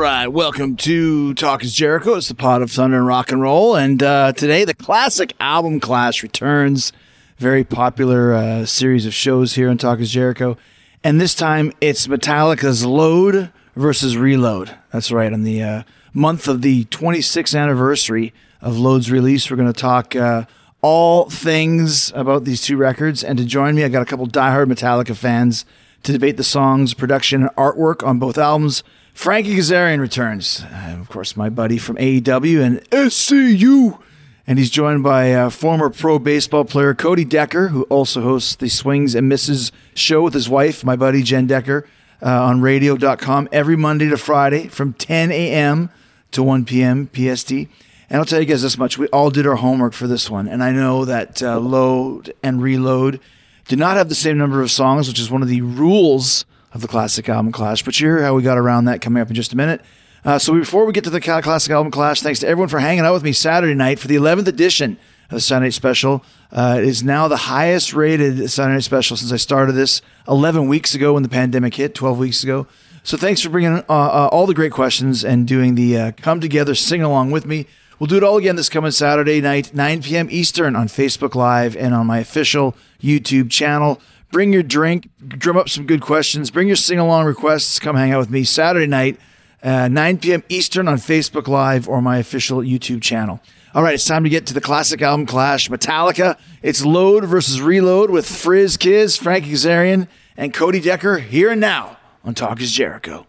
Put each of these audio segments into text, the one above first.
welcome to Talk is Jericho. It's the pot of thunder and rock and roll. And uh, today, the classic album clash returns. Very popular uh, series of shows here on Talk is Jericho. And this time, it's Metallica's Load versus Reload. That's right. On the uh, month of the 26th anniversary of Load's release, we're going to talk uh, all things about these two records. And to join me, I got a couple diehard Metallica fans to debate the songs, production, and artwork on both albums. Frankie Kazarian returns. Uh, of course, my buddy from AEW and SCU. And he's joined by uh, former pro baseball player Cody Decker, who also hosts the Swings and Misses show with his wife, my buddy Jen Decker, uh, on radio.com every Monday to Friday from 10 a.m. to 1 p.m. PST. And I'll tell you guys this much we all did our homework for this one. And I know that uh, Load and Reload did not have the same number of songs, which is one of the rules of the classic album clash. But you hear how we got around that coming up in just a minute. Uh, so before we get to the Ca- classic album clash, thanks to everyone for hanging out with me Saturday night for the 11th edition of the Saturday Night Special. Uh, it is now the highest rated Saturday Night Special since I started this 11 weeks ago when the pandemic hit, 12 weeks ago. So thanks for bringing uh, uh, all the great questions and doing the uh, come together sing along with me. We'll do it all again this coming Saturday night, 9 p.m. Eastern on Facebook Live and on my official YouTube channel. Bring your drink, drum up some good questions, bring your sing along requests, come hang out with me Saturday night, uh, 9 p.m. Eastern on Facebook Live or my official YouTube channel. All right, it's time to get to the classic album clash Metallica. It's Load versus Reload with Frizz Kiz, Frank Kazarian, and Cody Decker here and now on Talk is Jericho.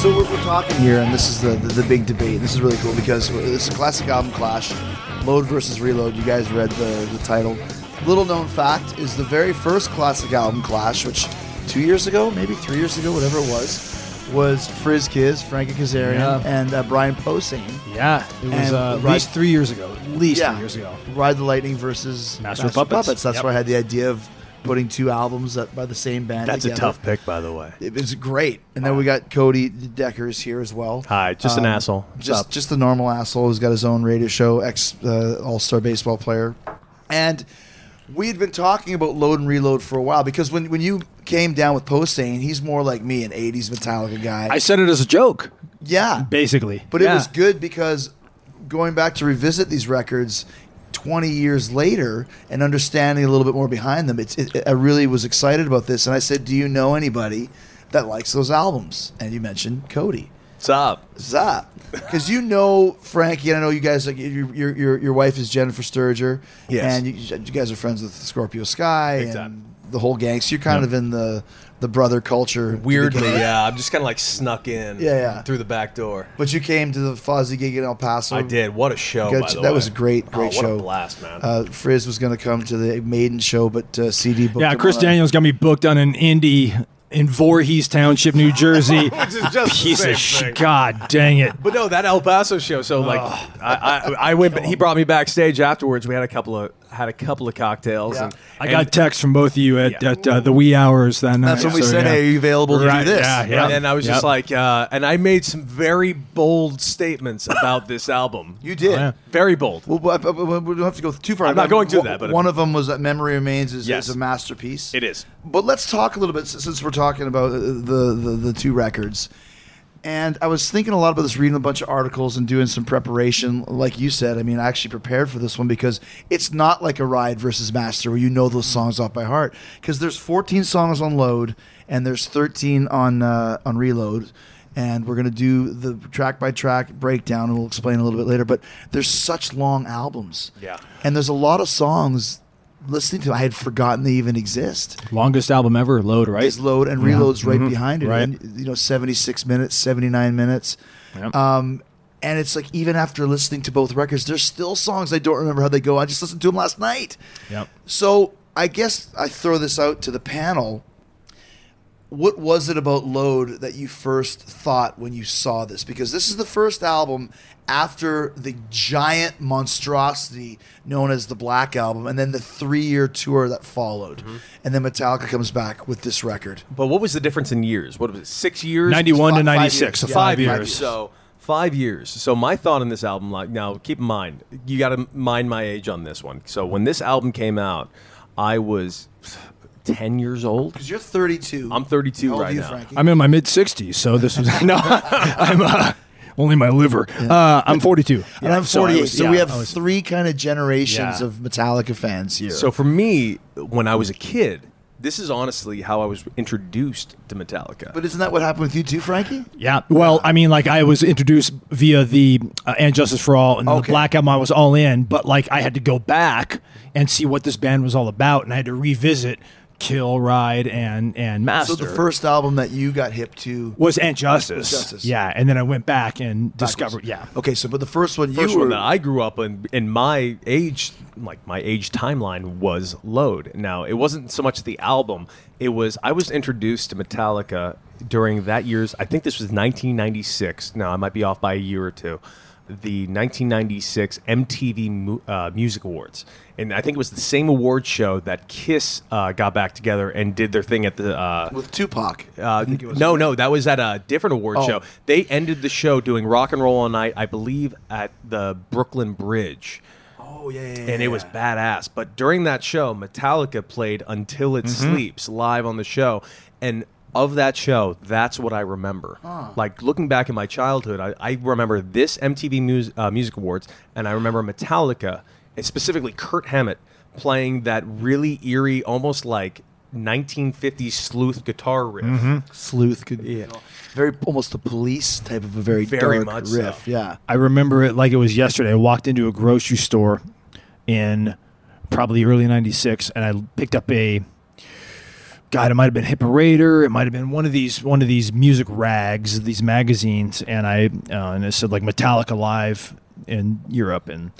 So we're, we're talking here, and this is the, the, the big debate. This is really cool because it's a classic album clash, Load versus Reload. You guys read the, the title. Little known fact is the very first classic album clash, which two years ago, maybe three years ago, whatever it was, was Frizz Kiz, Frankie Kazarian, Yeah. and uh, Brian Posehn. Yeah, it was And uh, at right- least three years ago. At least Yeah. three years ago. Ride the Lightning versus Master of Puppets. That's Yep. where I had the idea of putting two albums that, by the same band. That's a together. tough pick, by the way. It was great. And then we got Cody Deckers here as well. Hi, just Um, an asshole. What's just up? just the normal asshole who's got his own radio show, ex uh, All Star baseball player, and we had been talking about load and reload for a while because when when you came down with Posehn, he's more like me, an '80s Metallica guy. I said it as a joke, yeah, basically. but it Yeah. was good because going back to revisit these records 20 years later and understanding a little bit more behind them, it's, it, I really was excited about this. And I said, Do you know anybody that likes those albums? And you mentioned Cody. What's up? Zap. Because you know Frankie, and I know you guys. Like your your your, your wife is Jennifer Sturger, Yes. and you, you guys are friends with Scorpio Sky Exactly. and the whole gang. So you're kind of in the the brother culture. Weirdly, yeah. I'm just kind of like snuck in. Yeah, yeah. Through the back door. But you came to the Fozzy gig in El Paso. I did. What a show! Good by sh- the that way. was a great, Oh, great what show. a blast, man. Uh, Frizz was going to come to the Maiden show, but uh, CD booked. yeah, him Chris on. Daniels got me booked on an indie in Voorhees Township, New Jersey. Which is just the Piece same of shit. thing. God dang it. but no, that El Paso show. So like, I, I, I went. He brought me backstage afterwards. We had a couple of had a couple of cocktails, and I and- got texts from both of you at, Yeah. at uh, the wee hours that night. That's when we so, said, yeah. "Hey, are you available to Right, do this?" yeah, yeah. And then I was Yep. just like, uh, and I made some very bold statements about this album. You did. Oh, yeah. very bold. Well, but- but- but we don't have to go too far. I'm not going to that, but- one of them was that "Memory Remains" is, Yes. is a masterpiece. It is. But let's talk a little bit since we're talking about the the, the two records. And I was thinking a lot about this, reading a bunch of articles and doing some preparation. Like you said, I mean, I actually prepared for this one because it's not like a ride versus master where you know those songs off by heart. Because there's 14 songs on load and there's 13 on uh, on reload. And we're gonna do the track by track breakdown, and we'll explain a little bit later. But there's such long albums, Yeah. And there's a lot of songs. Listening to, I had forgotten they even exist longest album ever, Load, right? Mm-hmm. is load and reloads right behind it. Right. And, you know, 76 minutes, 79 minutes. Yep. Um, and it's like even after listening to both records, there's still songs I don't remember how they go. I just listened to them last night. Yep. So I guess I throw this out to the panel. What was it about Load that you first thought when you saw this? Because this is the first album after the giant monstrosity known as the Black Album, and then the three-year tour that followed, Mm-hmm. and then Metallica comes back with this record. But what was the difference in years? What was it? Six years? 91 Five- to five 96, so years. Yeah, five, five years. years. So five years. So my thought on this album, like now, keep in mind, you got to mind my age on this one. So when this album came out, I was ten years old. Because you're 32. I'm 32 How old right are you, now. Frankie? I'm in my mid 60s, so this was no. I'm uh, only my liver. Uh, I'm 42. and I'm 48. So I So, was- we yeah, have I was- three kind of generations Yeah. of Metallica fans here. So for me, when I was a kid, this is honestly how I was introduced to Metallica. but isn't that what happened with you too, Frankie? Yeah. Well, I mean, like I was introduced via the uh, and Justice for All and Okay. the Black Album. I was all in, but like I had to go back and see what this band was all about, and I had to revisit Kill, Ride, and and Master. So the first album that you got hip to. was Aunt Justice. Justice. Yeah, and then I went back and discovered. Yeah. Okay, so but the first one first you were one that I grew up in in my age like my age timeline was Load. Now it wasn't so much the album; it was I was introduced to Metallica during that year's. I think this was 1996. Now I might be off by a year or two. The 1996 MTV Mu- uh, Music Awards, and I think it was the same award show that Kiss uh, got back together and did their thing at the uh, with Tupac. uh, no, no, that was at a different award show. They ended the show doing rock and roll all night, I believe, at the Brooklyn Bridge. Oh yeah, yeah, And it was badass. But during that show, Metallica played Until It Sleeps live on the show. And of that show, that's what I remember. Like looking back in my childhood, I, I remember this MTV Mus- uh, Music Awards, and I remember Metallica, and specifically Kurt Hammett, playing that really eerie, almost like 1950s sleuth guitar riff. sleuth could yeah. very almost the police type of a very, Very dark much riff. so. Yeah. I remember it like it was yesterday. I walked into a grocery store in probably early 96 and I picked up a God, it might have been Hipparator. It might have been one of these one of these music rags, these magazines, and I uh, and it said like Metallica live in Europe, and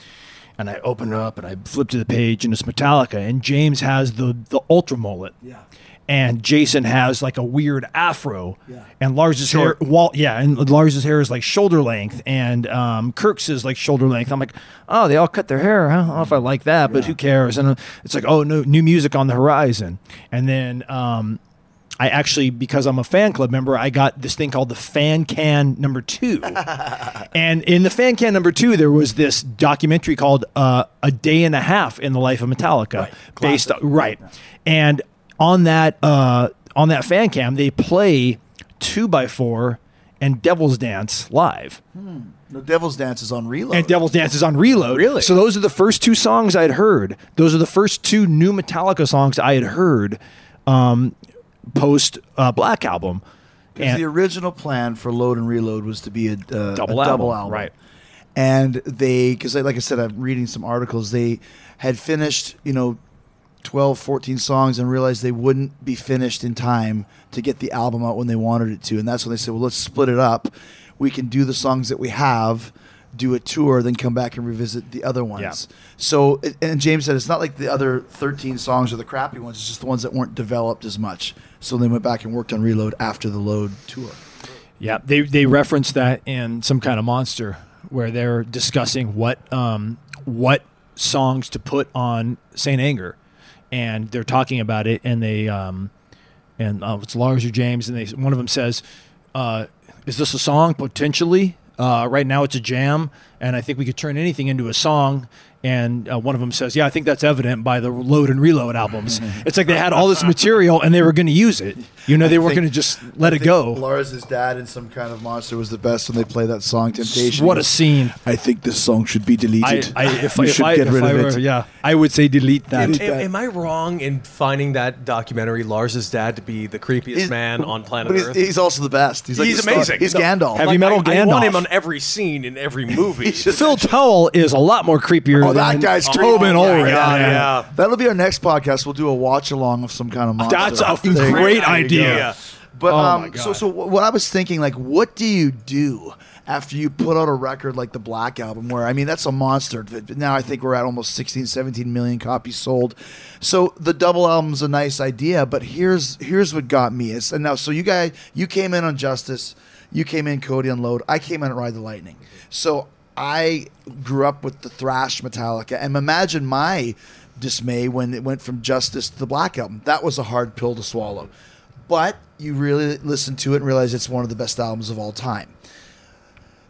and I opened it up and I flipped to the page and it's Metallica, and James has the the ultra mullet, yeah, and Jason has like a weird afro, yeah, and Lars's hair, Wal- yeah, and Lars's hair is like shoulder length, and um, Kirk's is like shoulder length. I'm like, oh, they all cut their hair. Huh? I don't know if I like that, but who cares? And uh, it's like, oh, no, new music on the horizon, and then. Um, I actually, because I'm a fan club member, I got this thing called the Fan Can Number Two. and in the Fan Can Number Two, there was this documentary called uh, "A Day and a Half in the Life of Metallica," based on, right. And on that uh, on that fan cam, they play Two by Four and Devil's Dance live. No, Devil's Dance is on reload. And Devil's Dance is on Reload. Really? So those are the first two songs I'd heard. Those are the first two new Metallica songs I had heard um, post uh, Black Album. Because And the original plan for Load and Reload was to be a, uh, Double a double album, album, right. And they, because like I said, I'm reading some articles. They had finished, you know, 12, 14 songs and realized they wouldn't be finished in time to get the album out when they wanted it to. And that's when they said, well, let's split it up. We can do the songs that we have, do a tour, then come back and revisit the other ones. Yeah. So, and- and James said it's not like the other 13 songs are the crappy ones, it's just the ones that weren't developed as much. So they went back and worked on Reload after the Load tour. yeah, they they reference that in some kind of monster where they're discussing what um, what songs to put on Saint Anger, and they're talking about it, and they um, and uh, it's Lars or James, and they one of them says, uh, "Is this a song potentially?" Uh, right now it's a jam, and I think we could turn anything into a song. And uh, one of them says, "Yeah, I think that's evident by the Load and Reload albums." it's like they had all this material and they were going to use it. You know, they weren't going to just let it go. Lars's dad in some kind of monster was the best when they play that song Temptation. What a scene! I think this song should be I, deleted. I, if, You if should I, get if rid I of were, it. yeah, I would say delete Am, that. am- am I wrong in finding that documentary Lars's dad to be the creepiest man on planet But he's, Earth? he's also the best. He's, like He's the star- amazing. He's No, Gandalf. Heavy metal I, I want Gandalf. him on every scene in every movie. Phil Towell is a lot more creepier. Oh, that than guy's Tobin creepy. Yeah, Ulrich. yeah, man. yeah. That'll be our next podcast. We'll do a watch along of some kind of monster. That's a There you go. great There you go. idea. But Oh my um, God. so so wh- what I was thinking, like, what do you do after you put out a record like the Black Album, where I mean that's a monster. But Now I think we're at almost 16, 17 million copies sold. So the double album's a nice idea, but here's here's what got me is and now so you guys you came in on Justice, you came in Cody on Load, I came in at Ride the Lightning. So I grew up with the thrash Metallica, and imagine my dismay when it went from Justice to the Black Album. That was a hard pill to swallow but you really listen to it and realize it's one of the best albums of all time.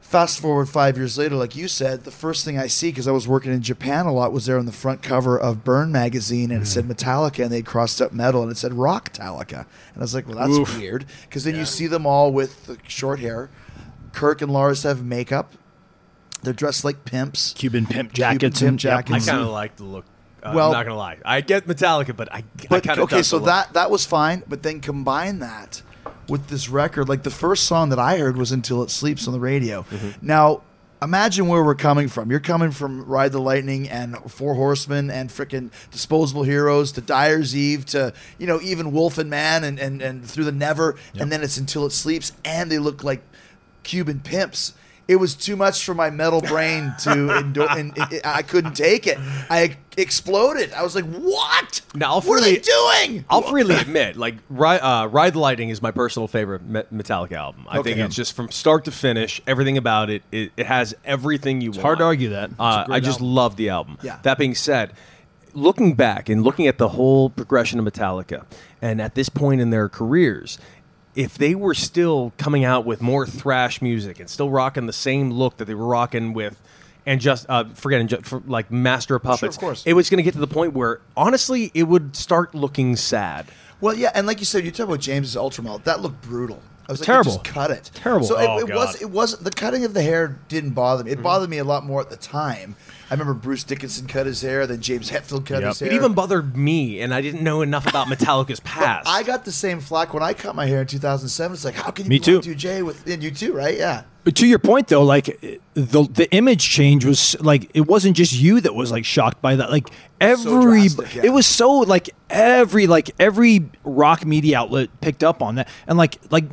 Fast forward five years later, like you said, the first thing I see because I was working in Japan a lot was there on the front cover of Burn magazine, and it said Metallica, and they would crossed up metal, and it said Rock Metallica, and I was like, well, that's weird because then you see them all with the short hair. Kirk and Lars have makeup. They're dressed like pimps. Cuban pimp jackets pimp and yep, jackets. I kind of like the look. Uh, Well- I'm not gonna lie. I get Metallica, but I, I But kind of okay, so that that was fine. But then combine that with this record. Like the first song that I heard was "Until It Sleeps" on the radio. Mm-hmm. Now. Imagine where we're coming from. You're coming from Ride the Lightning and Four Horsemen and frickin' Disposable Heroes to Dyer's Eve to, you know, even Wolf and Man and, and, and Through the Never. And then it's Until It Sleeps. And they look like Cuban pimps. It was too much for my metal brain to endure. and it, it- I couldn't take it. I exploded. I was like, what? Now, I'll what are freely- they doing? I'll freely admit, like Ride, uh, Ride the Lightning is my personal favorite Me- Metallica album. I think it's just from start to finish, everything about it. It, it has everything you want. hard to argue that. It's a Uh, great I just love the album. Yeah. That being said, looking back and looking at the whole progression of Metallica, and at this point in their careers. If they were still coming out with more thrash music and still rocking the same look that they were rocking with, and just uh, forgetting just, for, like Master of Puppets, of course. it was going to get to the point where honestly it would start looking sad. Well, yeah, and like you said, you talk about James's Ultramalt. That looked brutal. I was like, Terrible. Just cut it. Terrible. So it, Oh, it God. Mm-hmm. was. It was the cutting of the hair didn't bother me. It bothered me a lot more at the time. I remember Bruce Dickinson cut his hair, then James Hetfield cut Yep. his hair. It even bothered me, and I didn't know enough about Metallica's past. I got the same flack when I cut my hair in 2007. It's like, how can you Me be too. like 2J with and you too, right? Yeah. But to your point though, like the the image change was like it wasn't just you that was like shocked by that. Like every drastic, yeah. it was so like every like every rock media outlet picked up on that. And like like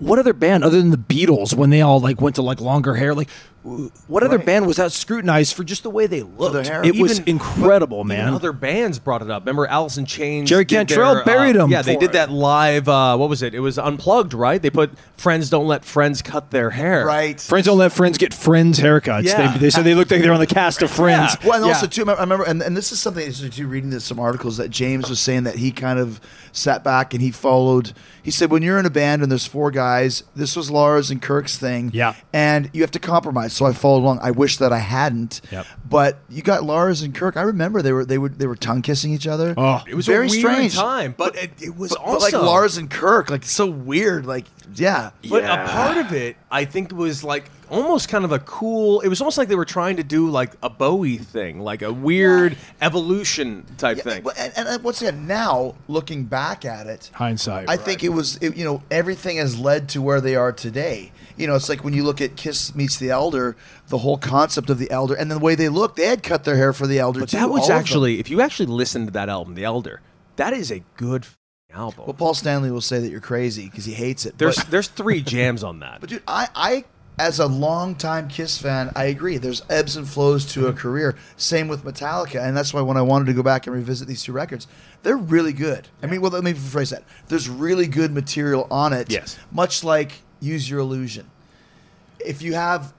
what other band other than the Beatles when they all like went to like longer hair like w- what other band was that scrutinized for just the way they looked? hair. It was Even- incredible, Even man. other bands brought it up. Remember, Alice in Chains. Jerry did Cantrell their, uh, buried 'em Yeah, they for did it. that live. Uh, what was it? It was unplugged, right? They put "Friends Don't Let Friends Cut Their Hair." Right. friends don't let friends get friends haircuts. Yeah. They, they said they looked like they were on the cast of Friends. Well, and Yeah. also too, I remember, and, and this is something I too reading this, some articles that James was saying that he kind of sat back and he followed. He said, when you're in a band and there's four guys, this was Lars and Kirk's thing, Yeah. and you have to compromise. So I followed along. I wish that I hadn't, Yep. but you got Lars and Kirk. I remember they were they would they were tongue kissing each other. Oh. It was very a weird strange time, but it, it was But, awesome. but like Lars and Kirk, like so weird. Like yeah, But a part of it, I think, was like almost kind of a cool. It was almost like they were trying to do like a Bowie thing, like a weird evolution type Yeah, thing. but- and, and, and once again, now looking back at it, Hindsight, I think it was it, you know everything has led to where they are today. You know, it's like when you look at Kiss meets the Elder, the whole concept of the Elder, and the way they look, they had cut their hair for the Elder. But too, that all of was them. actually, if you actually listen to that album, The Elder, that is a good f- album. Well, Paul Stanley will say that you're crazy because he hates it. there's but, there's three jams on that. but dude, I I as a longtime Kiss fan, I agree. There's ebbs and flows to Mm-hmm. a career. Same with Metallica, and that's why when I wanted to go back and revisit these two records, they're really good. I mean, well, let me rephrase that. There's really good material on it. Yes. Much like Use Your Illusion. if you have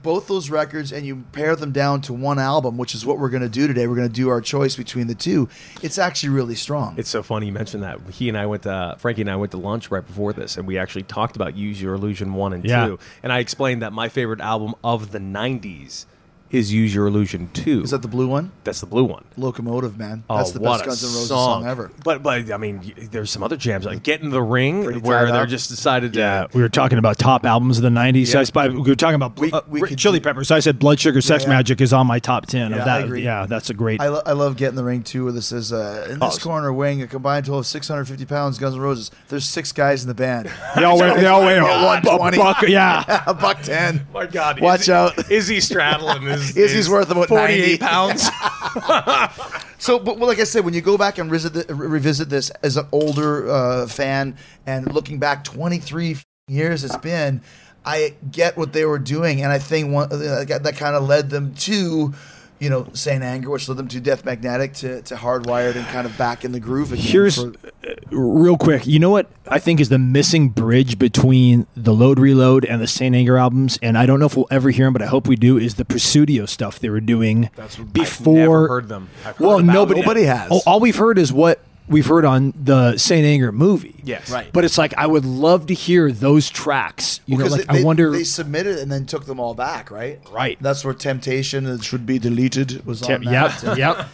both those records and you pare them down to one album, which is what we're going to do today, we're going to do our choice between the two. It's actually really strong. It's so funny you mentioned that. He and I went to Frankie and I went to lunch right before this, and we actually talked about Use Your Illusion one and Yeah. two. And I explained that my favorite album of the '90s is Use Your Illusion two. is that the blue one? That's the blue one. Locomotive, man. Oh, That's the what best a Guns N' Roses song. song, ever. But but I mean, y- there's some other jams like Get in the Ring tied where they're up. just decided to. Yeah, Uh, we were talking about top albums of the '90s. So I spy, we were talking about We- uh, we Ri- could Chili do- Peppers. So I said Blood Sugar Sex Yeah. Magic is on my top ten Yeah, of I that. agree. Yeah, that's a great. I, lo- I love getting the ring too, where this says uh, in this corner weighing a combined total of 650 pounds. Guns N' Roses. There's six guys in the band. they all weigh, they all weigh a, God. bu- bu- buck. Yeah, a buck ten. Oh My God! Watch Izzy, out. Izzy Stradlin is Izzy's is worth about 90. forty-eight pounds. So, but well, like I said, when you go back and revisit, th- revisit this as an older uh, fan and looking back 23 f- years it's been, I get what they were doing. And I think one, uh, that- that kind of led them to, you know, Saint Anger, which led them to Death Magnetic, to, to Hardwired and kind of back in the groove again. Here's- uh, for- real quick. You know what I think is the missing bridge between the Load Reload and the Saint Anger albums, and I don't know if we'll ever hear them, but I hope we do. Is the Presidio stuff they were doing That's- I've before never heard them. I've heard well, about nobody, them. Nobody has. Oh, all we've heard is what we've heard on the Saint Anger movie. Yes. Right. But it's like I would love to hear those tracks. You know, Because like they, I wonder. they submitted and then took them all back, right? Right. That's where Temptation and should be deleted was on. that. yep, yep.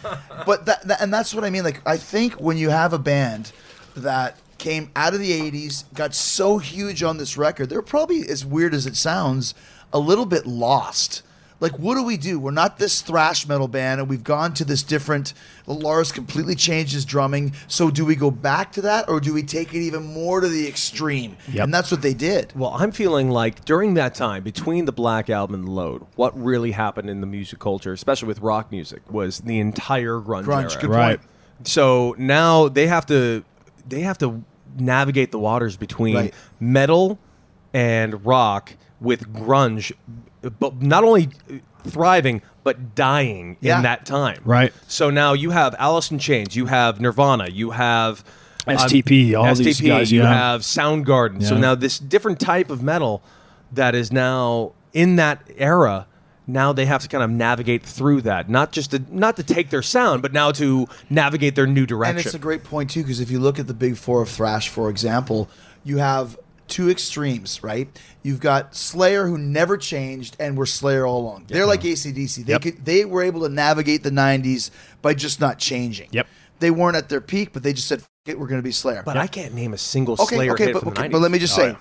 but that, that and that's what I mean. Like I think when you have a band that came out of the '80s, got so huge on this record, they're probably as weird as it sounds, a little bit lost. Like, what do we do? We're not this thrash metal band, and we've gone to this different. Lars completely changed his drumming. So, do we go back to that, or do we take it even more to the extreme? Yep. And that's what they did. Well, I'm feeling like during that time between the Black Album and Load, what really happened in the music culture, especially with rock music, was the entire grunge, Grunge, era. good Right. point. So now they have to they have to navigate the waters between Right. metal and rock with grunge, but not only thriving but dying Yeah. in that time. Right. So now you have Alice in Chains, you have Nirvana, you have um, STP, all these STP, guys, You yeah. have Soundgarden. So Yeah. now this different type of metal that is now in that era. Now they have to kind of navigate through that, not just to not to take their sound, but now to navigate their new direction. And it's a great point too, because if you look at the big four of thrash, for example, you have two extremes, right? You've got Slayer, who never changed and were Slayer all along. They're like ACDC. They could they were able to navigate the '90s by just not changing. Yep. They weren't at their peak, but they just said, F- "It, we're going to be Slayer." but I can't name a single okay, Slayer okay, hit but, from the Oh, okay, 90s. but let me just say,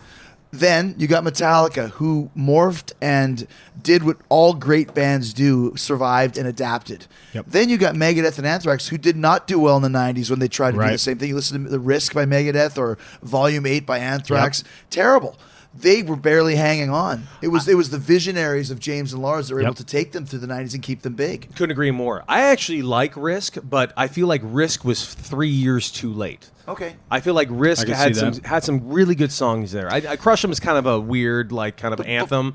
then you got Metallica, who morphed and did what all great bands do, survived and adapted. Yep. Then you got Megadeth and Anthrax, who did not do well in the '90s when they tried to do the Right. same thing. You listen to The Risk by Megadeth or Volume Eight by Anthrax, terrible. They were barely hanging on. It was it was the visionaries of James and Lars that were able Yep. to take them through the '90s and keep them big. Oh, Couldn't agree more. I actually like Risk, but I feel like Risk was three years too late. Okay. I feel like Risk I can had see some that. had some really good songs there. I, I Crush 'Em is kind of a weird, like, kind of anthem,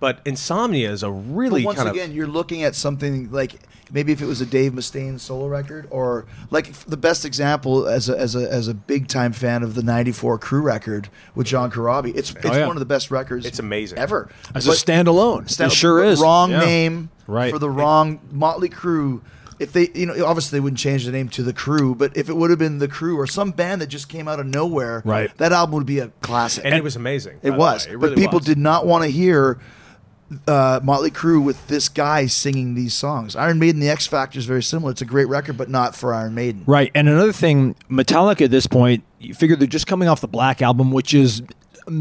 but Insomnia is a really But once kind again, of you're looking at something like maybe if it was a Dave Mustaine solo record, or like f- the best example as a as a as a big time fan of the '94 Crew record with John Corabi. It's it's Oh, yeah. one of the best records. It's amazing. ever. As But a standalone, sta- it sure but is. Wrong Yeah. name, Right. For the wrong Motley Crew. If they, you know, obviously they wouldn't change the name to the Crew, but if it would have been the Crew or some band that just came out of nowhere, Right. that album would be a classic. and it was amazing. by It the was, way. It but really people was. did not want to hear uh, Motley Crue with this guy singing these songs. Iron Maiden, The X Factor is very similar. It's a great record, but not for Iron Maiden. Right. And another thing, Metallica at this point, you figure they're just coming off the Black Album, which is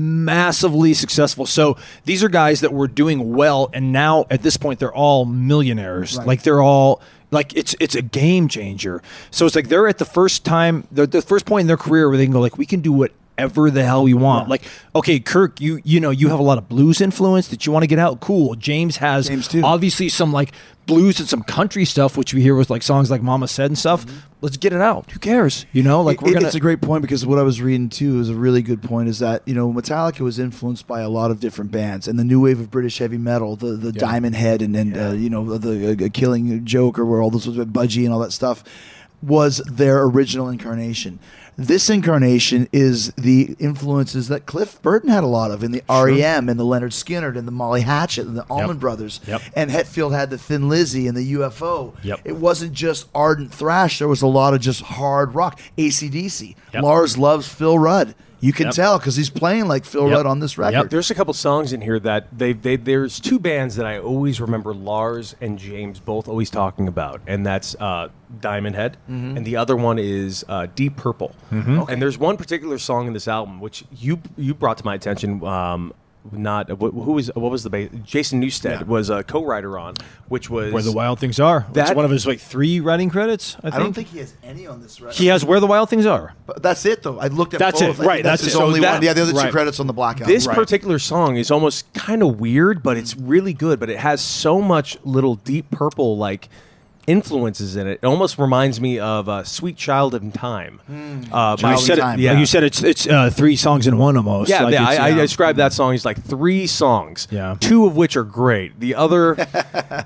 massively successful. So these are guys that were doing well and now at this point they're all millionaires. Like they're all like it's it's a game changer. So it's like they're at the first time they're at the first point in their career where they can go like we can do whatever the hell we want. Like okay, Kirk, you you know, you have a lot of blues influence that you want to get out. Cool. James has James too. obviously some like blues and some country stuff, which we hear with like songs like Mama Said and stuff. Let's get it out. Who cares? You know, like It- we're it- gonna. it's a great point because what I was reading too is a really good point. Is that you know Metallica was influenced by a lot of different bands and the new wave of British heavy metal, the the Diamond Head and and uh, you know the, the Killing Joke or where all those was Budgie and all that stuff was their original incarnation. This incarnation is the influences that Cliff Burton had a lot of in the REM and the Leonard Skinner and the Molly Hatchet and the Allman Brothers Yep. and Hetfield had the Thin Lizzy and the UFO. Yep. It wasn't just ardent thrash. There was a lot of just hard rock. ACDC. Yep. Lars loves Phil Rudd. You can Yep. tell because he's playing like Phil Yep. Rudd on this Yep. record. There's a couple songs in here that they they there's two bands that I always remember Lars and James both always talking about, and that's uh, Diamond Head, and the other one is uh, Deep Purple. And there's one particular song in this album which you you brought to my attention. Um, not wh- who was what was the bass? Jason Newstead was a co-writer on, which was where the wild things are. That's That- one of his like three writing credits. I think. I don't think he has any on this record. he has where the wild things are. But that's it though. I looked at That's both. it. Right, I think That's, that's his it. So only that- one. Yeah, the other two right. credits on the black album. This particular song is almost kind of weird, but it's really good. But it has so much little deep purple like influences in it. It almost reminds me of uh, "Sweet Child in Time." Uh, by- You said it- yeah. yeah. you said it's it's uh, three songs in one almost. yeah, Like, yeah, it's, I, I described that song as like three songs, Yeah. two of which are great. The other,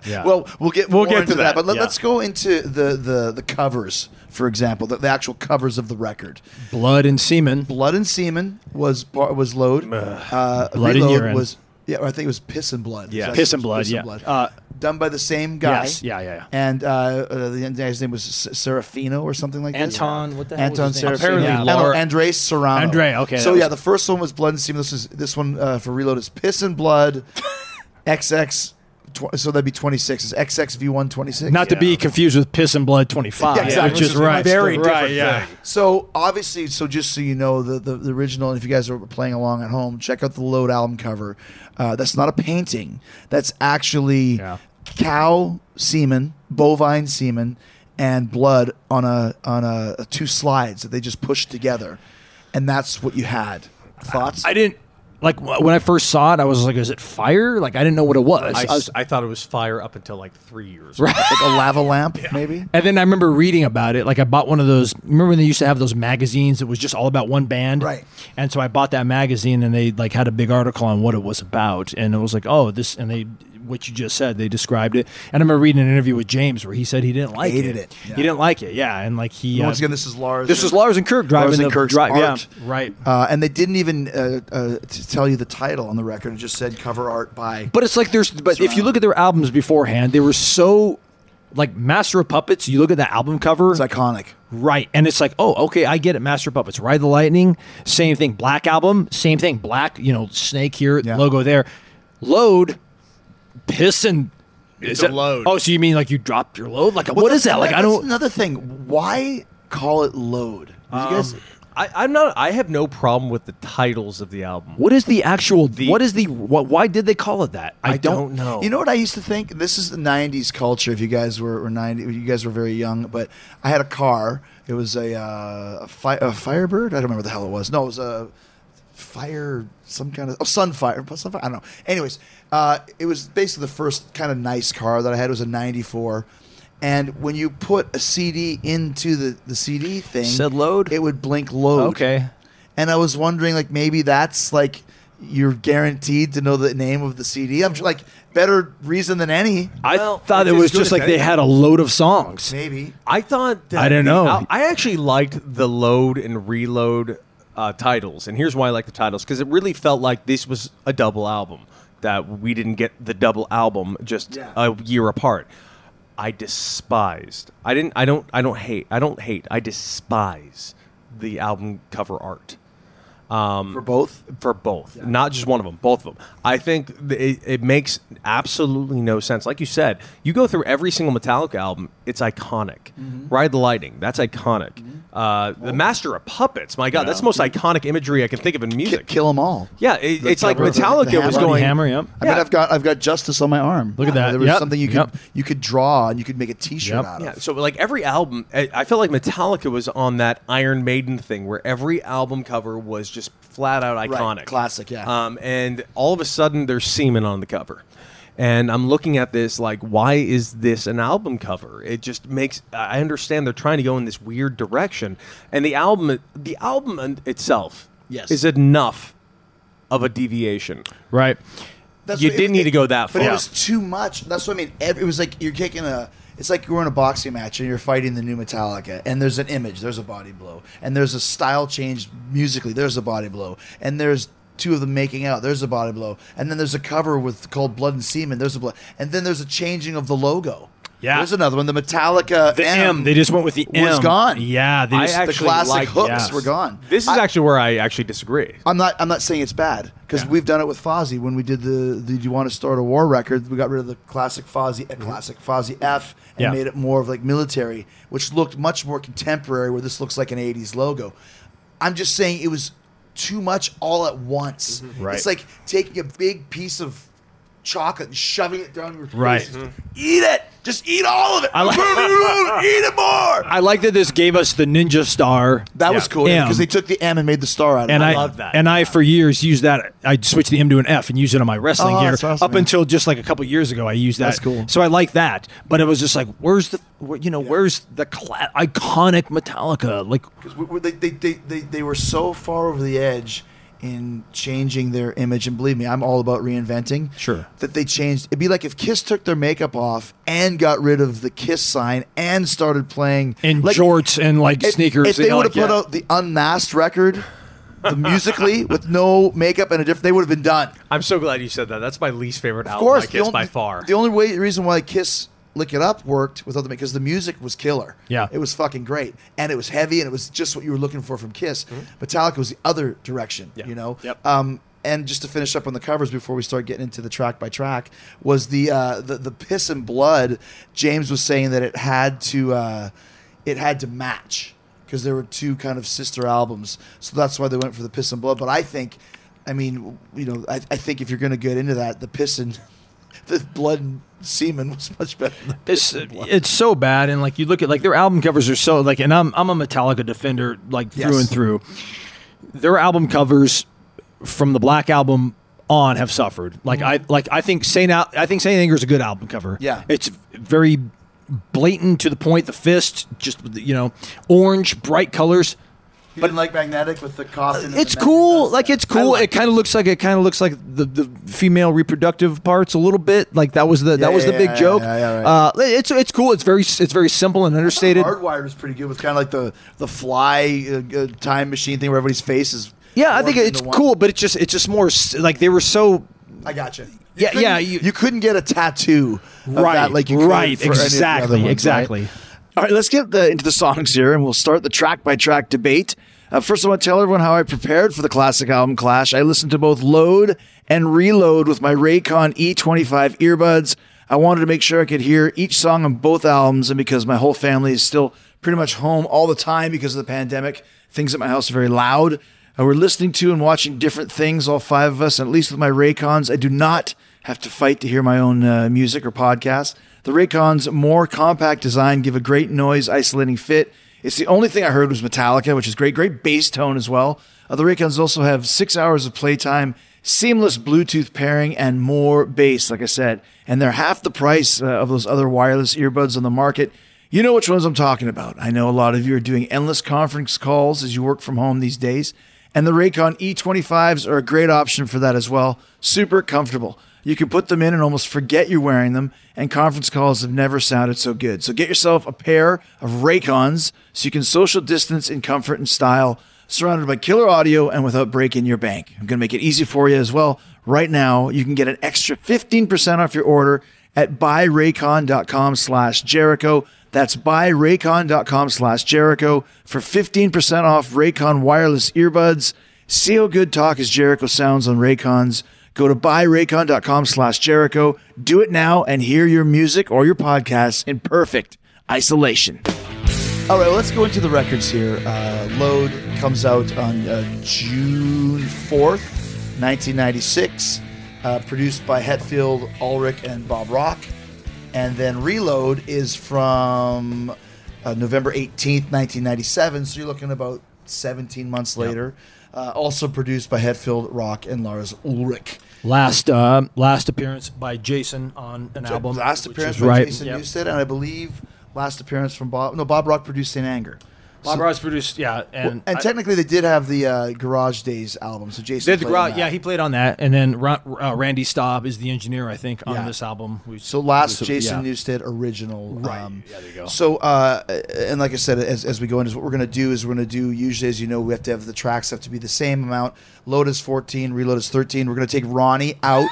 yeah. Well, we'll get we'll get to that, but let, yeah. us go into the, the the covers, for example, the, the actual covers of the record. blood and semen. Blood and Semen was bar- was load. Uh, Blood and Reload Urine. was yeah, I think it was Piss and Blood. Yeah. It's Piss actually and Blood. Piss yeah. Blood. Uh, done by the same guy. Yes. Yeah, yeah, yeah. And uh, uh, the guy's name was S- Serafino or something like that. Anton, what the hell was Anton his name? Serafino. Apparently Yeah. Laura- Andre Serrano. Andre, okay, So that yeah, was- the first one was Blood and Steam. This is this one uh, for Reload is Piss and Blood. XX. Tw- so that'd be twenty six. Is XXV1 26? Not to be confused with Piss and Blood 25, Yeah, exactly. which is right. Very right, yeah. So obviously, so just so you know, the, the the original. If you guys are playing along at home, check out the Load album cover. Uh, that's not a painting. That's actually Yeah. cow semen, bovine semen, and blood on a on a, two slides that they just pushed together, and that's what you had. Thoughts? I didn't like wh- when I first saw it. I was like, "Is it fire?" Like I didn't know what it was. I, I was- s- I thought it was fire up until like three years. like a lava lamp, maybe. and then I remember reading about it. Like I bought one of those. Remember when they used to have those magazines that was just all about one band, Right. And so I bought that magazine, and they like had a big article on what it was about, and it was like, "Oh, this," and they what you just said. They described it, and I remember reading an interview with James where he said he didn't like Hated it. it, yeah. He didn't like it. Yeah, and like he Once uh, again, this is Lars. this was Lars and Kirk driving Lars and the Kirk's drive. art. Yeah, right. Uh, and they didn't even uh, uh, t- tell you the title on the record. It just said cover art by. But it's like there's, but if you Surround. look at their albums beforehand, they were so like Master of Puppets. You look at that album cover, it's iconic. right? And it's like, oh, okay, I get it. Master of Puppets, Ride the Lightning, same thing. Black album, same thing. Black, you know, snake here, Yeah. logo there. Load, piss and. Is a it- load. Oh, so you mean like you dropped your load? Like what Well, is that? Like I that's don't. Another thing. Why call it load? Did you guys- I, I'm not. I have no problem with the titles of the album. What is the actual? what is the? What, why did they call it that? I, don't Um, know. You know what I used to think? This is the '90s culture. If you guys were, were '90, you guys were very young. But I had a car. It was a, uh, a, fi- a Firebird. I don't remember what the hell it was. No, it was a fire, some kind of oh, Sunfire. Sunfire. I don't know. Anyways, uh, it was basically the first kind of nice car that I had. It was a '94. And when you put a CD into the, the CD thing, Said load? it would blink load. Okay. And I was wondering, like, maybe that's like you're guaranteed to know the name of the CD. I'm sure, like, better reason than any, I Well, thought it it's as was good just as like they anything. had a load of songs. maybe. I thought that I don't the know. al- I actually liked the load and reload uh, titles, and here's why I like the titles because it really felt like this was a double album that we didn't get the double album just Yeah. a year apart. I despised. I didn't. I don't. I don't hate. I don't hate. I despise the album cover art For both. for both, not just one of them, both of them. I think th- it, it makes absolutely no sense. Like you said, you go through every single Metallica album; it's iconic. Mm-hmm. Ride the Lightning, that's iconic. Uh, the Oh. Master of Puppets, my God, that's the most iconic imagery I can think of in Ki- music. kill them all. yeah, it, The it's like cover of the- Metallica the hammer. was Ronnie going. Hammer, yep. I mean, I've got I've got justice on my arm. Uh, Look at that. There was Yep. something you could Yep. you could draw and you could make a T-shirt Yep. out Yeah, of. so like every album, I I felt like Metallica was on that Iron Maiden thing where every album cover was just flat out iconic, classic, yeah. Um, and all of a sudden, there's semen on the cover, and I'm looking at this like, why is this an album cover? It just makes. I understand they're trying to go in this weird direction, and the album, the album in- itself, Yes. is enough of a deviation. Right. That's You what- didn't need to go that but far. it was too much. That's what I mean. Every, it was like you're taking a. It's like you're in a boxing match and you're fighting the new Metallica, and there's an image, there's a body blow, and there's a style change musically, there's a body blow, and there's two of them making out, there's a body blow, and then there's a cover with called Blood and Semen, there's a blood, and then there's a changing of the logo. Yeah. there's another one, the Metallica The M. They just went with the M. was gone. Yeah. They I just, the actually classic like- hooks yes. were gone. This is I- actually where I actually disagree. I'm not. I'm not saying it's bad because we've done it with Fozzy when we did the, the "Do You Want to Start a War" record. We got rid of the classic Fozzy, uh, classic Fozzy F, and Mm-hmm. Yeah. made it more of like military, which looked much more contemporary. Where this looks like an '80s logo. I'm just saying it was too much all at once. Mm-hmm. Right. It's like taking a big piece of chocolate and shoving it down your face. Right. Just Eat it. Just eat all of it. like- eat it more. I like that this gave us the Ninja Star. That was cool M. because they took the M and made the star out of and it. I, love that. And I, for years, used that. I switched the M to an F and used it on my wrestling Oh, gear. that's awesome, Up man. until just like a couple years ago, I used that. That's cool. So I like that. But it was just like, where's the, where, you know, where's the cla- iconic Metallica? Like, we- we- they, they, they, they, they were so far over the edge in changing their image and believe me i'm all about reinventing Sure. that they changed it'd be like if kiss took their makeup off and got rid of the kiss sign and started playing in like, jorts and like if- sneakers. if you they know, would like, have put yeah. out the unmasked record the musically with no makeup and a different. They would have been done. I'm so glad you said that. That's my least favorite Of album course, I the guess only- by far. The only way reason why Kiss Lick It Up worked without the because the music was killer. Yeah. it was fucking great, and it was heavy, and it was just what you were looking for from Kiss. Mm-hmm. Metallica was the other direction. Yeah. You know. Yep. Um, and just to finish up on the covers before we start getting into the track by track was the uh, the, the piss and blood. James was saying that it had to uh, it had to match because there were two kind of sister albums, so that's why they went for the piss and blood. But I think, I mean, you know, I, I think if you're going to get into that, the piss and the blood and semen was much better. Than the It's it's so bad, and like you look at like their album covers are so like, and I'm I'm a Metallica defender like through Yes. and through. Their album covers from the Black Album on have suffered. Like I like I think Saint Al- I think Saint Anger is a good album cover. Mm-hmm. Yeah. it's very blatant to the point. The fist, just with the- you know, orange, bright colors. you didn't like magnetic with the coffin. and It's the cool. magnets? Like it's cool. like it kind of looks like it kind of looks like the, the female reproductive parts a little bit. Like that was the that was yeah, the big yeah, yeah, joke. yeah, yeah, right. uh, it's it's cool. It's very it's very simple and understated. Hardwired is pretty good with kind of like the the fly uh, uh, time machine thing where everybody's face is. Yeah, I think warped it's into one. cool, but it's just it's just more s- like they were so I got you. Yeah, couldn't- yeah, You, you- couldn't get a tattoo of that Right, like you could right, for any of the other exactly, ones, right? exactly. All right, let's get the, into the songs here, and we'll start the track by track debate. Uh, first, I want to tell everyone how I prepared for the classic album Clash. I listened to both Load and Reload with my Raycon E25 earbuds. I wanted to make sure I could hear each song on both albums, and because my whole family is still pretty much home all the time because of the pandemic, things at my house are very loud. Uh, we're listening to and watching different things, all five of us, and at least with my Raycons, I do not have to fight to hear my own uh, music or podcast. The Raycon's more compact design give a great noise isolating fit. It's the only thing I heard was Metallica, which is great. Great bass tone as well. Uh, the Raycons also have six hours of playtime, seamless Bluetooth pairing, and more bass, like I said. And they're half the price uh, of those other wireless earbuds on the market. You know which ones I'm talking about. I know a lot of you are doing endless conference calls as you work from home these days. And the Raycon E25s are a great option for that as well. Super comfortable. You can put them in and almost forget you're wearing them, and conference calls have never sounded so good. So get yourself a pair of Raycons so you can social distance in comfort and style, surrounded by killer audio and without breaking your bank. I'm going to make it easy for you as well. Right now, you can get an extra 15% off your order at buyraycon.com slash Jericho. That's buyraycon.com slash Jericho for 15% off Raycon wireless earbuds. See how good talk as Jericho sounds on Raycons. Go to buyraycon.com slash Jericho. Do it now and hear your music or your podcast in perfect isolation. All right, let's go into the records here. Uh, Load comes out on uh, June 4th, 1996, uh, produced by Hetfield, Ulrich, and Bob Rock. And then Reload is from uh, November 18th, 1997, so you're looking about 17 months later. Uh, also produced by Hetfield, Rock, and Lars Ulrich. last uh, last appearance by Jason on an album. Last which appearance is by right. Jason Yep. Newsted, and I believe last appearance from Bob. No, Bob Rock produced St. Anger. Bob So- Ross produced, yeah, and, And I- technically, they did have the uh, Garage Days album. So Jason, they had the played gra- on that. yeah, he played on that, and then Ra- uh, Randy Staub is the engineer, I think, on Yeah. this album. Which, So last which- Jason yeah. Newsted original. Right. Um, Yeah, there you go. So uh, and like I said, as, as we go into what we're gonna do is we're gonna do usually as you know we have to have the tracks have to be the same amount. Load is fourteen, reload is thirteen. We're gonna take Ronnie out.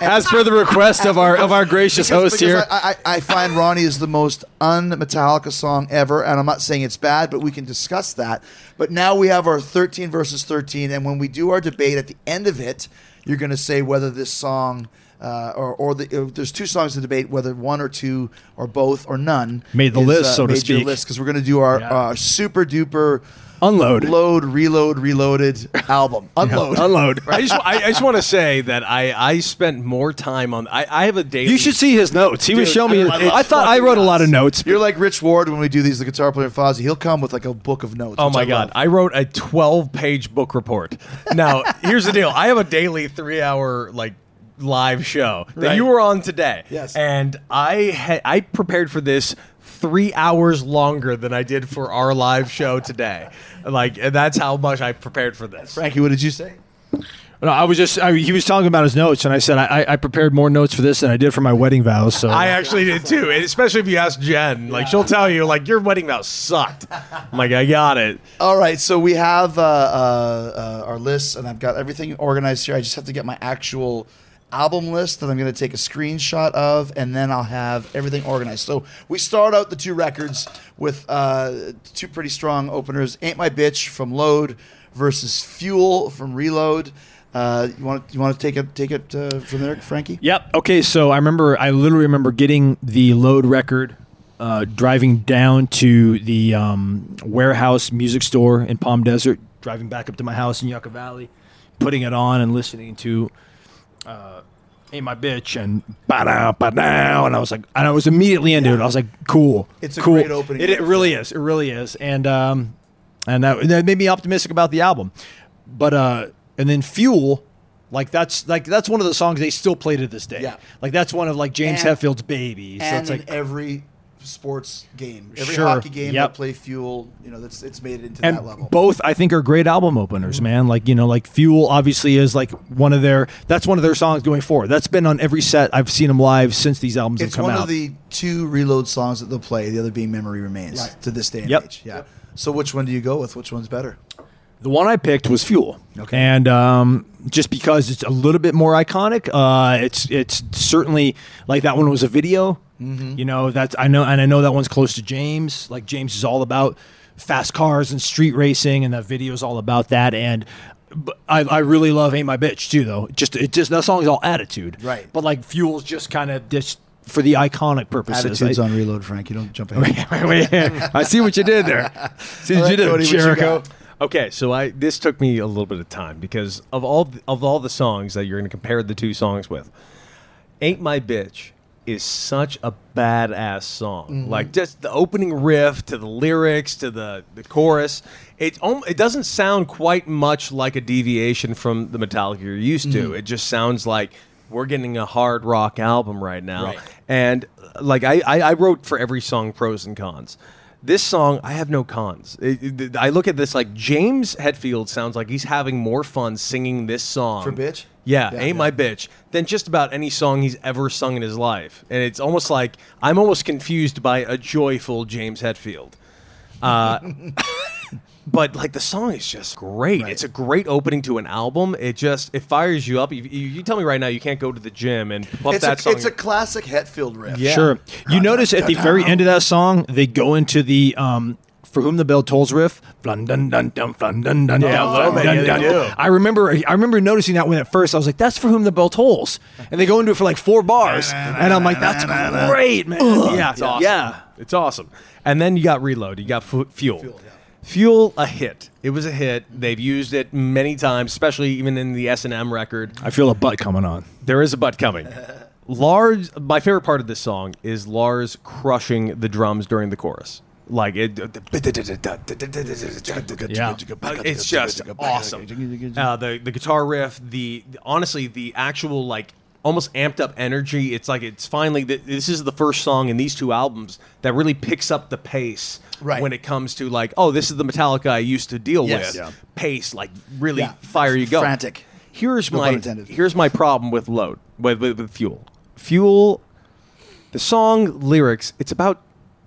as per the request of our of our gracious host because here, I, I, I find Ronnie is the most un-Metallica song ever, and I'm not saying it's bad, but we can discuss that. But now we have our 13 versus 13, and when we do our debate at the end of it, you're going to say whether this song uh, or or the, uh, there's two songs to debate whether one or two or both or none Made the is, uh, list, so to made your speak. list because we're going to do our Yeah. uh, super duper Unload. load, reload, reloaded album, unload, unload. I just, I, I just want to say that I, I spent more time on. I, I have a daily. You should see his notes. He was Dude, showing me. I love I thought I fucking wrote a lot of notes. You're like Rich Ward when we do these, the guitar player Fozzy. He'll come with like a book of notes. Oh which my I love. god! I wrote a twelve-page book report. Now, here's the deal: I have a daily three-hour like live show that you were on today. Yes. and I ha- I prepared for this three hours longer than I did for our live show today. Like that's how much I prepared for this. Frankie, what did you say? No, I was just I, he was talking about his notes, and I said I, I- I prepared more notes for this than I did for my wedding vows. So I actually did too, and especially if you ask Jen. Like she'll tell you, like your wedding vow sucked. I'm like, I got it. All right, so we have uh, uh, uh, our lists, and I've got everything organized here. I just have to get my actual album list that I'm going to take a screenshot of, and then I'll have everything organized. So we start out the two records with uh, two pretty strong openers: "Ain't My Bitch" from Load versus "Fuel" from Reload. Uh, you want you want to take it take it uh, from there, Frankie? Yep. Okay. So I remember, I literally remember getting the load record, uh, driving down to the um, warehouse music store in Palm Desert, driving back up to my house in Yucca Valley, putting it on and listening to uh, "Hey My Bitch" and "Ba da Ba da," and I was like, and I was immediately into it. I was like, cool. It's a cool. great opening. It, it really is. It really is. And um, and that, that made me optimistic about the album. But uh, and then "Fuel." Like that's like that's one of the songs they still play to this day. Yeah. Like that's one of like James And- Hetfield's babies. So and it's like in every sports game, every Sure, hockey game, yep. they play "Fuel." You know, that's it's made it into and that level. both I think are great album openers, man. Like you know, like Fuel obviously is like one of their that's one of their songs going forward. That's been on every set I've seen them live since these albums It's have come one out. of the two reload songs that they'll play. The other being "Memory Remains" to this day and Yep. age. Yeah. So which one do you go with? Which one's better? The one I picked was Fuel. Okay. And um, just because it's a little bit more iconic, uh, it's it's certainly like that one was a video. Mm-hmm. You know that's I know and I know that one's close to James. Like James is all about fast cars and street racing, and that video is all about that. And but I, I really love "Ain't My Bitch" too, though. Just it just that song's all attitude, Right. But like Fuel's just kind of just for the iconic purposes. Attitudes I, on reload, Frank. You don't jump ahead. I see what you did there. See what All right, you did, Cody, what you Jericho. got? Okay, so I this took me a little bit of time because of all the, of all the songs that you're going to compare the two songs with, "Ain't My Bitch" is such a badass song. Mm-hmm. Like just the opening riff to the lyrics to the the chorus, it om- it doesn't sound quite much like a deviation from the Metallica you're used Mm-hmm. to. It just sounds like we're getting a hard rock album right now, and uh, like I, I I wrote for every song pros and cons. This song, I have no cons. It- it- I look at this like James Hetfield sounds like he's having more fun singing this song For Bitch? yeah, Yeah. ain't my bitch than just about any song he's ever sung in his life, and it's almost like I'm almost confused by a joyful James Hetfield. Uh, But like the song is just great. It's a great opening to an album. It just it fires you up. You, you, you tell me right now you can't go to the gym and pump It's that a, song. it's a classic Hetfield riff. Yeah. Sure. You notice at the very end of that song, they go into the um, "For Whom the Bell Tolls" riff. Flun dun dun dun flun dun dun dun. flun man, dun yeah, they dun. do. I remember. I remember noticing that when at first I was like, "That's for whom the bell tolls," and they go into it for like four bars, and I'm like, "That's great, man." Yeah. It's awesome. Yeah. It's awesome. And then you got Reload. You got fu- Fuel. Fuel, Fuel, a hit. It was a hit. They've used it many times, especially even in the S&M record. I feel a butt coming on. There is a butt coming. Lars, my favorite part of this song is Lars crushing the drums during the chorus. Like it, Yeah. it's just awesome. Uh, the the guitar riff, the honestly the actual like almost amped up energy. It's like it's finally th- this is the first song in these two albums that really picks up the pace Right. when it comes to like oh this is the Metallica I used to deal Yes. with Yeah. pace like really Yeah. fire you go Frantic. Here's No pun my intended. here's my problem with load with, with, with fuel fuel the song lyrics it's about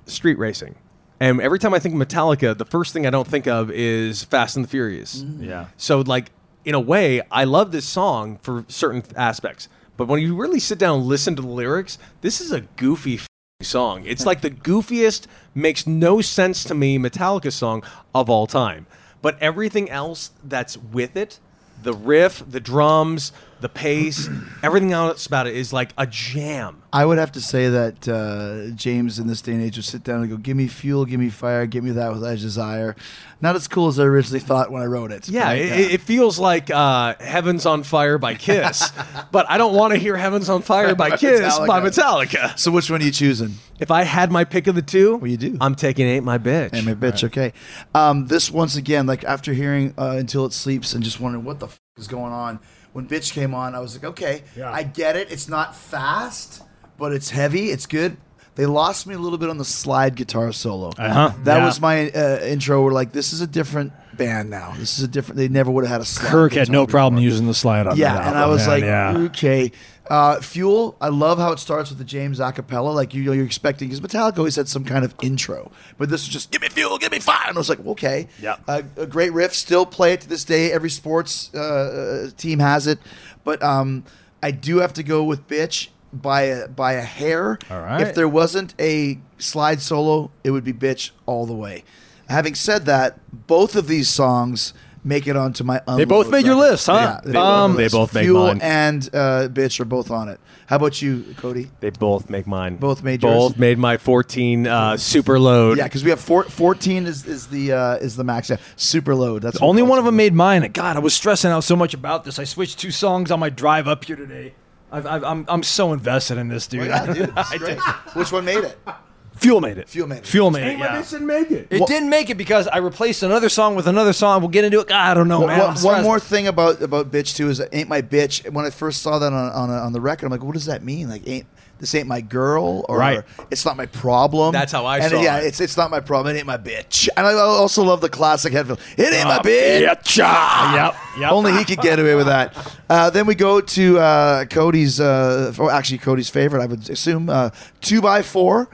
street racing and every time i think metallica the first thing i don't think of is fast and the furious Yeah. so like in a way i love this song for certain aspects but when you really sit down and listen to the lyrics this is a goofy f- song it's like the goofiest makes no sense to me metallica song of all time but everything else that's with it the riff the drums the pace everything else about it is like a jam I would have to say that uh, James in this day and age would sit down and go, "Give me fuel, give me fire, give me that with I desire." Not as cool as I originally thought when I wrote it. Yeah, Right? it, it- it feels like uh, "Heaven's on Fire" by Kiss, but I don't want to hear "Heaven's on Fire" by, Kiss by Metallica. So which one are you choosing? If I had my pick of the two, Well, you do. I'm taking "Ain't My Bitch." And my bitch, okay. Um, this once again, like after hearing uh, "Until It Sleeps" and just wondering what the f- is going on. When bitch came on, I was like, okay, I get it. It's not fast, but it's heavy. It's good. They lost me a little bit on the slide guitar solo. Uh-huh. That Yeah. was my uh, intro. We're like, this is a different band now. This is a different. They never would have had a slide. Kirk had guitar no before. problem using the slide on that Yeah, and I album, was man, like, yeah. okay. Uh, Fuel, I love how it starts with the James acapella. Like you know, you're expecting because Metallica always had some kind of intro, but this is just give me fuel, give me fire. And I was like, okay, Yeah. Uh, a great riff. Still play it to this day. Every sports uh, uh, team has it, but um, I do have to go with bitch by a by a hair. All right. If there wasn't a slide solo, it would be bitch all the way. Having said that, both of these songs make it onto my They both Unload made your record. list, huh? Yeah, they, Um, both, they both make Fuel mine. and uh, bitch are both on it. How about you, Cody? They both make mine. Both made Both yours? made my 14 uh, super load. Yeah, because we have four, 14 is, is the uh, is the max. Yeah, super load. That's what Only that's one of them what- made mine. God, I was stressing out so much about this. I switched two songs on my drive up here today. I've, I've, I'm, I'm so invested in this, dude. Yeah, dude, it's great. Which one made it? Fuel made it. Fuel made it. Fuel made it. Yeah. make it. It didn't make it because I replaced another song with another song. We'll get into it. God, I don't know, One- man. I'm one, one stressed. more thing about about bitch too is that ain't my bitch. When I first saw that on on, on the record, I'm like, what does that mean? Like ain't. This ain't my girl, or Right. it's not my problem. That's how I and saw yeah, it. it's it's not my problem. It ain't my bitch. And I also love the classic headphone. It ain't Uh, my bitch. Yep. Yep. Only he could get away with that. Uh, then we go to uh, Cody's, uh, or actually Cody's favorite, I would assume, uh, two by four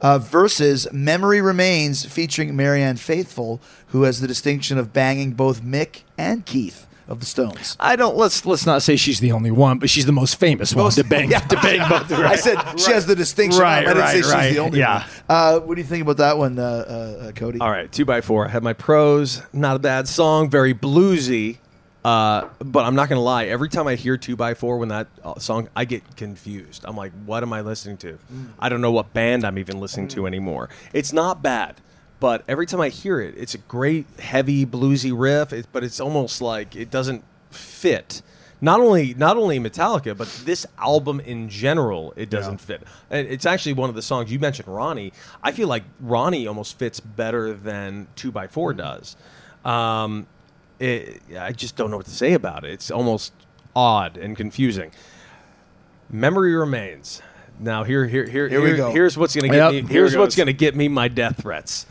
uh, versus "Memory Remains" featuring Marianne Faithful, who has the distinction of banging both Mick and Keith of the Stones. I don't. Let's let's not say she's the only one, but she's the most famous one to bang to bang both. Right. I said she has the distinction. Right, I didn't right, say she's right. the only Yeah. one. Uh, what do you think about that one, uh, uh, uh, Cody? All right, two by four. I had my pros. Not a bad song. Very bluesy. Uh, but I'm not gonna lie. Every time I hear two by four when that uh, song, I get confused. I'm like, what am I listening to? I don't know what band I'm even listening to anymore. It's not bad, but every time I hear it, it's a great heavy bluesy riff. It, but it's almost like it doesn't fit. Not only not only Metallica, but this album in general, it doesn't fit. And it's actually one of the songs you mentioned, Ronnie. I feel like Ronnie almost fits better than Two by Four Mm-hmm. does. Um, it, I just don't know what to say about it. It's almost odd and confusing. Memory remains. Now here here here Here we go. Here's what's gonna get Yep, me. here Here's it what's goes. gonna get me my death threats.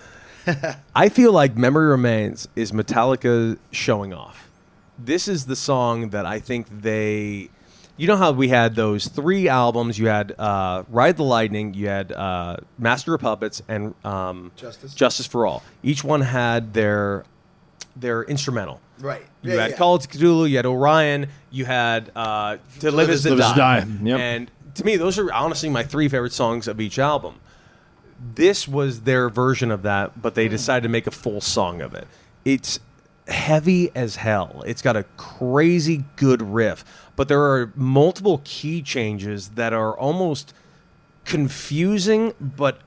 I feel like Memory Remains is Metallica showing off. This is the song that I think they. You know how we had those three albums? You had uh, Ride the Lightning, you had uh, Master of Puppets, and um, Justice. for All. Each one had their their instrumental. Right. You Yeah, had yeah. Call to Cthulhu, you had Orion, you had uh, To Live Is to Live Is Die. to Die, yep. And to me, those are honestly my three favorite songs of each album this was their version of that, but they decided to make a full song of it. It's heavy as hell. It's got a crazy good riff, but there are multiple key changes that are almost confusing but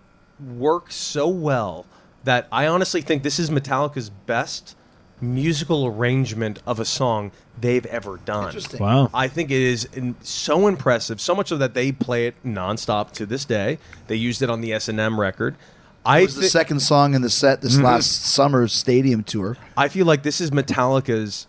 work so well that I honestly think this is Metallica's best musical arrangement of a song they've ever done. Interesting. Wow. I think it is in, so impressive, so much so that they play it nonstop to this day. They used it on the S and M record. I It was the thi- second song in the set Mm-hmm. this last summer stadium tour. I feel like this is Metallica's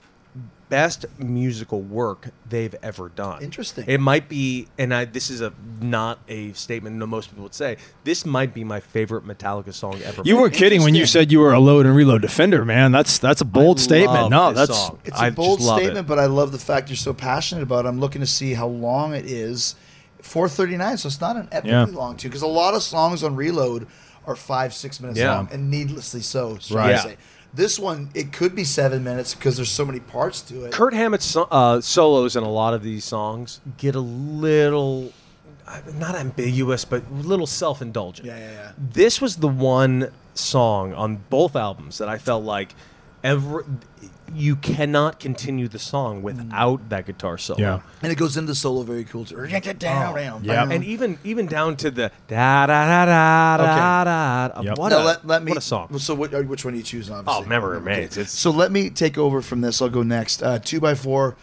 best musical work they've ever done. Interesting. It might be, and I, this is a not a statement. No, most people would say this might be my favorite Metallica song ever. You were kidding when you Interesting. said you were a load and reload defender, man. That's that's a bold I statement. love No, this that's song. It's a I just bold love it. statement, but I love the fact you're so passionate about it. I'm looking to see how long it is. 4:39, so it's not an epically Yeah. long tune because a lot of songs on Reload are five, six minutes Yeah. long, and needlessly so. Should I Right. say. This one, it could be seven minutes because there's so many parts to it. Kurt Hammett's so- uh, solos in a lot of these songs get a little uh, not ambiguous, but a little self-indulgent. Yeah, yeah, yeah. This was the one song on both albums that I felt like ever you cannot continue the song without that guitar solo. Yeah. and it goes into solo very cool. Oh, too. yeah. And even even down to the da da da da da da. Yep. What Now a let, let me what a song. So what, uh, which one are you choosing? Obviously. Oh, memory remains. It's So let me take over from this. I'll go next. Uh, two by four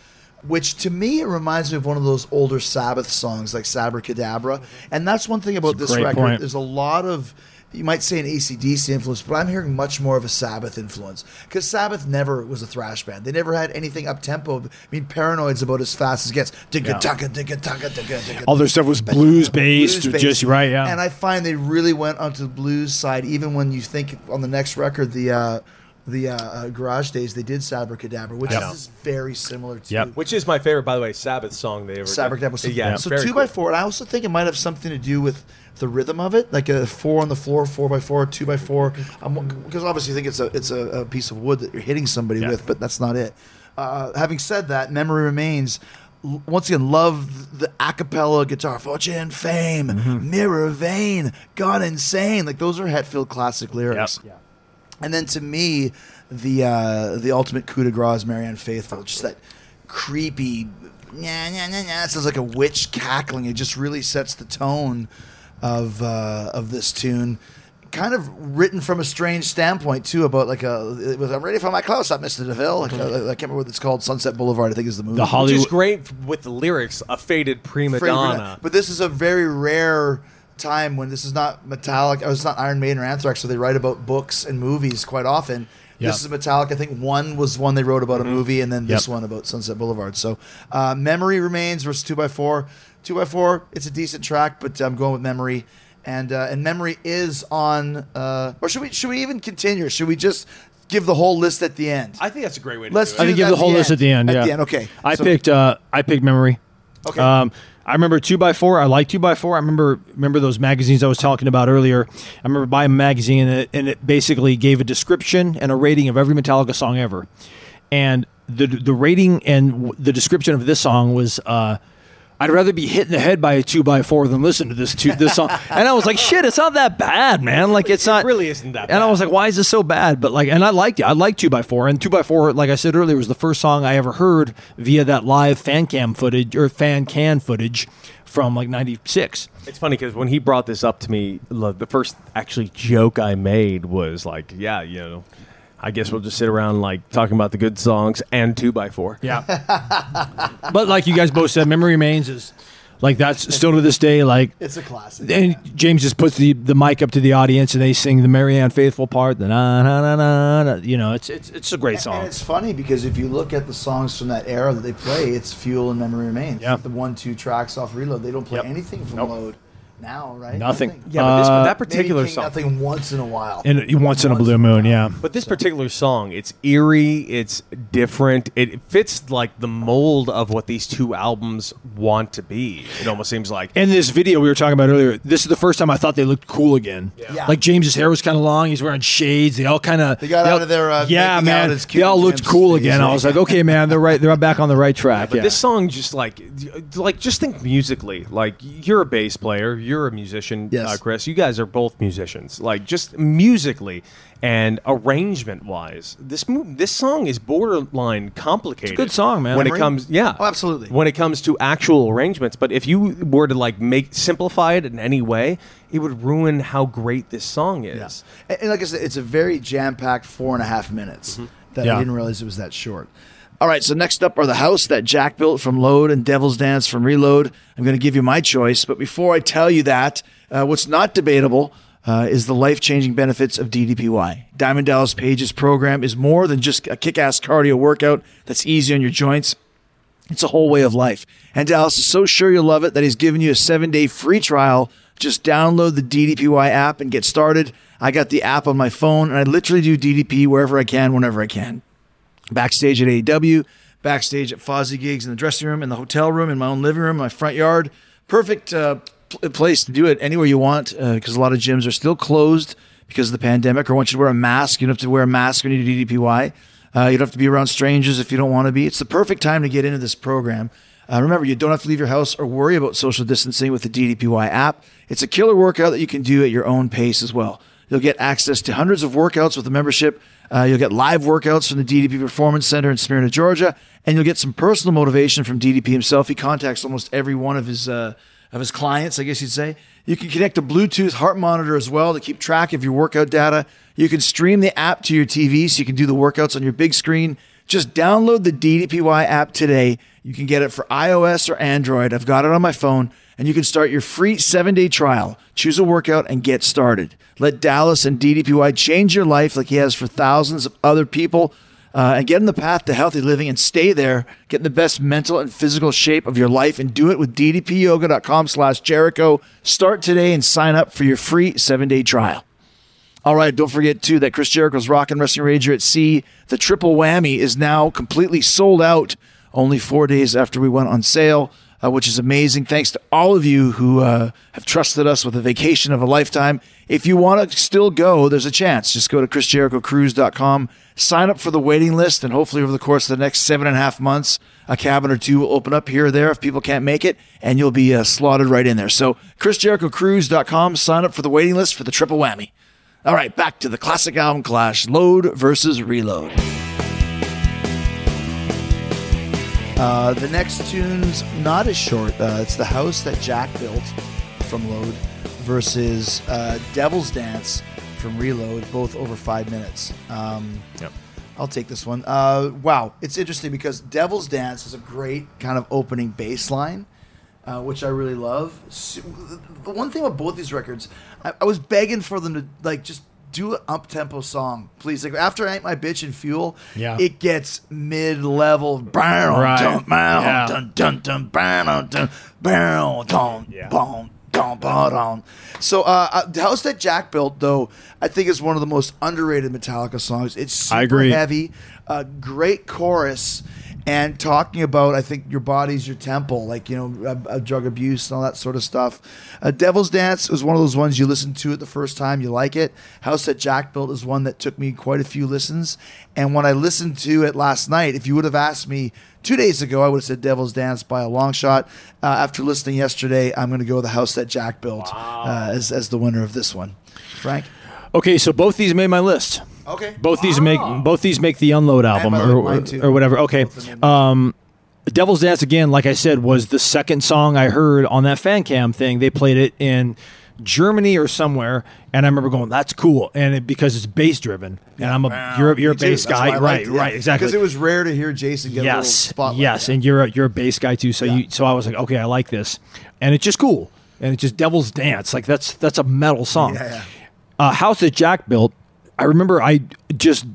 which to me it reminds me of one of those older Sabbath songs like Sabra And that's one thing about That's a this great record. point. There's a lot of you might say an ACDC influence, but I'm hearing much more of a Sabbath influence because Sabbath never was a thrash band. They never had anything up tempo. I mean, Paranoid's about as fast as it gets. Digga taka, digga taka, digga digga. All their stuff was blues based, or blues-based. just right, yeah. And I find they really went onto the blues side, even when you think on the next record, the uh, the uh, uh, Garage Days, they did Sabracadabra, which Yeah. is very similar to Yep. Which is my favorite, by the way, Sabbath song they ever Sabracadabra. So, did. Yeah. so very two cool. by four. And I also think it might have something to do with the rhythm of it, like a four on the floor, four by four, two by four. Because obviously, you think it's a it's a, a piece of wood that you're hitting somebody with, but that's not it. Uh, having said that, memory remains. L- Once again, love the a cappella guitar, fortune, fame, Mm-hmm. mirror, vein, gone insane. Like those are Hetfield classic lyrics. And then to me, the uh, the ultimate coup de grace is Marianne Faithful. Just that creepy, nah, nah, nah, nah. It sounds like a witch cackling. It just really sets the tone of uh, of this tune. Kind of written from a strange standpoint too, about like a it was I'm ready for my close up, Mister Deville. Like, uh, I, I can't remember what it's called. Sunset Boulevard, I think, is the movie. the Which Hollywood. is great f- with the lyrics, a faded prima Freddie donna. Bernard. But this is a very rare time when this is not Metallic. Oh, it's not Iron Maiden or Anthrax, so they write about books and movies quite often. Yeah. This is Metallic. I think one was one they wrote about a movie, and then this Yep. one about Sunset Boulevard. So, uh, Memory Remains versus Two by Four. Two by Four. It's a decent track, but I'm going with Memory. And uh, and Memory is on. Uh, or should we should we even continue? Should we just give the whole list at the end? I think that's a great way to Let's do it. I do think you at have the whole the list end. at the end. At Yeah. the end, okay. I So- picked. Uh, I picked memory. Okay. Um, I remember two by four. I like two by four. I remember remember those magazines I was talking about earlier. I remember buying a magazine and it, and it basically gave a description and a rating of every Metallica song ever, and the the rating and w- the description of this song was. Uh, I'd rather be hit in the head by a two by four than listen to this two, this song. And I was like, shit, it's not that bad, man. Like it's not really isn't that And I bad. was like, why is this so bad? But like, and I liked it. I liked two by four, and two by four, like I said earlier, was the first song I ever heard via that live fan cam footage or fan can footage from like '96. It's funny because when he brought this up to me, lo- the first actually joke I made was like, "Yeah, you know, I guess we'll just sit around like talking about the good songs and two by four. Yeah. but like you guys both said, "Memory Remains" is like that's still to this day like It's a classic. And James just puts the, the mic up to the audience, and they sing the Marianne Faithful part. The na na na na. na. You know, it's it's it's a great And song. it's funny because if you look at the songs from that era that they play, it's Fuel and Memory Remains. Yeah. The one, two tracks off Reload. They don't play Yep. anything from Nope. Load now, right? Nothing. Yeah, but this, Uh, that particular Maybe King song, Nothing once in a while. And once in a blue moon, yeah. but this particular song, it's eerie, it's different, it fits like the mold of what these two albums want to be. It almost seems like And this video we were talking about earlier, this is the first time I thought they looked cool again. Yeah. Like James's hair was kind of long. He's wearing shades. They all kind of They got out of their, uh, yeah, making out man. as They all Cuban looked pimps cool these again. I days. was like, okay, man, they're right. They're back on the right track. But yeah. this song just like like just think musically. Like you're a bass player, you're a musician, Yes. uh, Chris. You guys are both musicians. Like just musically and arrangement wise, this mo- this song is borderline complicated. good song, man. When it Memory? comes, yeah, Oh, absolutely. When it comes to actual arrangements, but if you were to like make simplify it in any way, it would ruin how great this song is. Yeah. And, and like I said, it's a very jam packed four and a half minutes that I Yeah. didn't realize it was that short. All right, so next up are the house that Jack built from Load and Devil's Dance from Reload. I'm going to give you my choice, but before I tell you that, uh, what's not debatable uh, is the life changing benefits of DDPY. Diamond Dallas Page's program is more than just a kick ass cardio workout that's easy on your joints. It's a whole way of life. And Dallas is so sure you'll love it that he's given you a seven day free trial. Just download the DDPY app and get started. I got the app on my phone, and I literally do DDP wherever I can, whenever I can backstage at AEW, backstage at Fozzy gigs in the dressing room, in the hotel room, in my own living room, my front yard. Perfect uh, pl- place to do it anywhere you want because a lot of gyms are still closed because of the pandemic or want you to wear a mask. You don't have to wear a mask when you do DDPY. Uh, you don't have to be around strangers if you don't want to be. It's the perfect time to get into this program. Uh, remember, you don't have to leave your house or worry about social distancing with the DDPY app. It's a killer workout that you can do at your own pace as well. You'll get access to hundreds of workouts with the membership. Uh, you'll get live workouts from the DDP Performance Center in Smyrna, Georgia, and you'll get some personal motivation from DDP himself. He contacts almost every one of his uh, of his clients, I guess you'd say. You can connect a Bluetooth heart monitor as well to keep track of your workout data. You can stream the app to your TV so you can do the workouts on your big screen. Just download the DDPY app today. You can get it for iOS or Android. I've got it on my phone, and you can start your free seven day trial. Choose a workout and get started. Let Dallas and DDPY change your life like he has for thousands of other people. Uh, and get in the path to healthy living and stay there. Get in the best mental and physical shape of your life and do it with ddpyoga.com slash Jericho. Start today and sign up for your free seven-day trial. All right, don't forget too that Chris Jericho's Rock and Wrestling Rager at Sea, the triple whammy is now completely sold out only four days after we went on sale, uh, which is amazing. Thanks to all of you who uh, have trusted us with a vacation of a lifetime. If you want to still go, there's a chance. Just go to chrisjerichocruise.com, sign up for the waiting list, and hopefully over the course of the next seven and a half months, a cabin or two will open up here or there if people can't make it, and you'll be uh, slotted right in there. So chrisjerichocruise.com, sign up for the waiting list for the triple whammy. All right, back to the classic album clash load versus reload. Uh, the next tune's not as short. Uh, it's The House That Jack Built from Load versus uh, Devil's Dance from Reload, both over five minutes. Um, Yep. I'll take this one. Uh, wow, it's interesting because Devil's Dance is a great kind of opening bass line, uh, which I really love. S- The one thing about both these records, I, I was begging for them to like just do an up tempo song, please. Like after I ate my bitch and fuel, Yeah. it gets mid level. Right. Dun, bow, Yeah. dun, dun, dun, bow, dun, bow, dun, bow, dun, bow, dun. So, uh, uh, the house that Jack built, though, I think is one of the most underrated Metallica songs. It's super I agree. heavy, uh, great chorus, and talking about I think your body's your temple, like you know, uh, uh, drug abuse and all that sort of stuff. Uh, Devil's Dance was one of those ones you listen to it the first time, you like it. House that Jack built is one that took me quite a few listens, and when I listened to it last night, if you would have asked me. Two days ago, I would have said Devil's Dance by a long shot. Uh, after listening yesterday, I'm going to go with the house that Jack built uh, as, as the winner of this one. Frank? Okay, so both these made my list. Okay. Both these make both these make the unload album by the way, or, mine too. or whatever. Okay. Um Devil's Dance again, like I said, was the second song I heard on that fan cam thing. They played it in Germany or somewhere, and I remember going, "That's cool," and it, because it's bass driven, and I'm a you're, you're a Me too. bass That's why I guy, right? liked it, yeah. Right, exactly. Because it was rare to hear Jason get a little yes, spotlight. yes, and you're a, you're a bass guy too, so you so I was like, okay, I like this, and it's just cool, and it's just Devil's Dance, like that's that's a metal song. Yeah, yeah. Uh, House that Jack built, I remember I just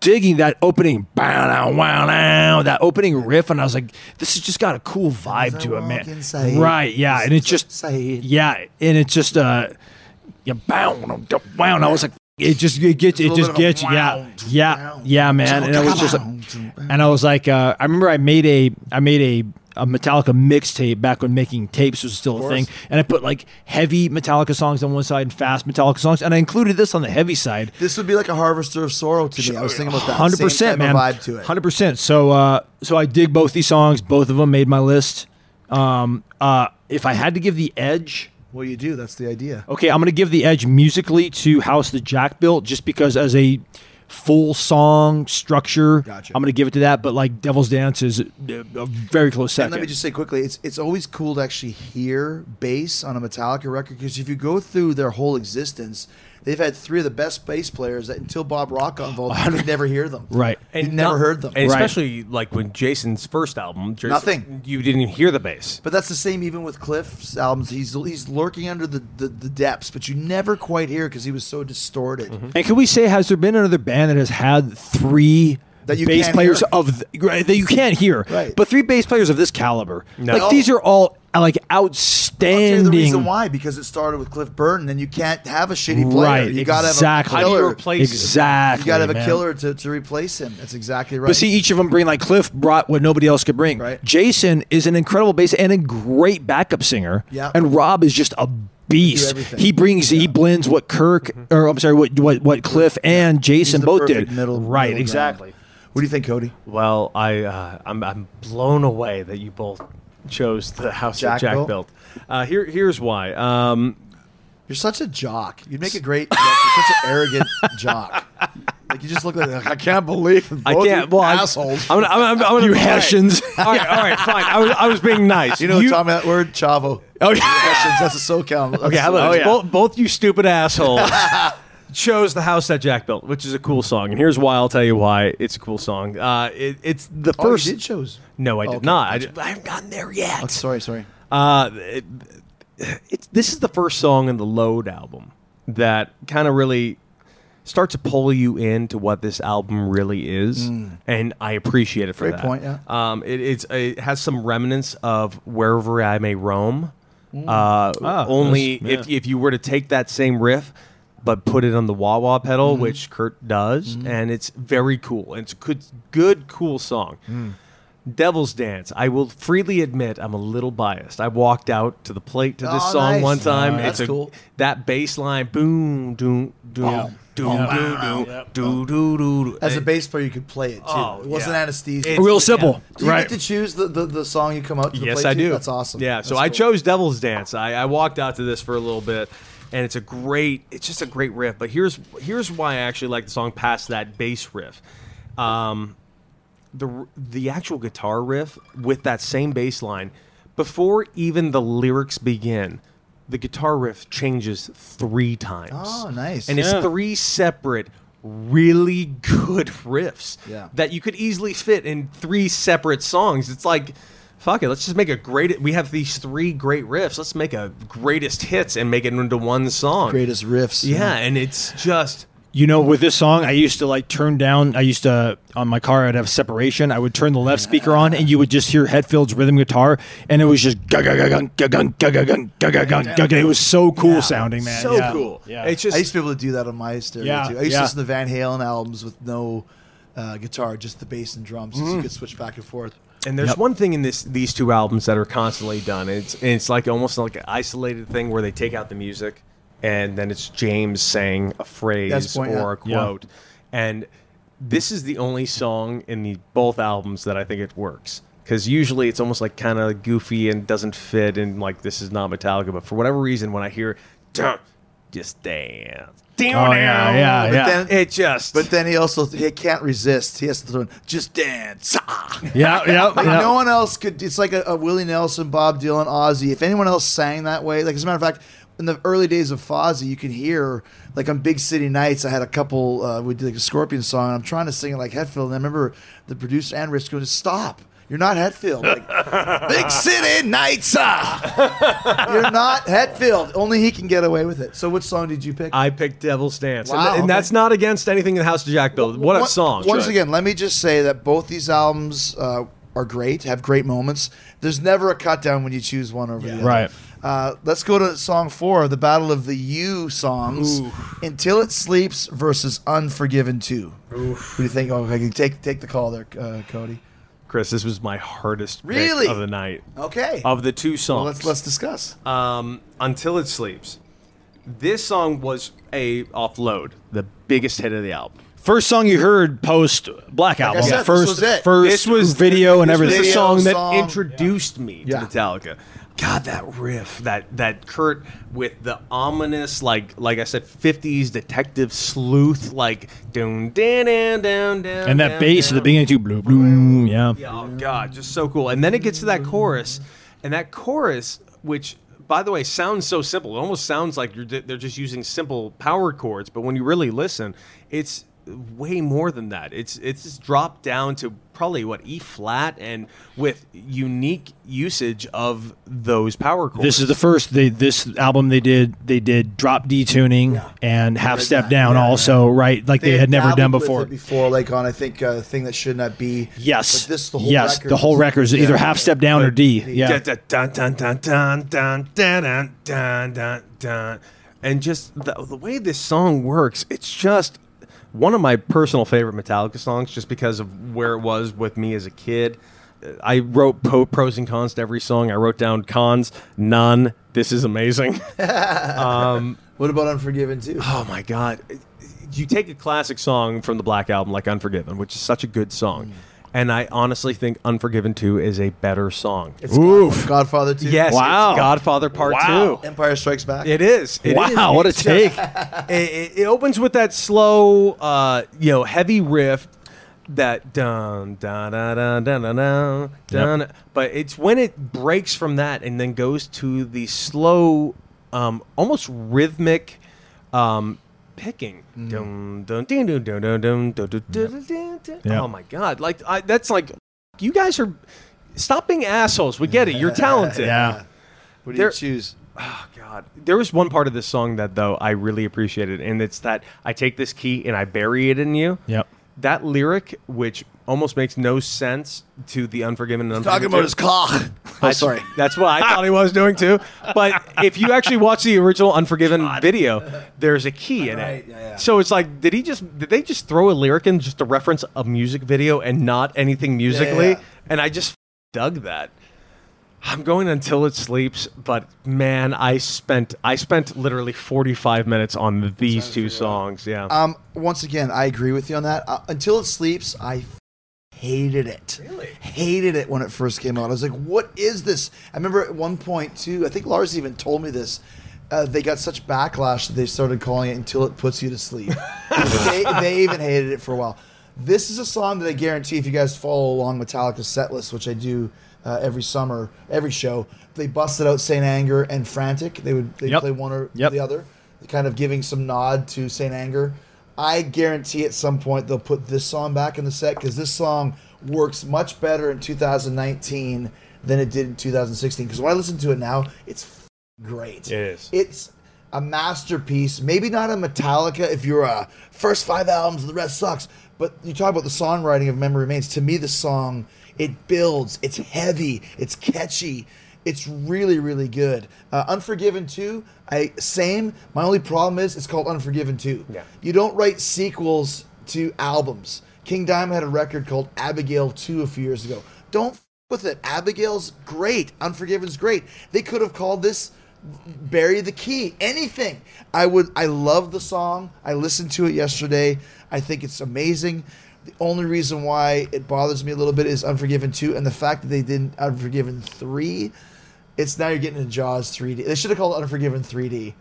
digging that opening, bow, now, wow, now, that opening riff, and I was like, this has just got a cool vibe I to it, walk man. inside, right? Yeah, and it just inside. yeah, and it's just uh, yeah, bow, now, dum, wow, and I was like. It just it gets it a just little bit of gets you, yeah wow, yeah wow, yeah man and I was just wow, like, and I was like, uh, I remember I made a I made a, a Metallica mixtape back when making tapes was still a thing, and I put like heavy Metallica songs on one side and fast Metallica songs, and I included this on the heavy side. This would be like a harvester of sorrow to me. I was thinking about that. Hundred percent, Same type man. of vibe to it. Hundred percent. So, uh, so I dig both these songs. Both of them made my list. Um, uh, if I had to give the edge, Well, you do. That's the idea. Okay, I'm going to give the edge musically to House the Jack Built just because as a full song structure, Gotcha. I'm going to give it to that. But like Devil's Dance is a, a very close And second. let me just say quickly, it's it's always cool to actually hear bass on a Metallica record because if you go through their whole existence, they've had three of the best bass players that until Bob Rock got involved, you could never hear them. Right. you never not- heard them. and Right. especially like when Jason's first album, Jason, Nothing. You didn't even hear the bass. But that's the same even with Cliff's albums. He's he's lurking under the, the, the depths, but you never quite hear because he was so distorted. and can we say, has there been another band that has had three That you bass can't players hear. of th- right, that you can't hear? Right. But three bass players of this caliber. No. Like these are all uh, like I'll tell outstanding. you the reason why because it started with Cliff Burton, and you can't have a shitty player. Right, you gotta exactly. have How a do you killer. replace- Exactly. You gotta have a man. killer to, to replace him. That's exactly right. But see, each of them bring like Cliff brought what nobody else could bring. Right. Jason is an incredible bass and a great backup singer. Yeah. And Rob is just a beast. everything. He brings he blends what Kirk or I'm sorry, what what what Cliff and Jason the both perfect did. middle- right, middle exactly. what do you think, Cody? Well, I uh, I'm, I'm blown away that you both chose the house Jack that Jack built. built. Uh, here here's why. Um, You're such a jock. You'd make a great. you're such an arrogant jock. Like you just look like I can't believe both I can't. Well, I- Oh, assholes. I'm, gonna- I'm, I'm, I'm gonna, You all right. Hessians. All right, all right, fine. I was, I was being nice. you know, what taught me that word, chavo. Oh yeah. Russians, That's a SoCal. Okay, how about Oh, this? yeah. both, both you stupid assholes chose the house that Jack built, which is a cool song, and here's why. I'll tell you why it's a cool song. Uh, it, it's the Oh, you first. did shows. no, I Oh, did okay, not. I, did- I haven't gotten there yet. Oh, sorry, sorry. Uh, it, it's this is the first song in the Load album that kind of really start to pull you into what this album really is, and I appreciate it for Mm. Great that. point, yeah. um, it, it's it has some remnants of wherever I may roam. Mm. Uh, only Ah, that's- yeah. if if you were to take that same riff. But put it on the wah wah pedal, Mm-hmm. which Kurt does, and it's very cool. It's a good, good, cool song. Mm. Devil's Dance. I will freely admit I'm a little biased. I walked out to the plate to this Oh, song nice. one time. Oh, that's it's a, cool. that bass line boom doom doom doom doom doom doom doom doom. As a bass player, you could play it too. Oh, it wasn't yeah. anesthesia. It's- Real simple, Do you right? get to choose the, the, the song you come out to the Yes, play I to? do. That's awesome. Yeah, so That's I cool. chose Devil's Dance. I, I walked out to this for a little bit, and it's a great. It's just a great riff. But here's here's why I actually like the song past that bass riff. Um, the the actual guitar riff with that same bass line, before even the lyrics begin, the guitar riff changes three times. Oh, nice. And it's Yeah. three separate. Really good riffs Yeah. that you could easily fit in three separate songs. It's like, fuck it, let's just make a great. We have these three great riffs. Let's make a greatest hits and make it into one song. greatest riffs. Yeah, and it's just You know, with this song, I used to like turn down. I used to on my car. I'd have separation. I would turn the left speaker on, and you would just hear Hetfield's rhythm guitar, and it was just gun gun gun gun gun gun gun gun. It was so cool sounding, man. so Yeah. cool. Yeah. It's just I used to be able to do that on my stereo Yeah, too. I used yeah. to listen to Van Halen albums with no uh, guitar, just the bass and drums. Mm. So you could switch back and forth. And there's one thing in this these two albums that are constantly done. It's it's like almost like an isolated thing where they take out the music and then it's James saying a phrase That's point, or a yeah. Yeah. quote. And this is the only song in the both albums that I think it works. Because usually it's almost like kind of goofy and doesn't fit, and like this is not Metallica. But for whatever reason, when I hear "Duh, "Just Dance," Oh yeah, yeah, But yeah. then- it just But then he also he can't resist. He has to throw in, just dance. Ah." yeah, yeah, Like yeah. no one else could. It's like a, a Willie Nelson, Bob Dylan, Ozzy. If anyone else sang that way, like as a matter of fact, in the early days of Fozzy, you can hear like on Big City Nights. I had a couple. Uh, we did like a Scorpion song. And I'm trying to sing it like Hetfield, and I remember the producer and Rich going, "Stop." You're not Hetfield. Like, Big City Nights. Ah! You're not Hetfield. Only he can get away with it. So, which song did you pick? I picked "Devil's Dance," and, Wow, and okay. that's not against anything in House of Jack Build. What a Once- song! Once again, let me just say that both these albums uh, are great, have great moments. There's never a cut down when you choose one over the other. Right. Uh, let's go to song four, the Battle of the U songs, "Until It Sleeps" versus "Unforgiven 2. What do you think? Oh, I can take take the call there, uh, Cody. Chris, this was my hardest pick Really? of the night. Okay, Of the two Well, songs, Um, let's let's discuss. um, until it sleeps. This song was a offload, the biggest hit of the album. First song you heard post Black Album. said, this first, was it. first This was video and this was everything. the Video, song that song. introduced me to Yeah. Metallica. God, that riff, that that Kurt with the ominous, like like I said, '50s detective sleuth, like down, down, down, down, down, and that bass at the down. beginning too. Blue, blue, yeah. Yeah, oh god, just so cool. And then it gets to that chorus, and that chorus, which by the way sounds so simple, it almost sounds like you're they're just using simple power chords. But when you really listen, it's way more than that. It's it's just dropped down to probably what E flat, and with unique usage of those power chords. This is the first they this album they did they did drop D tuning and half step down also right like they, had never done dabbled with before. it before, like on I think uh, thing that should not be. Yes, but this the whole yes record the whole is- record's Yeah. either half step down or D. Yeah, Dun, dun, dun, dun, dun, dun, dun, dun, dun, dun, dun. And just the, the way this song works, it's just one of my personal favorite Metallica songs just because of where it was with me as a kid. Uh, I wrote po- pros and cons to every song. I wrote down cons, none. This is amazing. What about Unforgiven too? Oh my god! You take a classic song from the Black album like Unforgiven, which is such a good song, and I honestly think Unforgiven Two is a better song. oof, Godfather too. yes, Wow. it's Godfather Part Wow. Two. Empire Strikes Back. It is. It wow, is. what a It's take! just- it, it- it opens with that slow, uh, you know, heavy riff. That dun dun dun dun dun dun dun. dun. But it's when it breaks from that and then goes to the slow, um, almost rhythmic, um, picking. Mm. Dum, dun, ding, dun, dun, dun, dun, dun, dun, dun, dun, dun, dun. Yeah. Oh my god! Like I, that's like you guys are stop being assholes. We get it. You're talented. Yeah. What do There- you choose? Oh god. There was one part of this song that though I really appreciated, and it's that I take this key and I bury it in you. Yep. That lyric, which almost makes no sense to the Unforgiven and Talking Unforgiven about two. his cock. Oh, That's- sorry. That's what I thought he was doing too. But if you actually watch the original Unforgiven video, there's a key in Right, it. yeah, yeah. So it's like, did he just? Did they just throw a lyric in just to reference a music video and not anything musically? yeah. And I just dug that. I'm going until it sleeps, but man, I spent I spent literally 45 minutes on these two songs. Yeah. Um, once again, I agree with you on that. Uh, Until it sleeps, I f- hated it. Really? Hated it when it first came out. I was like, "What is this?" I remember at one point too. I think Lars even told me this. Uh, they got such backlash that they started calling it "Until It Puts You to Sleep." they, they even hated it for a while. This is a song that I guarantee, if you guys follow along Metallica's set list, which I do uh, every summer, every show, they busted out "Saint Anger" and "Frantic." They would they Yep. play one or Yep. the other, kind of giving some nod to Saint Anger. I guarantee at some point they'll put this song back in the set because this song works much better in 2019 than it did in 2016. Because when I listen to it now, it's f- great. It is. It's a masterpiece. Maybe not a Metallica if you're a first five albums and the rest sucks. But you talk about the songwriting of Memory Remains. To me, the song it builds. It's heavy. It's catchy. It's really really good. Uh, Unforgiven two, I same. My only problem is it's called Unforgiven two. Yeah. You don't write sequels to albums. King Diamond had a record called Abigail 2 a few years ago. Don't f- with it. Abigail's great. Unforgiven's great. They could have called this Bury the Key. Anything. I would I love the song. I listened to it yesterday. I think it's amazing. The only reason why it bothers me a little bit is Unforgiven 2 and the fact that they didn't Unforgiven 3. It's now you're getting a Jaws 3D. They should have called it Unforgiven 3D.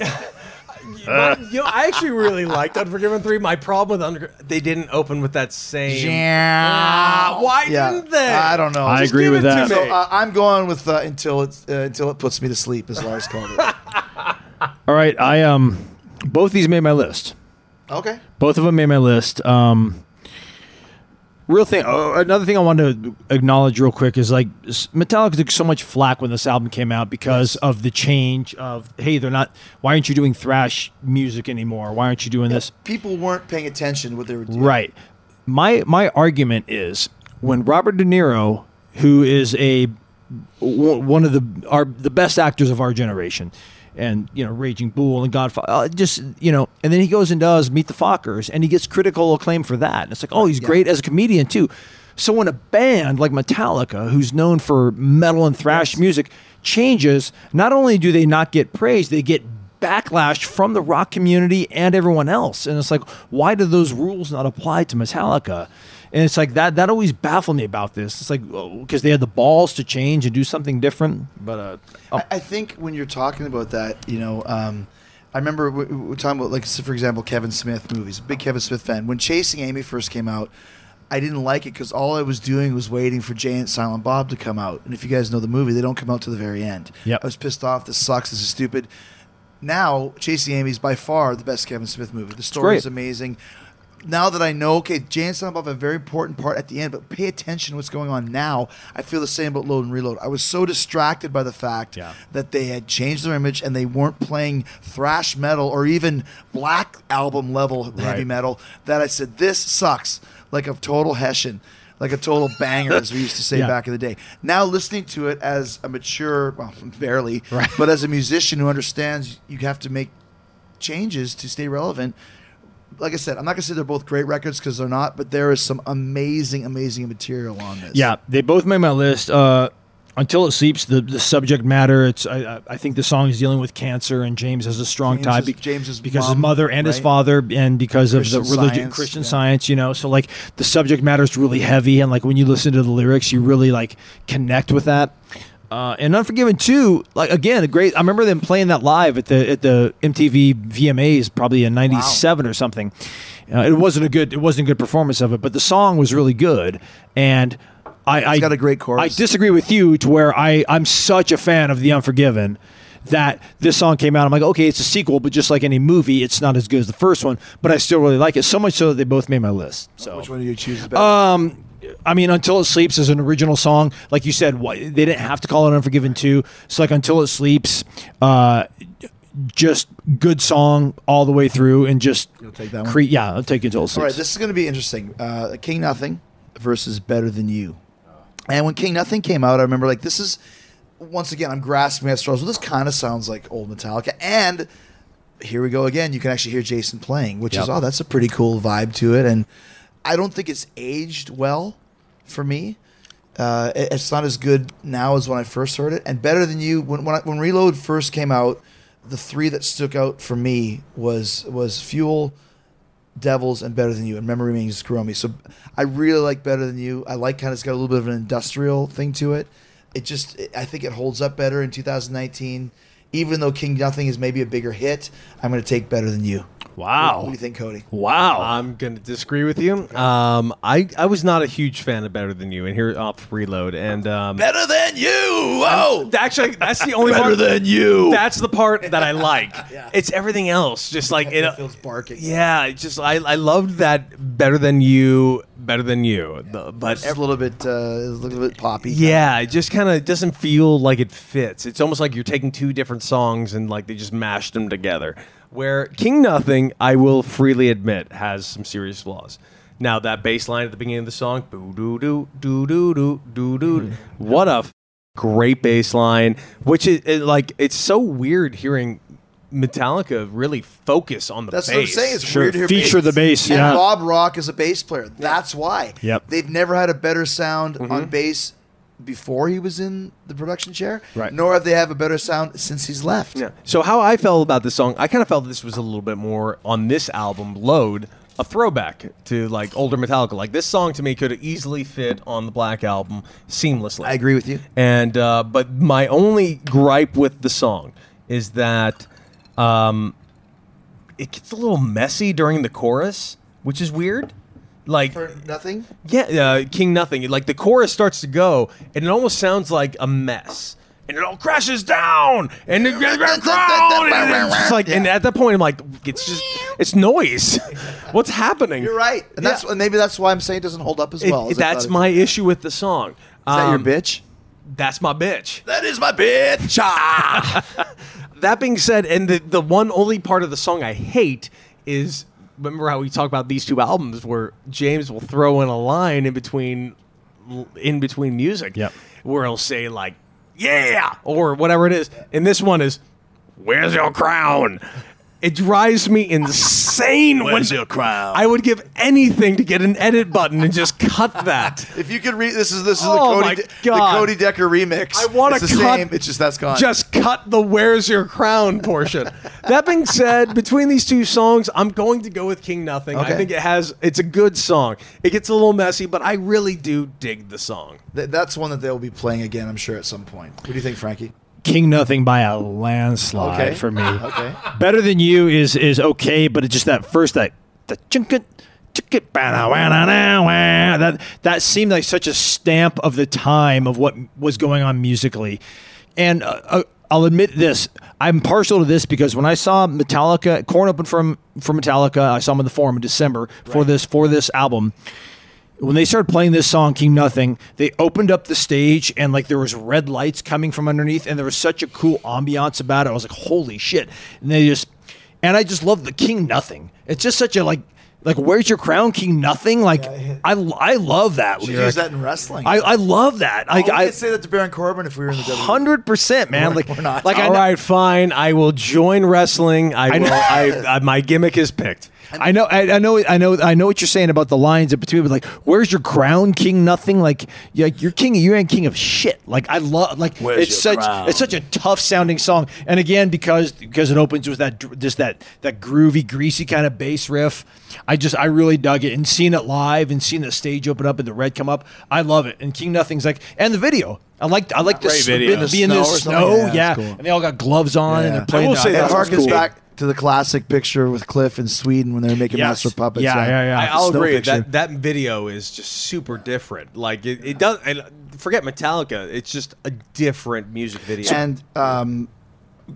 My- you know, I actually really liked Unforgiven 3. My problem with Under they didn't open with that same Ah, why didn't they? I don't know. I Just agree give with it to that. me. So uh, I'm going with uh, until it uh, until it puts me to sleep, as Lars called it. All right. I um, both these made my list. Okay. Both of them made my list. Um, real thing. Oh, another thing I want to acknowledge real quick is like s- Metallica took so much flack when this album came out because of the change of hey, they're not. Why aren't you doing thrash music anymore? Why aren't you doing this? People weren't paying attention to what they were doing. Right. My my argument is when Robert De Niro, who is a w- one of the our the best actors of our generation, and you know Raging Bull and Godfather, uh, just you know, and then he goes and does Meet the Fockers, and he gets critical acclaim for that. And it's like, oh, he's great as a comedian too. So when a band like Metallica, who's known for metal and thrash music, changes, not only do they not get praise, they get backlash from the rock community and everyone else. And it's like, why do those rules not apply to Metallica? And it's like that that always baffled me about this. It's like because they had the balls to change and do something different, but uh, I, I think when you're talking about that, you know, um, I remember we, we were talking about like, so for example, Kevin Smith movies. Big Kevin Smith fan. When Chasing Amy first came out, I didn't like it because all I was doing was waiting for Jay and Silent Bob to come out. And if you guys know the movie, they don't come out to the very end. Yep. I was pissed off. This sucks. This is stupid. Now, Chasing Amy is by far the best Kevin Smith movie. The story great. is amazing. Now that I know, okay, Jay and Silent Bob have a very important part at the end, but pay attention to what's going on now. I feel the same about Load and Reload. I was so distracted by the fact Yeah. that they had changed their image and they weren't playing thrash metal or even black album level heavy Right. metal that I said, this sucks. Like a total Hessian, like a total banger, as we used to say Yeah. back in the day. Now, listening to it as a mature, well, barely, but as a musician who understands you have to make changes to stay relevant. Like I said, I'm not gonna say they're both great records because they're not, but there is some amazing, amazing material on this. yeah, they both made my list. Uh, until it sleeps, the, the subject matter. It's I, I- I think the song is dealing with cancer, and James has a strong James tie is- James's because his mom, mother and his right? father, and because of the Christian religion, science, Christian yeah. science. You know, so like the subject matter is really heavy, and like when you listen to the lyrics, you really like connect with that. Uh, and Unforgiven two, like again, a great. I remember them playing that live at the at the MTV VMAs, probably in '97 or something. Uh, it wasn't a good it wasn't a good performance of it, but the song was really good, and I, I got a great chorus. I disagree with you to where I I'm such a fan of the Unforgiven that this song came out. I'm like, okay, it's a sequel, but just like any movie, it's not as good as the first one, but I still really like it so much so that they both made my list. So Which one do you choose? Better? um, I mean, Until It Sleeps is an original song. Like you said, why, they didn't have to call it Unforgiven 2. So, like, Until It Sleeps, uh, just good song all the way through and just. You'll take that one? yeah, I'll take Until It Sleeps. All right, this is going to be interesting. Uh, King Nothing versus Better Than You. And when King Nothing came out, I remember like this is once again I'm grasping at straws. Well, this kind of sounds like old Metallica, and here we go again. You can actually hear Jason playing, which is oh, that's a pretty cool vibe to it. And I don't think it's aged well for me. Uh, it- it's not as good now as when I first heard it, and Better Than You when when, I, when Reload first came out. The three that stuck out for me was was Fuel, Devils and Better Than You and Memory Remains Screw on Me. So I really like Better Than You. I like kind of it's got a little bit of an industrial thing to it. It just it- I think it holds up better in 2019. Even though King Nothing is maybe a bigger hit, I'm going to take Better Than You. What do Wow. you think, Cody? Wow. I'm going to disagree with you. Um, I, I was not a huge fan of Better Than You, and here off Reload. And um, Better Than You. Whoa. actually, that's the only part. you. That's the part that I like. It's everything else. Just like it. feels barking. Yeah, it just I, I loved that better than you, better than you. The- but It's a little bit uh, a little bit poppy. Yeah, it just kind of doesn't feel like it fits. It's almost like you're taking two different songs and like they just mashed them together. Where King Nothing, I will freely admit, has some serious flaws. Now that bass line at the beginning of the song, boo doo doo doo doo doo doo Mm-hmm. doo. What a f- great bass line, which is it, like it's so weird hearing Metallica really focus on the That's bass. what I'm saying. It's Sure, weird to hear feature bass. the bass, And yeah. Bob Rock is a bass player. That's why. Yep. They've never had a better sound on bass before he was in the production chair. Right. Nor have they have a better sound since he's left. Yeah. So how I felt about this song, I kind of felt this was a little bit more on this album, Load, a throwback to like older Metallica. Like this song to me could have easily fit on the Black album seamlessly. I agree with you. And uh, but my only gripe with the song is that um, it gets a little messy during the chorus, which is weird. Like For nothing. yeah, uh, King Nothing. Like the chorus starts to go, and it almost sounds like a mess, and it all crashes down, and it gets crowned, and it's just like, and at that point, I'm like, it's just, it's noise. What's happening? You're right. And that's and maybe that's why I'm saying it doesn't hold up as It- well. as I that's thought it- my issue with the song. Is that Um, your bitch? That's my bitch. That is my bitch. That being said, and the, the one only part of the song I hate is remember how we talk about these two albums where James will throw in a line in between in between music Yep. where he'll say like yeah or whatever it is. And this one is where's your crown? It drives me insane when Where's your crown? I would give anything to get an edit button and just cut that. If you could read this is this is Oh the my Cody De- the God. Cody Decker remix. I wanna It's the cut- same. It's just that's gone. Just cut the "Where's Your Crown" portion. that being said, between these two songs, I'm going to go with King Nothing. Okay. I think it has. It's a good song. It gets a little messy, but I really do dig the song. Th- that's one that they'll be playing again, I'm sure, at some point. What do you think, Frankie? King Nothing by a landslide Okay. for me. Okay. Better Than You is is okay, but it's just that first, that, that chunket. chunket, ba-da, wa-da, na, wa. That that seemed like such a stamp of the time of what was going on musically, and uh, uh, I'll admit this: I'm partial to this because when I saw Metallica, Corn open from for Metallica, I saw them in the Forum in December for this for this album when they started playing this song king nothing they opened up the stage and like there was red lights coming from underneath and there was such a cool ambiance about it i was like holy shit and they just and i just love the king nothing it's just such a like like where's your crown king nothing like i i love that Should lyric. use that in wrestling. i i love that like I i could say that to Baron Corbin if we were in the E. WWE. Hundred percent, man. like, we're not. like All I right, know, fine. I will join wrestling. I, know- will. I, I, my gimmick is picked. I know, I, I know, I know, I know what you're saying about the lines in between. But like, where's your crown, King? Nothing. Like, you're, like you're king. You ain't king of shit. Like, I love. Like, it's your such crown? it's such a tough sounding song. And again, because because it opens with that dr- just that that groovy, greasy kind of bass riff. I just I really dug it and seeing it live and seeing the stage open up and the red come up. I love it. And King Nothing's like and the video. I like I like this Great video. being be in Snow the or something? snow. Yeah, Yeah, that's cool. and they all got gloves on and Yeah. they're playing. I will the- say It that was harkens cool. back to the classic picture with Cliff in Sweden when they were making Yes. Master Puppets. Yeah, yeah, yeah. I, I'll Snow agree picture. that that video is just super different. Like it, it does. And forget Metallica. It's just a different music video. And um,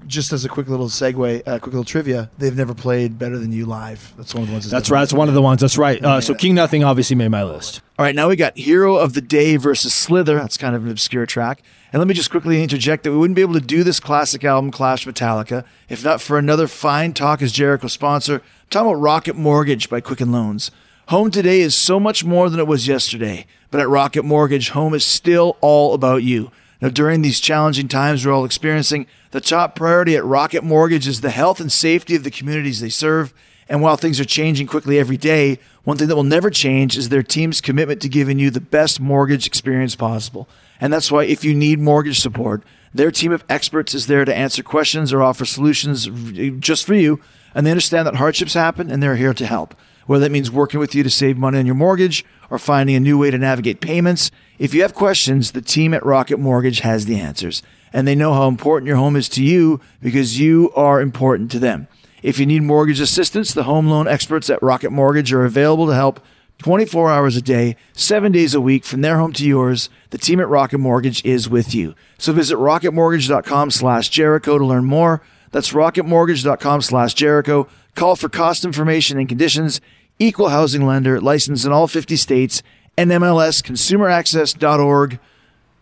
just as a quick little segue, uh, quick little trivia, they've never played Better Than You live. That's one of the ones. That's right. That's one of the ones. That's right. Uh, so King Nothing obviously made my list. All right, now we got Hero of the Day versus Slither. That's kind of an obscure track. And let me just quickly interject that we wouldn't be able to do this classic album, Clash Metallica, if not for another fine Talk is Jericho sponsor. I'm talking about Rocket Mortgage by Quicken Loans. Home today is so much more than it was yesterday, but at Rocket Mortgage, home is still all about you. Now, during these challenging times we're all experiencing, the top priority at Rocket Mortgage is the health and safety of the communities they serve. And while things are changing quickly every day, one thing that will never change is their team's commitment to giving you the best mortgage experience possible. And that's why if you need mortgage support, their team of experts is there to answer questions or offer solutions r- just for you. And they understand that hardships happen and they're here to help whether that means working with you to save money on your mortgage or finding a new way to navigate payments. If you have questions, the team at Rocket Mortgage has the answers, and they know how important your home is to you because you are important to them. If you need mortgage assistance, the home loan experts at Rocket Mortgage are available to help 24 hours a day, seven days a week, from their home to yours. The team at Rocket Mortgage is with you. So visit rocketmortgage.com slash Jericho to learn more. That's rocketmortgage.com slash Jericho. Call for cost information and conditions. Equal housing lender, licensed in all 50 states. NMLS, consumeraccess.org,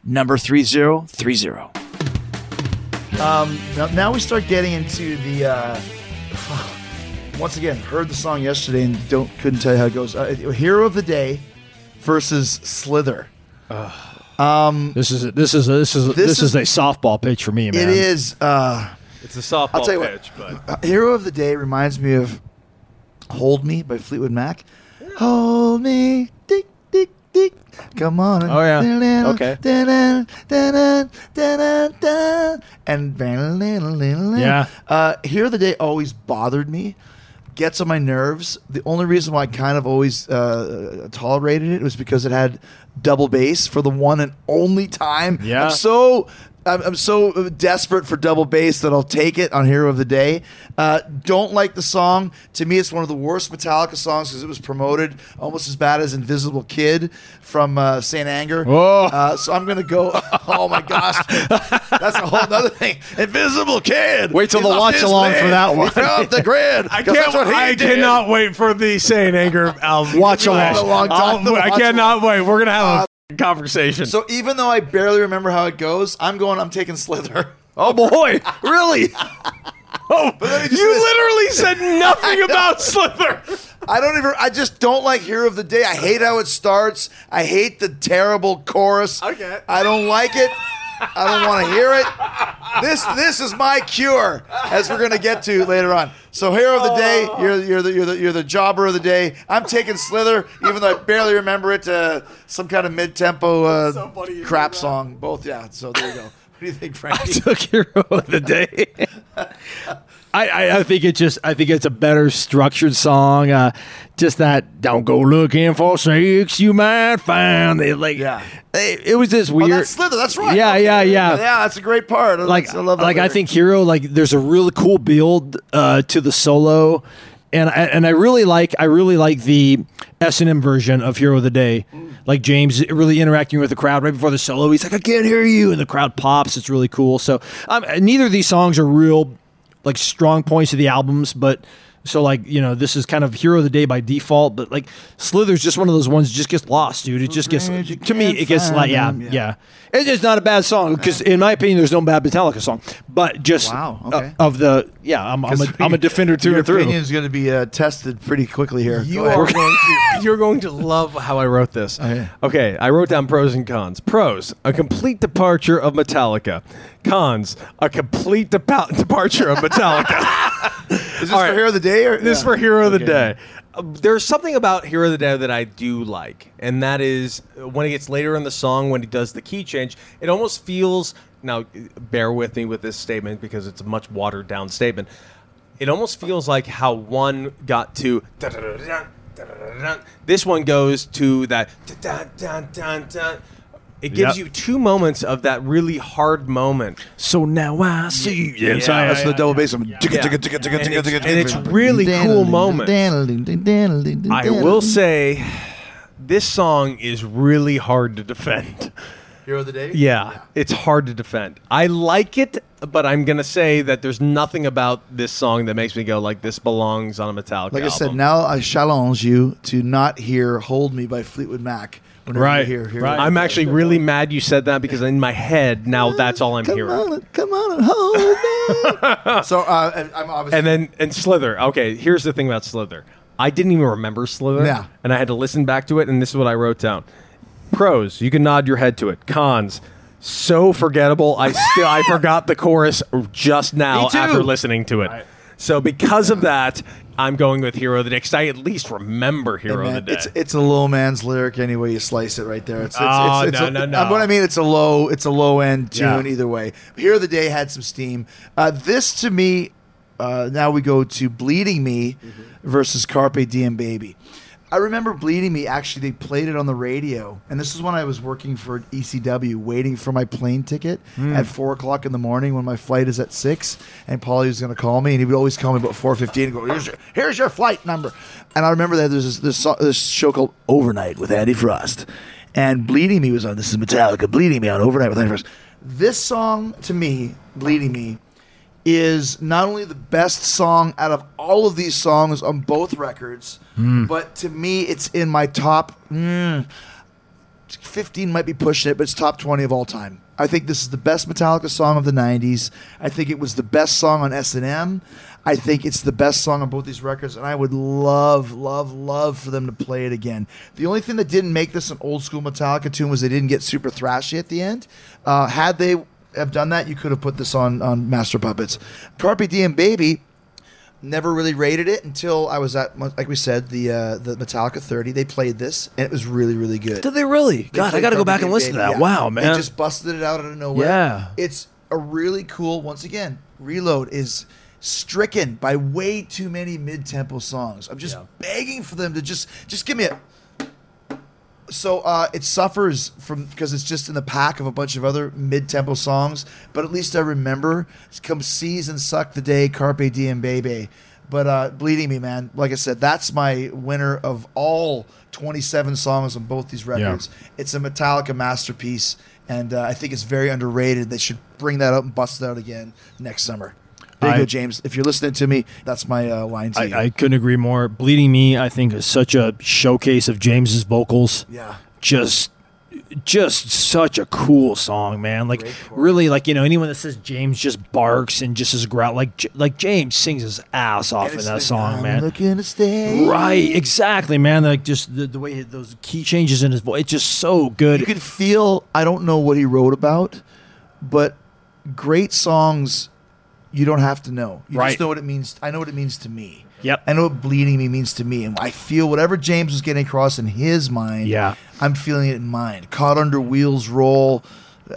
number 3030. Um, Now, now we start getting into the. Uh, once again, heard the song yesterday and don't couldn't tell you how it goes. Uh, Hero of the day versus Slither. This is a, this is a, this is a, this, is, is- a softball pitch for me, man. It is. Uh, It's a softball I'll tell you what. pitch, but Uh, Hero of the Day reminds me of Hold Me by Fleetwood Mac. Hold me. Dick, dick, dick. Come on. Oh, yeah. Okay. Da-da, da-da, da-da, da. And Yeah. Uh, Hero of the Day always bothered me. Gets on my nerves. The only reason why I kind of always uh, tolerated it was because it had double bass for the one and only time. Yeah. I'm so I'm, I'm so desperate for double bass that I'll take it on Hero of the Day. Uh, don't like the song. To me, it's one of the worst Metallica songs because it was promoted almost as bad as Invisible Kid from uh, St. Anger. Whoa. Uh, so I'm gonna go. Oh my gosh, that's a whole other thing. Invisible Kid. Wait till He the lost watch his along for leg. that one. He fell off the grid. I can't. I cannot wait for the Saint Anger album. Watch along. A long time. I'll- I Watch cannot wait. We're gonna have a f***ing conversation. So even though I barely remember how it goes, I'm going. I'm taking Slither. oh boy, really? Oh, you literally said nothing about Slither. I don't even. I just don't like Hero of the Day. I hate how it starts. I hate the terrible chorus. Okay. I don't like it. I don't want to hear it. This this is my cure, as we're gonna get to later on. So Hero of the Day, you're you're the you're the you're the jobber of the day. I'm taking Slither, even though I barely remember it. To some kind of mid-tempo uh, funny you crap do that. song. Both, yeah. So there you go. What do you think, Frankie? took hero of the day. I, I, I think it just I think it's a better structured song. Uh, just that don't go looking for snakes you might find. It like Yeah. it, it was this Oh, weird. that's Slither. That's right. Yeah, Okay. yeah, yeah. Yeah, that's a great part. like I love that like I lyric. think hero like there's a really cool build uh, to the solo, and I, and I really like I really like the S and M version of Hero of the Day. Like James really interacting with the crowd right before the solo. He's like I can't hear you, and the crowd pops. It's really cool. So um, neither of these songs are real like strong points of the albums, but. So like you know, this is kind of hero of the day by default, but like Slither's just one of those ones that just gets lost, dude. It just gets to me, it gets like yeah, yeah. It- it's not a bad song because in my opinion, there's no bad Metallica song, but just Wow, uh, okay. of the yeah, I'm, I'm a I'm a defender through Your and through. opinion is going to be uh, tested pretty quickly here. you Go ahead. Oh, are going to, you're going to love how I wrote this. Okay. Okay, I wrote down pros and cons. Pros: a complete departure of Metallica. Cons: a complete depa- departure of Metallica. Is this All for right. Hero of the Day? Or? This is Yeah. for Hero of the Day. Uh, There's something about Hero of the Day that I do like, and that is uh, when it gets later in the song, when he does the key change, it almost feels. Now, bear with me with this statement because it's a much watered down statement. It almost feels like how one got to. This one goes to that. It gives Yep. you two moments of that really hard moment. So now I see. Yeah, sorry, That's the double bass. I'm- Yeah. ticka, ticka, ticka, And ticka, it's- ticka, and it's ticka. really cool moment. I I will say, this song is really hard to defend. Hero of the day. Yeah, it's hard to defend. I like it, but I'm gonna say that there's nothing about this song that makes me go like this belongs on a Metallica. Like I said, album. now I challenge you to not hear "Hold Me" by Fleetwood Mac. Whenever Right, You hear, hear right. I'm actually really mad you said that because in my head now that's all I'm come hearing. on, and- come on and Ah, hold me. so uh, and I'm obviously. And then and Slither. Okay, here's the thing about Slither. I didn't even remember Slither. Yeah. And I had to listen back to it, and this is what I wrote down. Pros, you can nod your head to it. Cons, so forgettable. I still I forgot the chorus just now Me too. after listening to it. So because of that, I'm going with Hero of the Day. 'cause I at least remember Hero Man, of the Day. It's it's a low man's lyric any way you slice it right there. It's, it's, Oh, it's, it's no, a, no, no. uh, What I mean, it's a low it's a low end tune Yeah. either way. Here the day had some steam. Uh, this to me, uh, now we go to bleeding me versus Carpe Diem Baby. I remember Bleeding Me. Actually, they played it on the radio, and this is when I was working for ECW, waiting for my plane ticket at four o'clock in the morning when my flight is at six. And Paulie was going to call me, and he would always call me about four fifteen and go, "Here's your, here's your flight number." And I remember that there's this this, so- this show called Overnight with Andy Frost, and Bleeding Me was on. This is Metallica, Bleeding Me on Overnight with Andy Frost. This song to me, Bleeding Me, is not only the best song out of all of these songs on both records, but to me, it's in my top mm, 15, might be pushing it, but it's top 20 of all time. I think this is the best Metallica song of the 90s. I think it was the best song on S&M. I think it's the best song on both these records, and I would love, love, love for them to play it again. The only thing that didn't make this an old school Metallica tune was they didn't get super thrashy at the end. Uh, had they have done that, you could have put this on on Master Puppets. Carpe Diem Baby never really rated it until I was at like we said the uh, the Metallica 30. They played this and it was really really good. Did they really? They God, I played got to go Carpe back and Diem listen to Baby, that. yeah. Wow, man. They just busted it out of nowhere. Yeah. It's a really cool once again. Reload is stricken by way too many mid-tempo songs. I'm just begging for them to just just give me a so uh, it suffers from because it's just in the pack of a bunch of other mid-tempo songs. But at least I remember "Come Seize and Suck the Day," "Carpe Diem, Baby." But uh, "Bleeding Me," man, like I said, that's my winner of all 27 songs on both these records. It's a Metallica masterpiece, and uh, I think it's very underrated. They should bring that up and bust it out again next summer. There you I- go, James. If you're listening to me, that's my uh, line to you. I, I couldn't agree more. Bleeding Me, I think, is such a showcase of James's vocals. yeah, Just just such a cool song, man. Like really like, you know, anyone that says James just barks and just is growl like J- like James sings his ass off in it's that the- song, I'm man. Looking to stay. Right, exactly, man. Like just the, the way he- those key changes in his voice, it's just so good. you can feel i don't know what he wrote about but great songs you don't have to know you Right. just know what it means i know what it means to me Yep. i know what bleeding me means to me and i feel whatever james was getting across in his mind Yeah. i'm feeling it in mine caught under wheels roll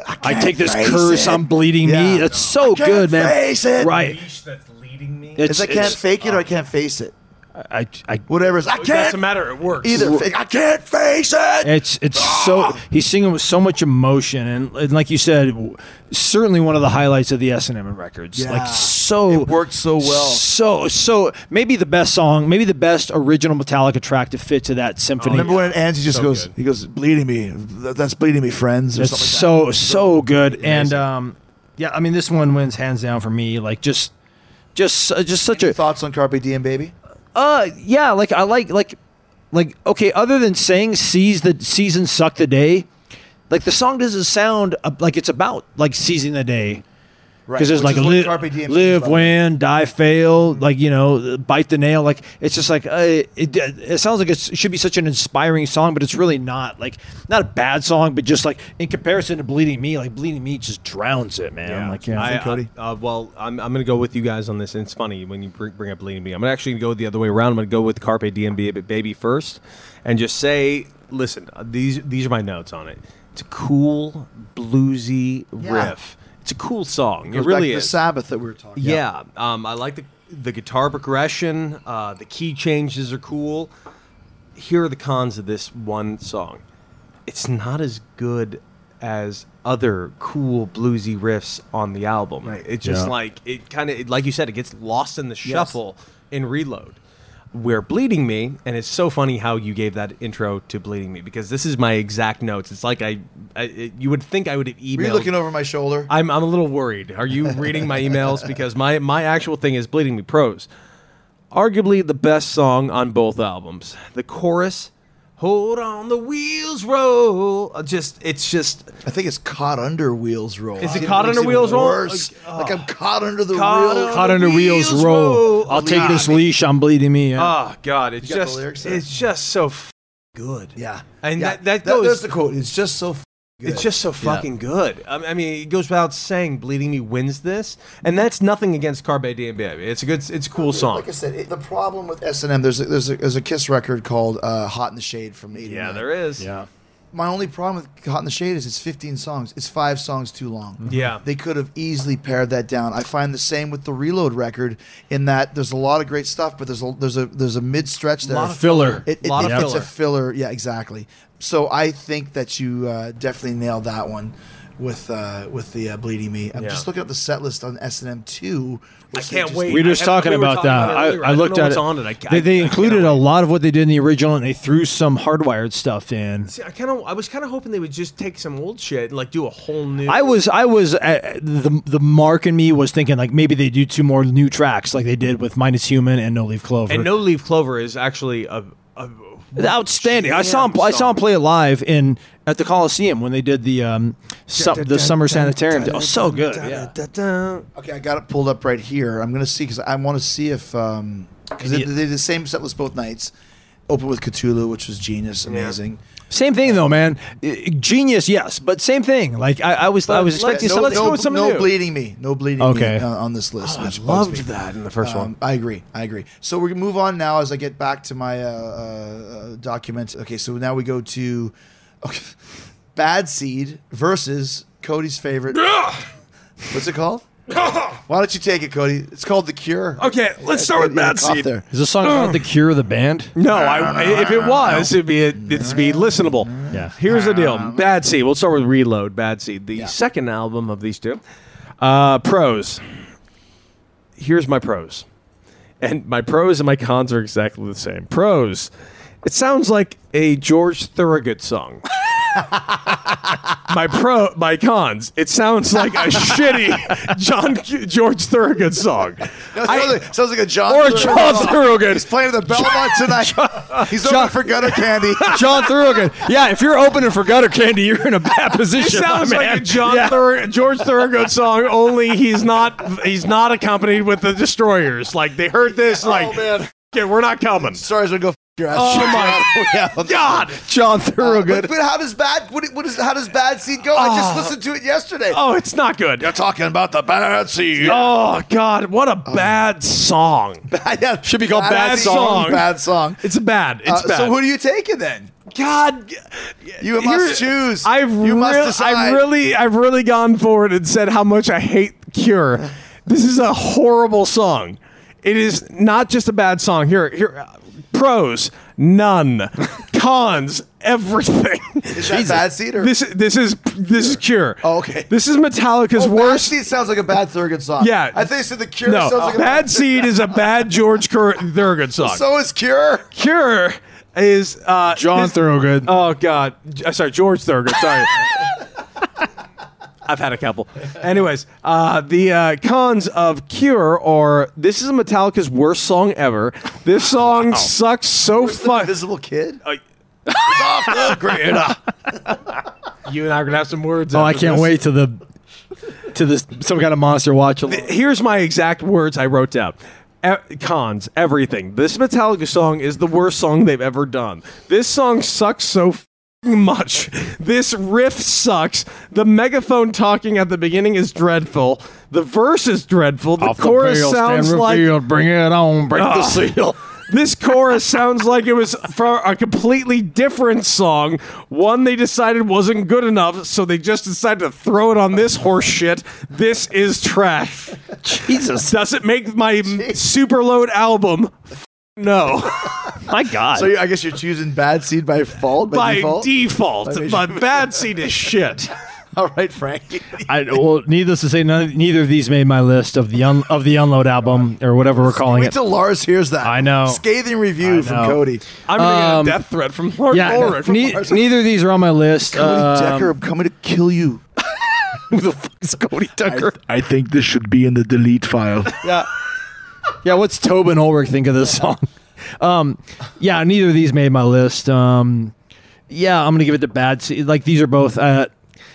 I can't take this face curse, it. I'm bleeding Yeah. me. That's so can't good, man. face it. Right. that's leading me. it's, i can't fake it or i can't face it I, I whatever it is i can't doesn't matter. It works. either fa- i can't face it It's it's so he's singing with so much emotion and, and like you said, w- certainly one of the highlights of the S and M records. Yeah. Like so It worked so well. So so maybe the best song, maybe the best original Metallica track to fit to that symphony. remember when it ends he just goes he goes bleeding me Th- that's bleeding me friends or it's something like that. so so good and um yeah, I mean this one wins hands down for me. Like just just uh, just such a thoughts on carpe diem baby uh yeah like i like like like okay other than saying seize the season suck the day like the song doesn't sound uh, like it's about like seizing the day Right. because there's which like is what li- Carpe Diem Mm-hmm. is live about. win die fail like you know bite the nail like it's just like uh, it, it sounds like it's- it should be such an inspiring song but it's really not like not a bad song but just like in comparison to bleeding me like bleeding me just drowns it man like yeah I, I- uh, well, I'm, I'm going to go with you guys on this. And it's funny when you bring, bring up Leading Me. I'm actually going to go the other way around. I'm going to go with Carpe Diem Ba- Baby first and just say, listen, uh, these these are my notes on it. It's a cool, bluesy Yeah. riff. It's a cool song. It, Goes back really to is. the Sabbath that we were talking. about. Yeah, um, I like the the guitar progression. Uh, the key changes are cool. Here are the cons of this one song. It's not as good as other cool bluesy riffs on the album. It's just Yeah. like it kind of like you said, it gets lost in the shuffle in Reload. where Bleeding Me, and it's so funny how you gave that intro to Bleeding Me because this is my exact notes. It's like I, I it, you would think I would have emailed. Were you looking over my shoulder? I'm, I'm a little worried. Are you reading my emails? Because my, my actual thing is Bleeding Me Pros. Arguably the best song on both albums. The chorus, Hold on, the wheels roll. uh, Just, it's just I think it's caught under wheels roll. Is it Even- caught under even wheels roll? worse. Like, I'm caught under the Caught wheels. Caught under wheels, roll. I'll take Oh God. this leash. I'm bleeding me. Yeah. Oh, God. It's got the just, lyrics there? it's just so f- good. Yeah, And Yeah. that, that goes. That's the quote. It's just so. F- good. It's just so fucking good. I mean- I mean, it goes without saying, "Bleeding Me" wins this, and that's nothing against Carbe Diem, baby. It's a good, it's a cool song. Like I said, it, the problem with S and M, there's a, there's a, there's a Kiss record called uh, "Hot in the Shade" from '89. Yeah, there is. yeah. My only problem with "Hot in the Shade" is it's 15 songs. It's five songs too long. Mm-hmm. Yeah. they could have easily pared that down. I find the same with the Reload record in that there's a lot of great stuff, but there's a there's a there's a mid stretch there. Filler. It, it, Lot of it- it's filler. a filler. Yeah, exactly. So I think that you uh, definitely nailed that one with uh, with the uh, bleeding me. I'm Yeah. just looking at the set list on S and M two. I which they can't just- wait. We were just I- talking we were about talking that. about it I, earlier. I I don't looked know at what's it. on it. I ca- they I- they I included cannot a wait. lot of what they did in the original, and they threw some hardwired stuff in. See, I kind of, I was kind of hoping they would just take some old shit and like do a whole new. I was, I was, uh, the the mark in me was thinking like maybe they do two more new tracks like they did with Minus Human and No Leaf Clover. and No Leaf Clover is actually a, a outstanding. I saw him. I saw him play it live in at the Coliseum when they did the um su- the Summer Sanitarium. Oh, so good. Yeah. Okay, I got it pulled up right here. I'm gonna see because I want to see if because they, they did the same set list both nights. Open with Cthulhu, which was genius, amazing. Same thing though, man. I- Genius, yes, but same thing. Like I, I was, I was expecting no, something. no, no bleeding me, no bleeding Okay. Oh, me uh, on this list. which I bugs loved me. that in the first one. Um, I agree. I agree. So we're gonna move on now as I get back to my uh, uh, uh, document. Okay, so now we go to okay, Bad Seed versus Cody's favorite. What's it called? Why don't you take it, Cody? It's called The Cure. Okay, let's start with Bad Cough Seed. There. Is the song about the cure of the band? No, I, if it was, it'd be it'd be listenable. Yeah. Here's the deal. Bad Seed. We'll start with Reload. Bad Seed, the second album of these two. Uh, pros. Here's my pros, and my pros and my cons are exactly the same. Pros. It sounds like a George Thorogood song. my pro, my cons. It sounds like a shitty John George Thorogood song. No, sounds, like, sounds like a John. Or Thur- John Thorogood. He's playing at the Belmont tonight. He's John- open for gutter candy. John Thorogood. Yeah, if you're opening for Gutter Candy, you're in a bad position. my sounds like a man. John Yeah. Thur- George Thorogood song. Only he's not he's not accompanied with the Destroyers. Like they heard this. Like Oh, man. "F- it, we're not coming. Sorry, I'm gonna go f- your ass. Oh, my god. God. John But, Thorogood. but how does bad? What, what is? How does bad seed go? I just listened to it yesterday. Oh, it's not good. talking about the bad seed. Oh God, what a bad song. yeah, should be called Bad Song. Bad song. It's bad. It's Uh, bad. So who do you taking then? God, You must choose. I've You must real- decide. I've really, I've really gone forward and said how much I hate Cure. This is a horrible song. It is not just a bad song. Here, here, uh, pros none, cons everything. Is that bad seed or This, this is this is Cure. Oh, okay. This is Metallica's Oh, Bad worst. seed sounds like a bad Thurgood song. Yeah. I think so. The Cure No, sounds like a Bad Seed is a bad George Cur- Thurgood song. So is Cure. Cure is uh, John this- Thorogood. Oh God! J- Sorry, George Thurgood. Sorry. I've had a couple. Anyways, uh, the uh, cons of Cure are this is Metallica's worst song ever. This song sucks so fuck. Invisible Kid. You and I are gonna have some words. oh, I can't wait to the to this some kind of monster watch. along. Here's my exact words I wrote down. E- cons, everything. This Metallica song is the worst song they've ever done. This song sucks so f***ing much. This riff sucks. The megaphone talking at the beginning is dreadful. The verse is dreadful. The chorus sounds like Ah. bring it on, break Ugh. seal. this chorus sounds like it was for a completely different song, one they decided wasn't good enough, so they just decided to throw it on this horse shit. This is trash. Jesus. Does it make my super load album? F- No. My God. So you- I guess you're choosing bad seed by fault. By, By default. default. But Bad Seed is shit. All right, Frank. I, well, needless to say, none, neither of these made my list of the un, of the unload album or whatever we're calling Wait it. till Lars hears that. I know. Scathing review I from know. Cody. I'm gonna Um, get a death threat from Lord Yeah, Ulrich. ne- neither of these are on my list. Cody Um, Decker, I'm coming to kill you. Who the fuck is Cody Tucker? I think this should be in the delete file. Yeah, what's Tobin Ulrich think of this song? Um, yeah, neither of these made my list. Um, yeah, I'm gonna give it to Bad Seed. Like these are both. Uh,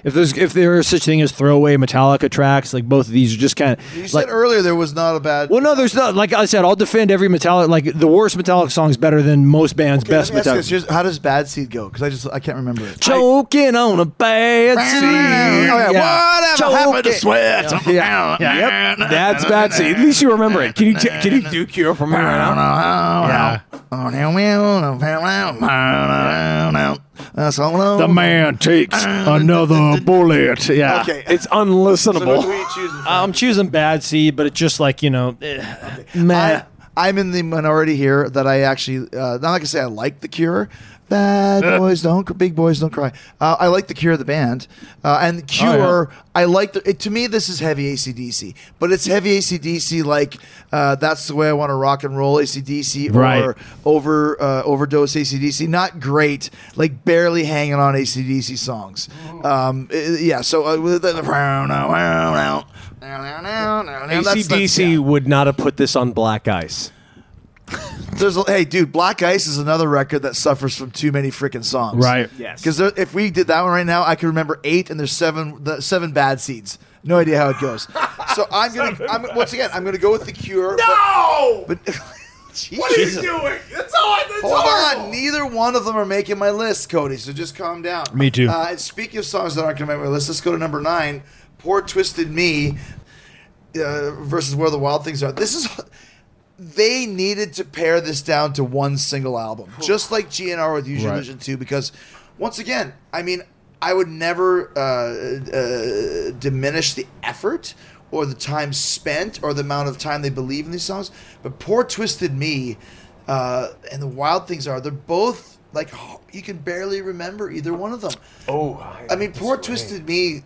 if there's if there is such thing as throwaway Metallica tracks, like both of these are just kind of. You like, said er-, earlier there was not a bad. well, no, there's not. Like I said, I'll defend every Metallica. Like the worst Metallica song is better than most bands' Okay, let best me ask you this. Metallica. Here's- How does bad seed go? Because I just I can't remember it. Choking on a bad seed. Oh, yeah. Choking- Whatever happened to sweat? Yeah, yeah. Yep. That's bad. See, at least you remember it. Can you can you do cure from here on out? Yeah. The Uh, The man takes another bullet. Yeah. Okay. It's So what do unlistenable. we choose from? I'm choosing Bad Seed, but it's just like, you know, eh, I, man. I'm in the minority here that I actually uh, not like I say I like the Cure. Bad boys don't cr- big boys don't cry. Uh, I like the Cure the band uh, and the Cure. I like the, it, to me this is heavy ACDC, but it's heavy ACDC like uh, that's the way I want to rock and roll ACDC Right. or over uh, overdose ACDC. Not great, like barely hanging on ACDC songs. Um, i- yeah, so uh, with the, that's- that's- yeah. ACDC would not have put this on black ice. There's a, hey, dude, Black Ice is another record that suffers from too many freaking songs. Right. Yes. Because if we did that one right now, I could remember eight, and there's seven the, seven bad seeds. No idea how it goes. so I'm gonna I'm, once again I'm gonna go with the Cure. No! But, but Jesus. What are you doing? That's all. That's Hold horrible. on, neither one of them are making my list, Cody. So just calm down. Me too. Uh, and speaking of songs that aren't going to make my list, let's go to number nine. Poor Twisted Me uh, versus Where the Wild Things Are. This is. They needed to pare this down to one single album, just like GNR with Usual Illusion 2, because once again, I mean, I would never uh, uh, diminish the effort or the time spent or the amount of time they believe in these songs, but Poor Twisted Me uh, and The Wild Things Are, they're both like, you can barely remember either one of them. Oh, I mean, poor twisted me.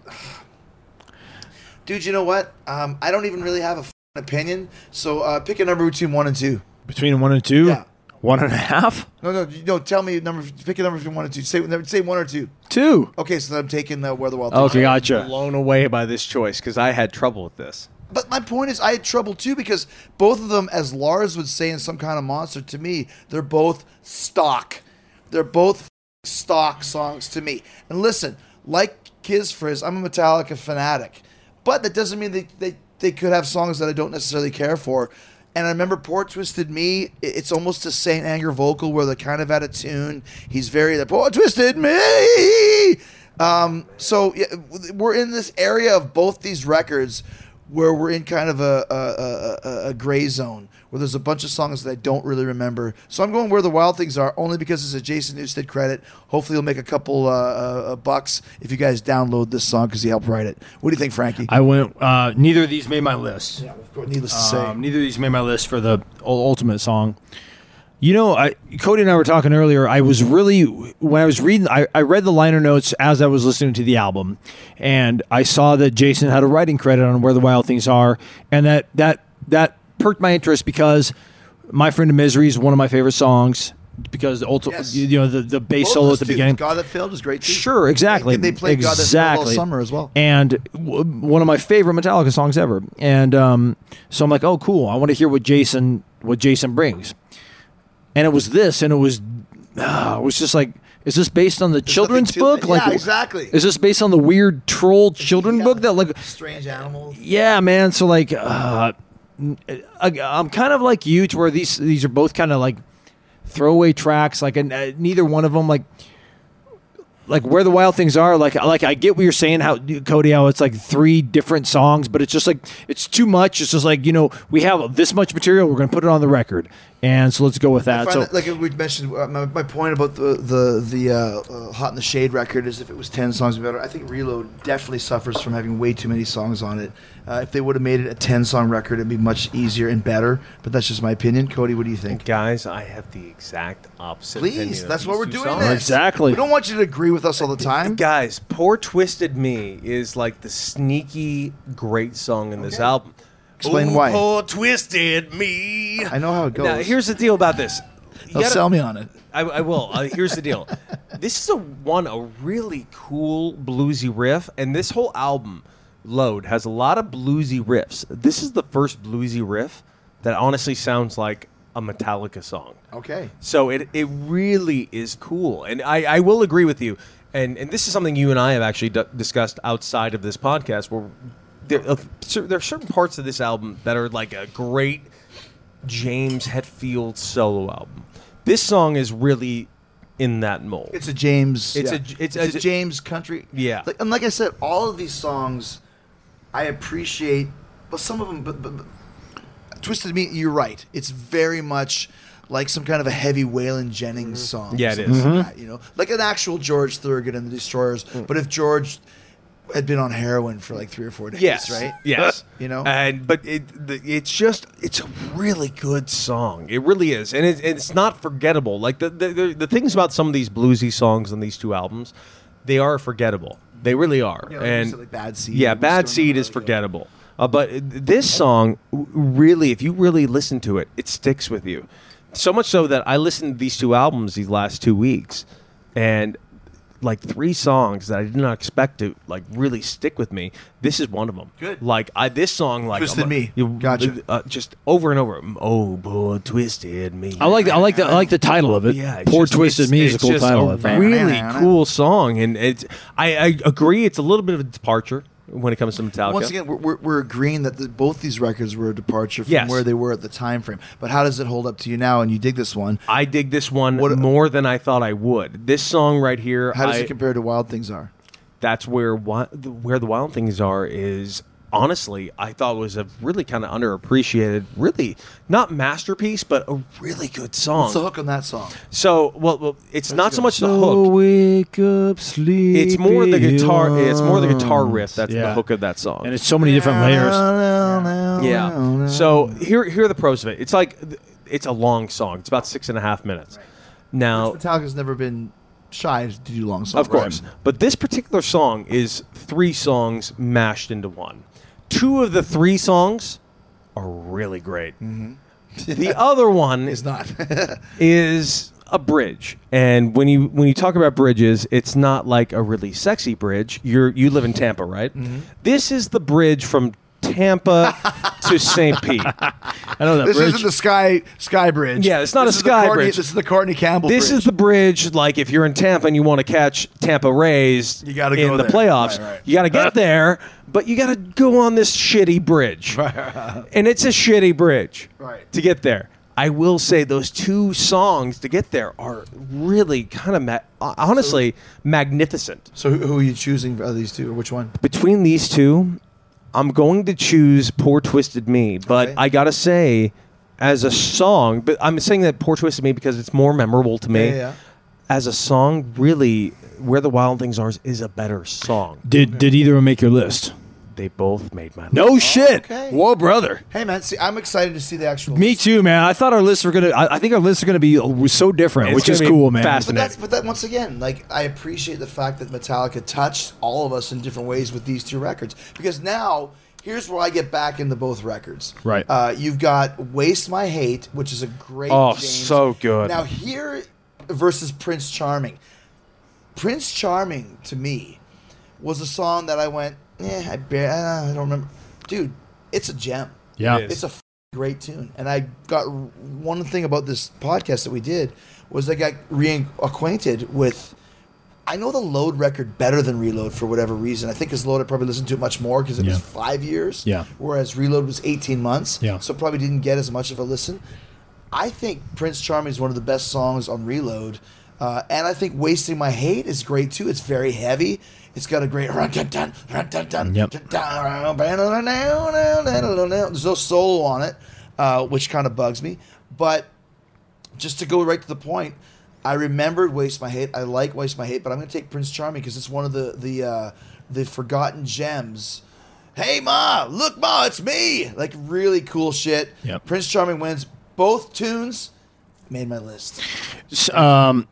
Dude, you know what? Um, I don't even really have a f- opinion. So uh, pick a number between one and two. Between one and two? Yeah. One and a half? No, no, you- no. Tell me a number. Pick a number between one and two. Say say one or two. Two. Okay, so then I'm taking uh, where the wild. Things Okay, Are. gotcha. blown away by this choice because I had trouble with this. But my point is, I had trouble too because both of them, as Lars would say in some kind of monster, to me, they're both stock. They're both f- stock songs to me. And listen, like Kiss Frizz, I'm a Metallica fanatic, but that doesn't mean they, they, they could have songs that I don't necessarily care for. And I remember Poor Twisted Me. i- It's almost a Saint Anger vocal where they're kind of out of tune. He's very the Poor Twisted Me. Um, so yeah, we're in this area of both these records where we're in kind of a, a, a, a- a gray zone where there's a bunch of songs that I don't really remember. So I'm going where the wild things are only because it's a Jason Newsted credit. Hopefully, he'll make a couple uh, uh, uh, bucks if you guys download this song because he helped write it. What do you think, Frankie? I went, uh, neither of these made my list. Needless to say, Um, neither of these made my list for the ul- ultimate song. You know, I, Cody and I were talking earlier. I was really when I was reading, I, I read the liner notes as I was listening to the album, and I saw that Jason had a writing credit on "Where the Wild Things Are," and that that that perked my interest because "My Friend of Misery" is one of my favorite songs because the ultimate, Yes. you know, the the bass Both solo those at the two, beginning. God that failed is great too. Sure, exactly. And they played God that exactly. failed all summer as well. And w- one of my favorite Metallica songs ever. And um, so I'm like, oh, cool. I want to hear what Jason what Jason brings. And it was this, and it was uh, it was just like, is this based on the children's to- book? yeah, like, exactly. Is this based on the weird troll children book that like Strange animals. yeah, man. So like, uh, I, I'm kind of like you, to where these these are both kind of like throwaway tracks. Like, and uh, neither one of them like like where the wild things are. Like, like I get what you're saying, how Cody, how it's like three different songs, but it's just like it's too much. It's just like you know we have this much material, we're gonna put it on the record, And so let's go with that. find So that- like we mentioned, uh, my, my point about the the the uh, uh, Hot in the Shade record is if it was ten songs better, I think Reload definitely suffers from having way too many songs on it. Uh, if they would have made it a ten song record, it'd be much easier and better. But that's just my opinion. Cody, what do you think? Guys, I have the exact opposite. opinion Please, of that's these what we're two doing. songs. This. Exactly. We don't want you to agree with us all the time. Guys, Poor Twisted Me is like the sneaky great song in this album. Explain why. Poor Twisted Me. I know how it goes. Now, here's the deal about this. You They'll gotta- sell me on it. I, I will. Uh, here's the deal. This is a one a really cool bluesy riff, and this whole album, Load, has a lot of bluesy riffs. This is the first bluesy riff that honestly sounds like a Metallica song. Okay. So it it really is cool, and I, I will agree with you. And and this is something you and I have actually d- discussed outside of this podcast, where there, uh, cer- there are certain parts of this album that are like a great James Hetfield solo album. This song is really in that mold. It's a James. It's yeah. a- it's a- James country. Yeah. Like, and like I said, all of these songs, I appreciate, but some of them, but, but, but Twisted Meat. You're right. It's very much like some kind of a heavy Waylon Jennings song. Mm-hmm. Yeah, or it something is. Like that, you know, like an actual George Thorogood and the Destroyers. Mm. But if George had been on heroin for like three or four days, yes, right? Yes, You know? And but it the, it's just it's a really good song. It really is, and it, it's not forgettable. Like the, the the the things about some of these bluesy songs on these two albums, they are forgettable. They really are. Yeah, like you and said, like Bad Seed Yeah, and bad Stone seed is Valley, yeah. forgettable. Uh, but this song w- really, if you really listen to it, it sticks with you. So much so that I listened to these two albums these last two weeks, and like three songs that I did not expect to like really stick with me. This is one of them. Good. Like I, this song, like Twisted I'm- Me. you- Gotcha. Uh, just over and over. Oh boy, twisted me. I like I like the I like the title of it. Yeah, it's Poor just- Twisted it's- Me is a it's cool just title. A I think. really cool song, and it's I, I agree. It's a little bit of a departure when it comes to Metallica. Once again, we're, we're, we're agreeing that the, both these records were a departure from Yes. where they were at the time frame. But how does it hold up to you now? And you dig this one. I dig this one What- more than I thought I would. This song right here, How does I- it compare to Wild Things Are? that's where wi- the- where the wild things are is honestly I thought was a really kind of underappreciated, really not masterpiece, but a really good song. What's the hook on that song? So well, well it's not so much the So hook. wake up, sleep. It's more the guitar. It's more the guitar riff. That's the Yeah. hook of that song. and it's so many different layers. Yeah. So here, here are the pros of it. It's like it's a long song. It's about six and a half minutes. Now, Metallica's never been shy to do long songs. of course, but this particular song is three songs mashed into one. Two of the three songs are really great. Mm-hmm. The other one It's not. is a bridge. And when you when you talk about bridges, it's not like a really sexy bridge. You're you live in Tampa, right? Mm-hmm. This is the bridge from Tampa to St. Pete. I know that this bridge. isn't the Sky Sky Bridge. Yeah, it's not This a is the sky Courtney- bridge. This is the Courtney Campbell This bridge. is the bridge. Like if you're in Tampa and you want to catch Tampa Rays you gotta in go the there. playoffs, Right, right. you got to get there, but you got to go on this shitty bridge, and it's a shitty bridge Right. to get there. I will say those two songs to get there are really kind of ma- honestly magnificent. So who, who are you choosing for these two? Or which one? Between these two, I'm going to choose Poor Twisted Me, but Okay. I gotta say, as a song, but I'm saying that Poor Twisted Me because it's more memorable to me. Yeah, yeah. As a song, really, Where the Wild Things Are is a better song. did did either of them make your list? They both made my No shit. okay. Whoa, brother. Hey man, see, I'm excited to see the actual. Me too, man. I thought our lists were gonna. I, I think our lists are gonna be so different, It's which gonna is be cool, man. But fascinating. that's but that once again, like I appreciate the fact that Metallica touched all of us in different ways with these two records because now here's where I get back into both records. Right. Uh, you've got "Waste My Hate," which is a great. Oh, James. so good. Now here versus Prince Charming. Prince Charming to me was a song that I went, eh, I bar- uh, I don't remember, dude. It's a gem. Yeah. It is. it's a f- great tune. And I got one thing about this podcast that we did was I got reacquainted with. I know the Load record better than Reload for whatever reason. I think because Load I probably listened to it much more because it was Yeah. five years. Yeah. Whereas Reload was eighteen months. Yeah. So probably didn't get as much of a listen. I think Prince Charming is one of the best songs on Reload. Uh, and I think Wasting My Hate is great too. It's very heavy. It's got a great run dun dun run dun dun Yep. dun dun, dun, dun, dun, dun, dun, dun, dun. There's no solo on it, uh, which kind of bugs me. But just to go right to the point, I remembered Waste My Hate. I like Waste My Hate, but I'm going to take Prince Charming because it's one of the the uh, the forgotten gems. Hey ma, look ma, it's me! Like really cool shit. Yep. Prince Charming wins both tunes. Made my list. um,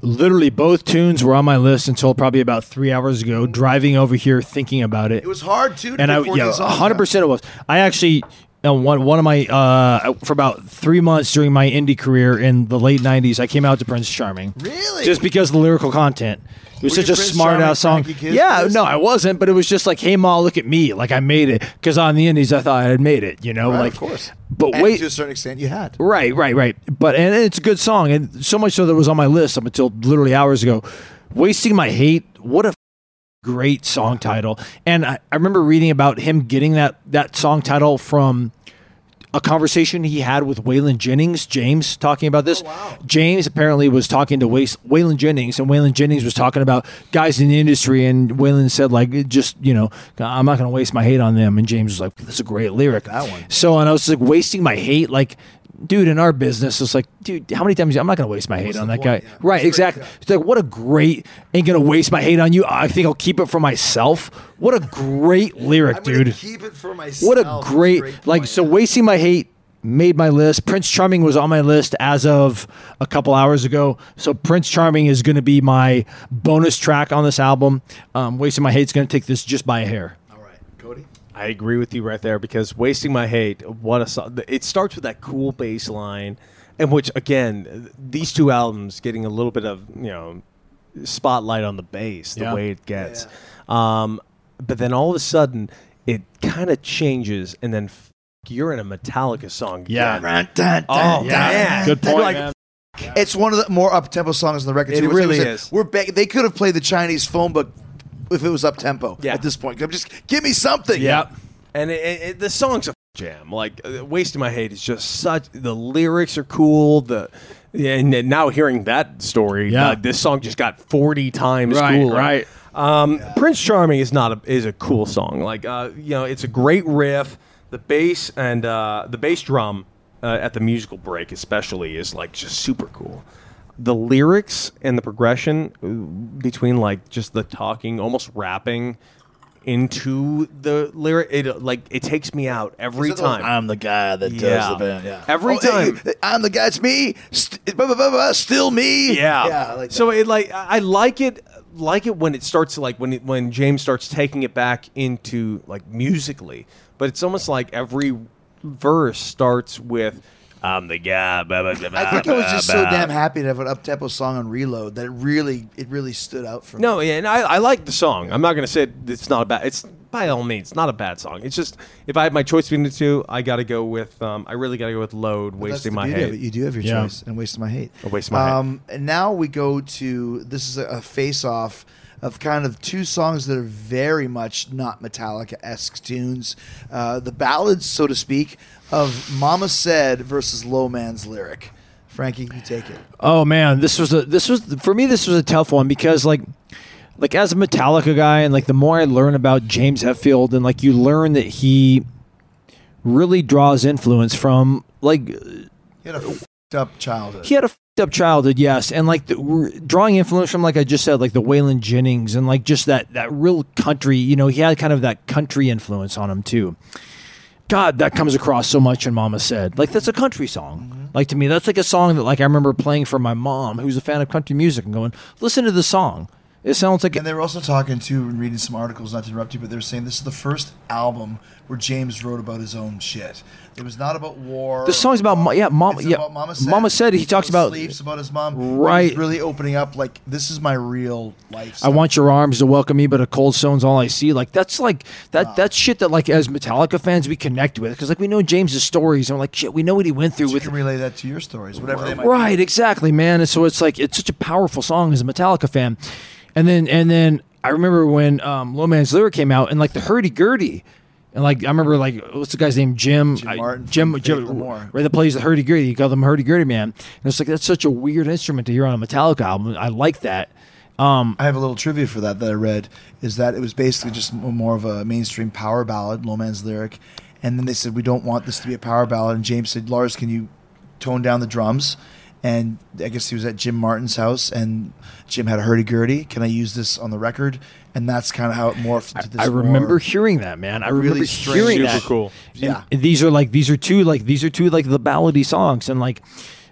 literally both tunes were on my list until probably about three hours ago. Driving over here, thinking about it, It was hard too. To and I pick 14 yeah, songs. hundred percent it was. I actually. uh, one one of my uh, for about three months during my indie career in the late '90s, I came out to Prince Charming. Really? Just because of the lyrical content. It was Were such you a Prince smart Charming, ass song. Frankie Kiss Yeah, person? no, I wasn't, but it was just like, "Hey, ma, look at me! Like I made it." Because on the indies, I thought I had made it. You know, Right, like of course. But And wait, to a certain extent, you had. Right, right, right. But and it's a good song, and so much so that it was on my list up until literally hours ago. Wasting my hate. What a f- great song title! And I, I remember reading about him getting that that song title from a conversation he had with Waylon Jennings. James talking about this. James apparently was talking to Ways- Waylon Jennings, and Waylon Jennings was talking about guys in the industry, and Waylon said like, it just you know, I'm not going to waste my hate on them. And James was like, that's a great lyric. That one. So and I was like wasting my hate like. Dude, in our business, it's like, dude, how many times I'm not going to waste my hate on that guy, right? Exactly. It's like, what a great ain't going to waste my hate on you. I think I'll keep it for myself. What a great lyric, I'm gonna dude. keep it for myself. What a That's great, like point. so wasting my hate made my list. Prince Charming was on my list as of a couple hours ago. So Prince Charming is going to be my bonus track on this album. Um, wasting my hate's going to take this just by a hair. All right, Cody. I agree with you right there because wasting my hate. What a song! It starts with that cool bass line, and which again, these two albums getting a little bit of you know spotlight on the bass, the Yeah. way it gets. Um, but then all of a sudden, it kind of changes, and then f- you're in a Metallica song. again. Oh man. Good point. Like, man. It's one of the more up tempo songs on the record. It too, which, like I really said, is. We're beg- they could have played the Chinese phone book if it was up tempo. Yeah. At this point, I'm just give me something. Yep. and it, it, it- the song's a jam. Like uh, "Wasting My Hate" is just such. The lyrics are cool. The yeah, and then now hearing that story, Yeah. like, this song just got forty times Right, cooler. right. Um, Prince Charming is not a, is a cool song. Like uh, you know, it's a great riff. The bass and uh, the bass drum uh, at the musical break, especially, is like just super cool. The lyrics and the progression uh, between like just the talking, almost rapping into the lyric, it uh, like it takes me out every time. I'm the guy that does Yeah. the band. Yeah. Every Oh, time. hey, I'm the guy. It's me. St- blah, blah, blah, blah, still me. Yeah. Yeah. I Like so it like I I like it like it when it starts to, like when it, when James starts taking it back into like musically, but it's almost like every verse starts with I'm the guy. Blah, blah, blah, that. I think blah, I was just blah, so blah." damn happy to have an up tempo song on Reload that it really it really stood out for me. No, Oh, yeah, and I, I like the song. I'm not gonna say it's not a bad. It's by all means not a bad song. It's just if I had my choice between the two, I gotta go with. Um, I really gotta go with "Load," That's wasting the my beauty of it. head. You do have your Yeah. choice and wasting my hate. A Waste My Hate. um, And now we go to this is a, a face off of kind of two songs that are very much not Metallica esque tunes, uh, the ballads, so to speak, of Mama Said versus Low Man's lyric. Frankie, you take it. Oh man, this was a this was for me this was a tough one because like like as a Metallica guy and like the more I learn about James Hetfield and like you learn that he really draws influence from like You had a f- up childhood. he had a fucked up childhood, yes, and like the, r- drawing influence from, like I just said, like the Waylon Jennings and like just that that real country. You know, he had kind of that country influence on him too. God, that comes across so much in Mama Said. Like that's a country song. Mm-hmm. Like to me, that's like a song that like I remember playing for my mom, who's a fan of country music, and going, "Listen to the song. It sounds like And they were also talking too and reading some articles, not to interrupt you, but they were saying this is the first album where James wrote about his own shit. It was not about war. the song's about ma- yeah, mom, It's yeah, about Mama said. He It's talks about sleeps about his mom. He's Right. really opening up like this is my real life. I stuff. want your arms to welcome me, but a cold stone's all I see. Like that's like that that's shit that like as Metallica fans we connect with because like we know James's stories and we're like shit we know what he went through you with. can relay that to your stories, whatever they might. be. Right, exactly, man. And so it's like it's such a powerful song as a Metallica fan, and then and then I remember when um, Low Man's Lyric came out and like the hurdy gurdy. And like I remember, like what's the guy's name? Jim. I- Martin Jim. from Jim Faith No More. right, that plays the hurdy gurdy. You call them hurdy gurdy man. And it's like that's such a weird instrument to hear on a Metallica album. I like that. I have a little trivia for that that I read is that it was basically just m- more of a mainstream power ballad, low man's lyric, and then they said we don't want this to be a power ballad, and James said, Lars, can you tone down the drums? and I guess he was at Jim Martin's house, and Jim had a hurdy gurdy. Can I use this on the record? And that's kind of how it morphed into this. I more- remember hearing that, man. I remember Really strange. hearing Super that. cool. And Yeah. these are like these are two like these are two like the ballady songs, and like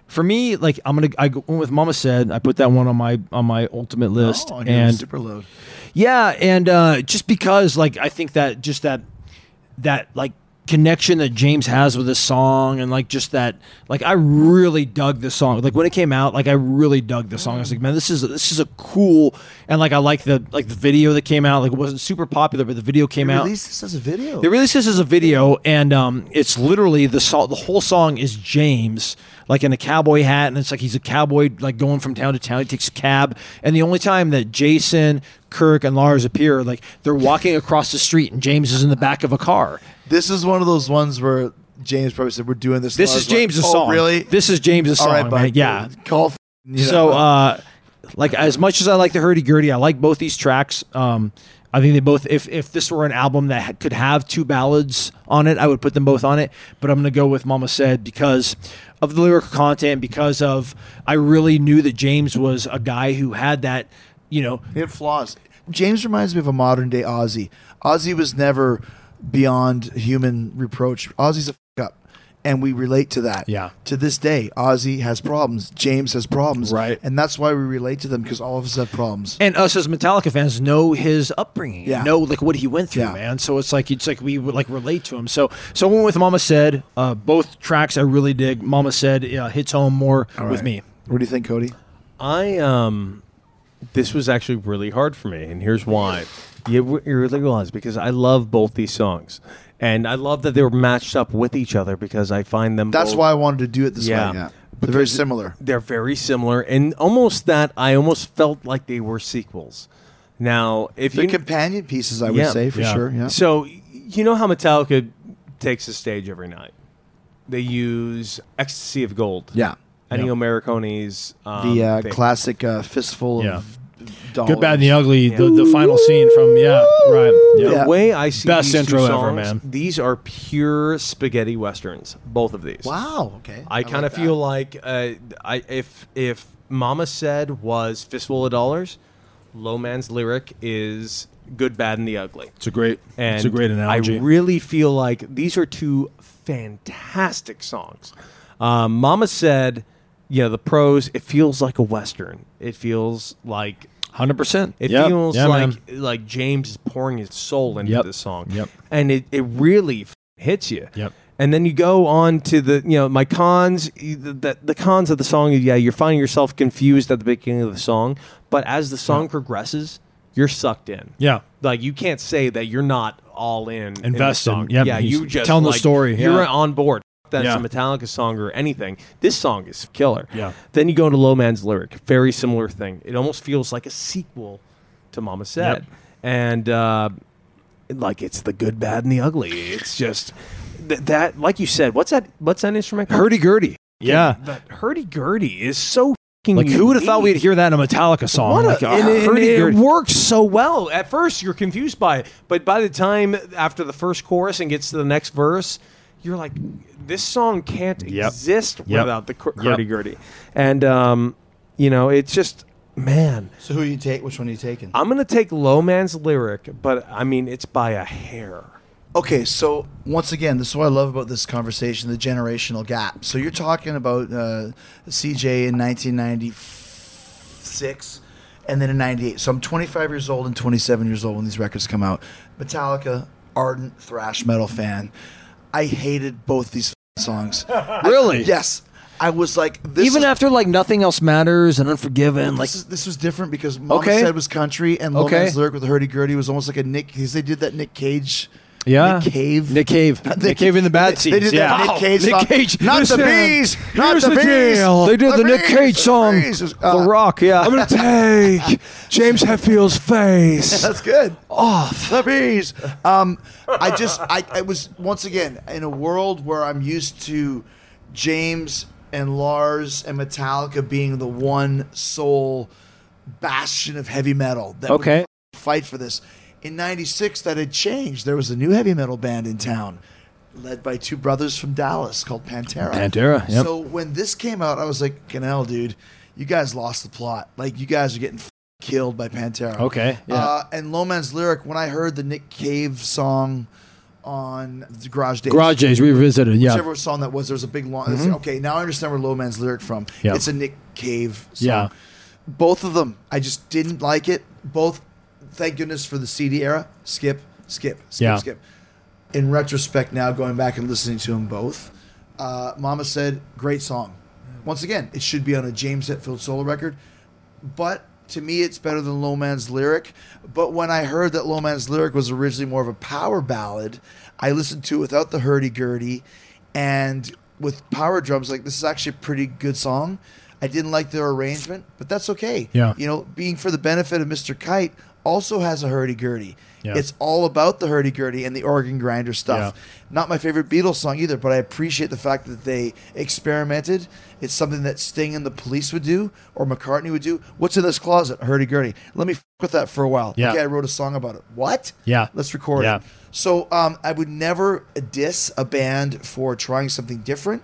for me, like I'm gonna I went with Mama said. I put that one on my on my ultimate list, Oh, and, you're and super load. yeah, and uh, just because like I think that just that that like connection that James has with this song and like just that like I really dug this song. Like when it came out, like I really dug the song. I was like, man, this is this is a cool and like I like the like the video that came out. Like it wasn't super popular, but the video came They out. released this as a video. They released this as a video, and um, it's literally the song. The whole song is James, like in a cowboy hat, and it's like he's a cowboy, like going from town to town. He takes a cab, and the only time that Jason, Kirk, and Lars appear, like they're walking across the street, and James is in the back of a car. this is one of those ones where James probably said, "We're doing this." This live." is James's oh, song. Really? This is James's All song. right, bud. man. Yeah. Call. f- you know. So, uh, like as much as I like the hurdy gurdy, I like both these tracks. Um, I think they both. If if this were an album that ha- could have two ballads on it, I would put them both on it. But I'm gonna go with Mama Said because of the lyrical content. Because of I really knew that James was a guy who had that. You know, He had flaws. James reminds me of a modern day Ozzy. Ozzy was never beyond human reproach. Ozzy's a f- up, and we relate to that. Yeah. To this day, Ozzy has problems. James has problems. Right. And that's why we relate to them because all of us have problems. and us as Metallica fans know his upbringing, Yeah. know like what he went through, Yeah. man. So it's like it's like we would like relate to him. So so I went with Mama Said. Uh, both tracks I really dig. Mama Said uh, hits home more with me. What do you think, Cody? I um, this was actually really hard for me, and here's why. You, you realize because I love both these songs, and I love that they were matched up with each other because I find them. That's both- why I wanted to do it this Yeah. way. Yeah. They're very similar. They're very similar, and almost that I almost felt like they were sequels. Now, if They're you companion pieces, I would Yeah. say, for Yeah. sure. Yeah. so you know how Metallica takes the stage every night. They use "Ecstasy of Gold." Yeah. Ennio Morricone's um, The uh, thing. classic uh, fistful Yeah. of dollars. Good, bad, and the ugly. The, the final scene from yeah, right. The Yeah. way I see these Best two intro ever, songs, man. These are pure spaghetti westerns, both of these. Wow. Okay. I, kind of like that. feel like uh, I if if Mama said was fistful of dollars, Low Man's lyric is good, bad, and the ugly. It's a great. And it's a great analogy. I really feel like these are two fantastic songs. Um, Mama said, you know, the pros. It feels like a western. It feels like Hundred percent. it feels like like James is pouring his soul into Yep. this song. Yep. And it, it really f- hits you. Yep. And then you go on to the you know my cons e- the, the, the cons of the song yeah you're finding yourself confused at the beginning of the song but as the song progresses you're sucked in Yeah. like you can't say that you're not all in in the Invested. song. Yep. yeah He's you just telling the like, story. you're Yeah. on board F- that's Yeah. a Metallica song or anything this song is killer Yeah. then you go into Low Man's lyric, very similar thing. It almost feels like a sequel to Mama Said, Yep. and uh, like it's the good, bad, and the ugly. It's just th- that, like you said, what's that? What's that instrument? called? hurdy gurdy. Yeah. That hurdy gurdy is so fucking. Like who would have thought we'd unique. hear that in a Metallica song? What a, like, and, it- and it hurdy-gurdy. works so well. At first, you're confused by it, but by the time after the first chorus and gets to the next verse, you're like, this song can't Yep. exist Yep. without the Yep. hurdy gurdy. And um, you know, it's just man. So who you take? Which one are you taking? I'm gonna take Low Man's lyric, but I mean, it's by a hair. Okay, so once again, this is what I love about this conversation the generational gap. So you're talking about uh, CJ in 1996 and then in 98. So I'm 25 years old and 27 years old when these records come out. Metallica, ardent thrash metal fan. I hated both these f- songs. Really? yes. I was like, this Even is after like nothing else matters and Unforgiven, like this, is, this was different because Mama Okay. said was country, and Low Okay. Man's lyric with hurdy gurdy was almost like a Nick. Because they did that Nick Cage, yeah, Nick Cave, Nick Cave, Nick Cave in the bad they, seats. They did yeah, that Nick Cage. Nick song. Cage. not the Listen, bees, not here's the, bees. deal. They did the, Nick bees, Cage the song, bees. It was- uh, The Rock. Yeah, I'm gonna take James Hetfield's face. That's good. Off the bees. Um, I just, I, I was once again in a world where I'm used to James and Lars and Metallica being the one sole bastion of heavy metal that would Okay. fight for this. In '96, that had changed. There was a new heavy metal band in town. led by two brothers from Dallas called Pantera. Pantera, yep. So when this came out, I was like, Canal, dude, you guys lost the plot. Like, you guys are getting f- killed by Pantera. Okay, yeah. Uh, and Loman's lyric, when I heard the Nick Cave song on the Garage Days. Garage Days revisited. Yeah. Whichever song that was, there was a big long. Okay, now I understand where Loman's lyric from. Yeah. It's a Nick Cave song. Yeah. Both of them, I just didn't like it. Both, thank goodness for the CD era. Skip, skip, skip, Yeah. skip. In retrospect, now going back and listening to them both, uh, Mama said, great song. Once again, it should be on a James Hetfield solo record, but to me, it's better than Loman's lyric. But when I heard that Loman's lyric was originally more of a power ballad, I listened to it without the hurdy gurdy and with power drums. Like, this is actually a pretty good song. I didn't like their arrangement, but that's okay. Yeah. You know, being for the benefit of Mr. Kite also has a hurdy gurdy. Yeah. It's all about the hurdy gurdy and the organ grinder stuff. Yeah. Not my favorite Beatles song either, but I appreciate the fact that they experimented. It's something that Sting and the Police would do, or McCartney would do. What's in this closet? Hurdy gurdy. Let me f- with that for a while. Yeah. Okay, I wrote a song about it. What? Yeah. Let's record Yeah. it. So um, I would never diss a band for trying something different.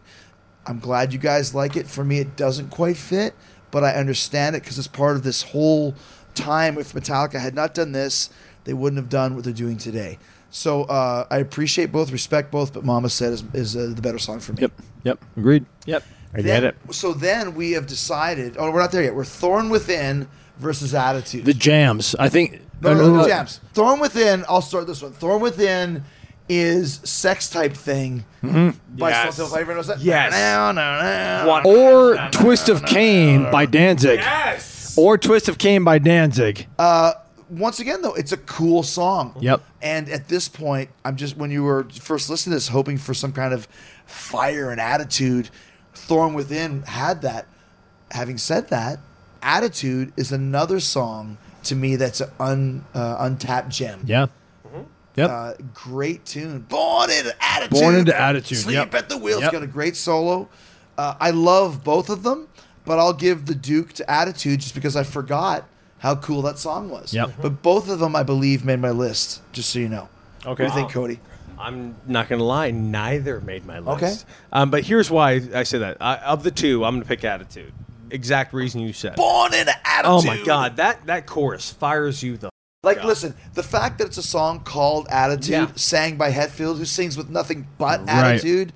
I'm glad you guys like it. For me, it doesn't quite fit, but I understand it because it's part of this whole time. If Metallica had not done this, they wouldn't have done what they're doing today. So uh, I appreciate both, respect both, but Mama Said is, is uh, the better song for me. Yep. Yep. Agreed. Yep. I Then- get it. So then we have decided. Oh, we're not there yet. We're Thorn Within versus Attitude. The jams. I think. No, no, no, uh, jams. Thorn Within. I'll start this one. Thorn Within is sex type thing Mm-hmm. by Yes. Stone Temple Pilots. Everyone knows that. Yes. No, no, no. Or Twist of Cain by Danzig. Yes. Or Twist of Cain by Danzig. Once again, though, it's a cool song. Yep. And at this point, I'm just when you were first listening to this, hoping for some kind of fire and attitude. Thorn Within had that. Having said that, Attitude is another song to me that's an un, uh, untapped gem. yeah. Yep. Uh, great tune. Born into attitude. Born into attitude, Sleep yep. at the wheels. Yep. Got a great solo. Uh, I love both of them, but I'll give the Duke to attitude just because I forgot how cool that song was. Yep. But both of them, I believe, made my list. Just so you know. Okay. What do you think, Cody? I'm not gonna lie, neither made my list. Okay. Um, but here's why I say that. I, of the two, I'm gonna pick attitude. Exact reason you said. Born into attitude. Oh my god, that that chorus fires you the Like, listen, the fact that it's a song called Attitude, Oh Yeah. sang by Hetfield, who sings with nothing but attitude,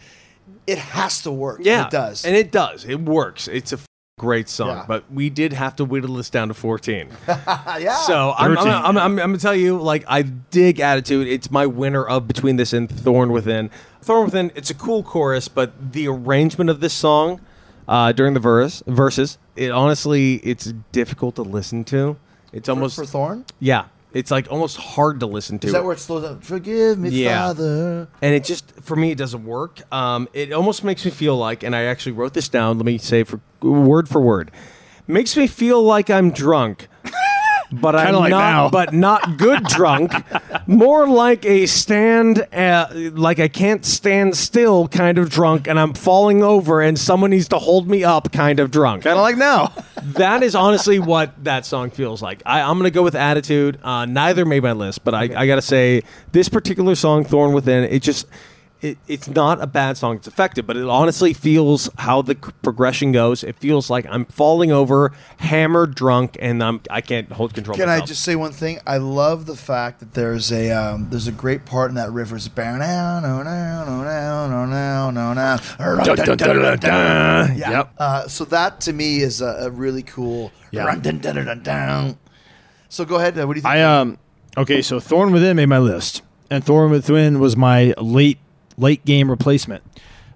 it has to work. And yeah It does. and it does it works. It's a f- great song, Yeah. but we did have to whittle this down to 14. yeah. So I'm, I'm, 13. I'm, I'm, I'm gonna tell you, like I dig attitude. It's my winner of between this and Thorn Within. Thorn Within, it's a cool chorus, but the arrangement of this song uh, during the verse verses, it honestly, it's difficult to listen to. It's almost for Thorn? yeah, it's like almost hard to listen to. Is that where it slows down? Forgive me, Yeah. Father. and it just for me, it doesn't work. Um, it almost makes me feel like, and I actually wrote this down. Let me say for word for word, makes me feel like I'm drunk but I'm Kinda like not, now. but not good drunk. More like a stand, uh, like I can't stand still kind of drunk, and I'm falling over, and someone needs to hold me up kind of drunk. Kind of like now. that is honestly what that song feels like. I, I'm gonna go with attitude. Uh, neither made my list, but I, I gotta say this particular song, Thorn Within, it just. It, it's not a bad song. It's effective, but it honestly feels how the c- progression goes. It feels like I'm falling over, hammered, drunk, and I'm I can't hold control. Can I myself. just say one thing? I love the fact that there's a um, there's a great part in that riff. It's down, down, down, down, down, down, Dun, dun, dun, dun, dun. Yeah. Yep. Uh, so that to me is a, a really cool. Yeah. Dun, dun, dun, dun, dun, dun. So go ahead. uh, What do you think? I um okay, so Thorn Within made my list, and Thorn Within was my late late game replacement.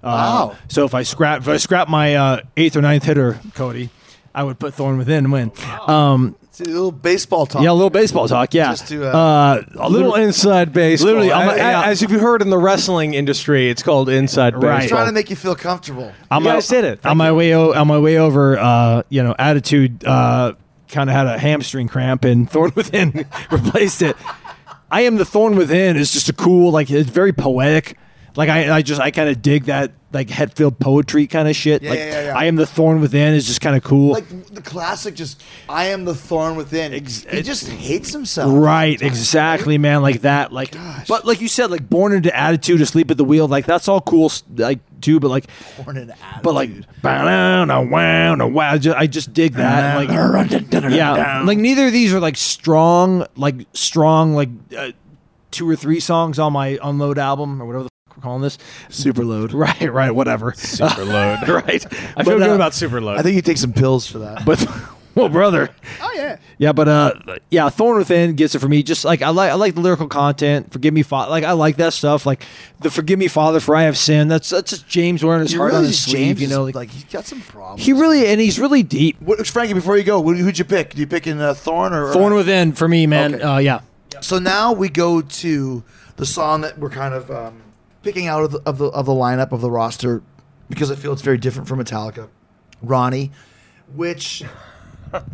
Uh, Wow. So if I scrap if I scrap my uh, eighth or ninth hitter, Cody, I would put Thorn Within and win. Um, It's a little baseball talk. yeah, a little baseball talk. Yeah, Just to, uh, uh, a little inside baseball? Literally, I'm a- A- yeah. as you've heard in the wrestling industry, it's called inside Right. baseball. trying to make you feel comfortable. I'm You guys did it. On my way o- on my way over, uh, you know, attitude uh, kind of had a hamstring cramp, and Thorn Within replaced it. I am the Thorn Within is just a cool, like it's very poetic. Like I, I just I kind of dig that like Hetfield poetry kind of shit. Yeah, like yeah, yeah, yeah. I am the thorn within is just kind of cool. Like the classic, just I am the thorn within. Ex- he just hates himself. Right, exactly, man. Like that, like. But like you said, like born into attitude, asleep at the wheel, like that's all cool, s- like too. But like, Born in attitude. but like, wow, wow, wow. I just, I just dig that. Like, yeah, like neither of these are like strong, like strong, like uh, two or three songs on my unload album or whatever the fuck we're calling this. super load. Right, right, whatever. Superload. right, I feel But, good uh, about Superload. I think you take some pills for that. but well, brother. oh yeah, Yeah, but uh, yeah, Thorn Within gets it for me. Just like I like, I like the lyrical content. Forgive me, Father. Like I like that stuff. Like the Forgive me, Father, for I have sinned. That's that's just James wearing his you heart on realize his sleeve. James You know, is, like, like he's got some problems. he really and he's really deep. What, Frankie, before you go, who, who'd you pick? Do you pick in uh, Thorn or Thorn Within for me, man. Okay. Uh, yeah, So now we go to the song that we're kind of um, picking out of the, of the of the lineup of the roster because I feel it's very different from Metallica, Ronnie, which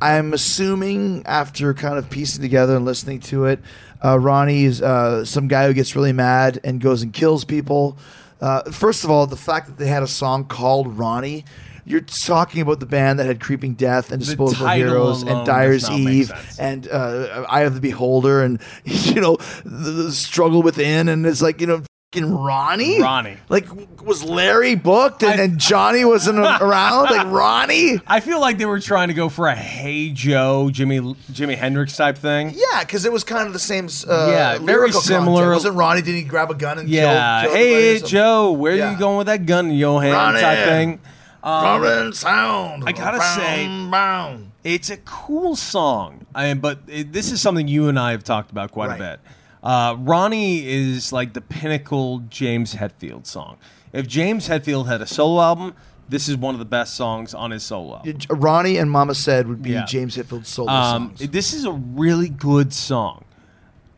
I'm assuming after kind of piecing together and listening to it, uh, Ronnie is uh, some guy who gets really mad and goes and kills people. Uh, first of all, the fact that they had a song called Ronnie. You're talking about the band that had Creeping Death and Disposable title Heroes alone and does Dyer's not make Eve sense. and uh, Eye of the Beholder, and you know the, the struggle within, and it's like you know. fucking Ronnie, Ronnie. like w- was Larry booked and, and Johnny wasn't around. Like Ronnie, I feel like they were trying to go for a Hey Joe, Jimmy Jimi Hendrix type thing. yeah, because it was kind of the same. Uh, Yeah, lyrical very content. similar. Wasn't Ronnie? Did he grab a gun and Yeah. kill? kill everybody hey or something? Joe, where are Yeah. you going with that gun in your hand Ronnie. type thing? Um, Robin sound. I gotta say- It's a cool song. I mean, but it, this is something you and I have talked about quite Right. a bit. Uh, Ronnie is like the pinnacle James Hetfield song. If James Hetfield had a solo album, this is one of the best songs on his solo. album. Ronnie and Mama said would be Yeah. James Hetfield's solo Um, songs. this is a really good song,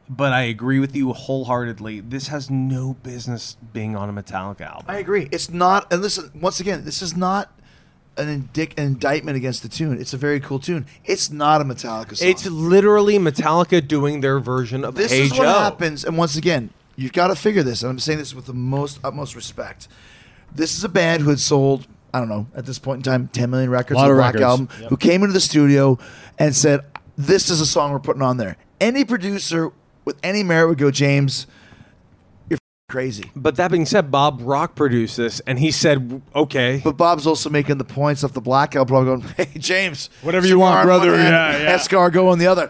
but I agree with you wholeheartedly. This has no business being on a Metallica album. I agree. It's not, and listen, once again, this is not an, indic- an indictment against the tune. It's a very cool tune. It's not a Metallica song. It's literally Metallica doing their version of this Hey is Joe. what happens, and once again, you've got to figure this, and I'm saying this with the most utmost respect. This is a band who had sold, I don't know, at this point in time, 10 million records Lot on the of Black records. Album, who came into the studio and said, This is a song we're putting on there. Any producer with any merit would go, James, you're f- crazy. But that being said, Bob Rock produced this, and he said, "Okay, But Bob's also making the points off the black album. going, hey, James. Whatever you want, cigar on brother. one hand, Yeah, yeah. Escargot on the other.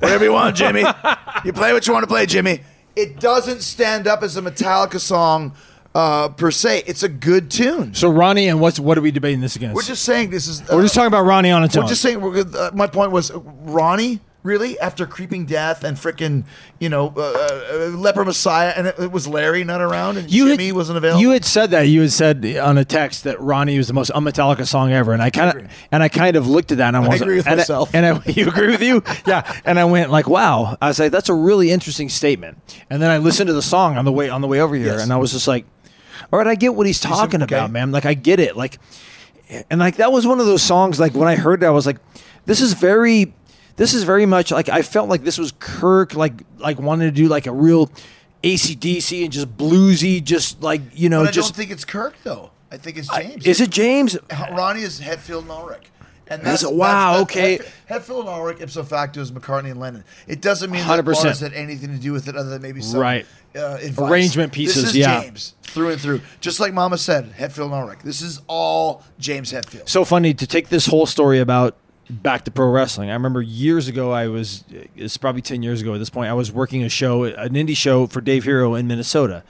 Whatever you want, Jimmy. you play what you want to play, Jimmy. It doesn't stand up as a Metallica song uh, per se. It's a good tune. So Ronnie and what's what are we debating this against? We're just saying this is. we're just talking about Ronnie on its We're own. just saying. We're, uh, my point was uh, Ronnie. Really, after Creeping Death and frickin', you know, uh, uh, Leper Messiah, and it, it was Larry not around, and you Jimmy had, wasn't available. You had said that. You had said on a text that Ronnie was the most unmetallica song ever, and I kind of and I kind of looked at that and I, was, agree with and myself. I, and I, you agree with you, yeah. And I went like, wow. I was like, that's a really interesting statement. And then I listened to the song on the way on the way over here, and I was just like, all right, I get what he's talking about, man. Like I get it. Like and like that was one of those songs like when i heard that i was like this is very this is very much like i felt like this was kirk like like wanting to do like a real acdc and just bluesy just like you know but I just don't think it's Kirk though. I think it's James. is it james Ronnie is Hetfield and Ulrich. And That's- wow, okay. Hetf- Hetfield and Ulrich ipso facto is McCartney and Lennon. It doesn't mean that 100%. Lars had anything to do with it other than maybe some Right. uh, advice. Arrangement pieces, This is yeah. James through and through. Just like Mama said, Hetfield and Ulrich. This is all James Hetfield. so funny to take this whole story about back to pro wrestling. I remember years ago, I was, it's probably 10 years ago at this point, I was working a show, an indie show for Dave Hero in Minnesota.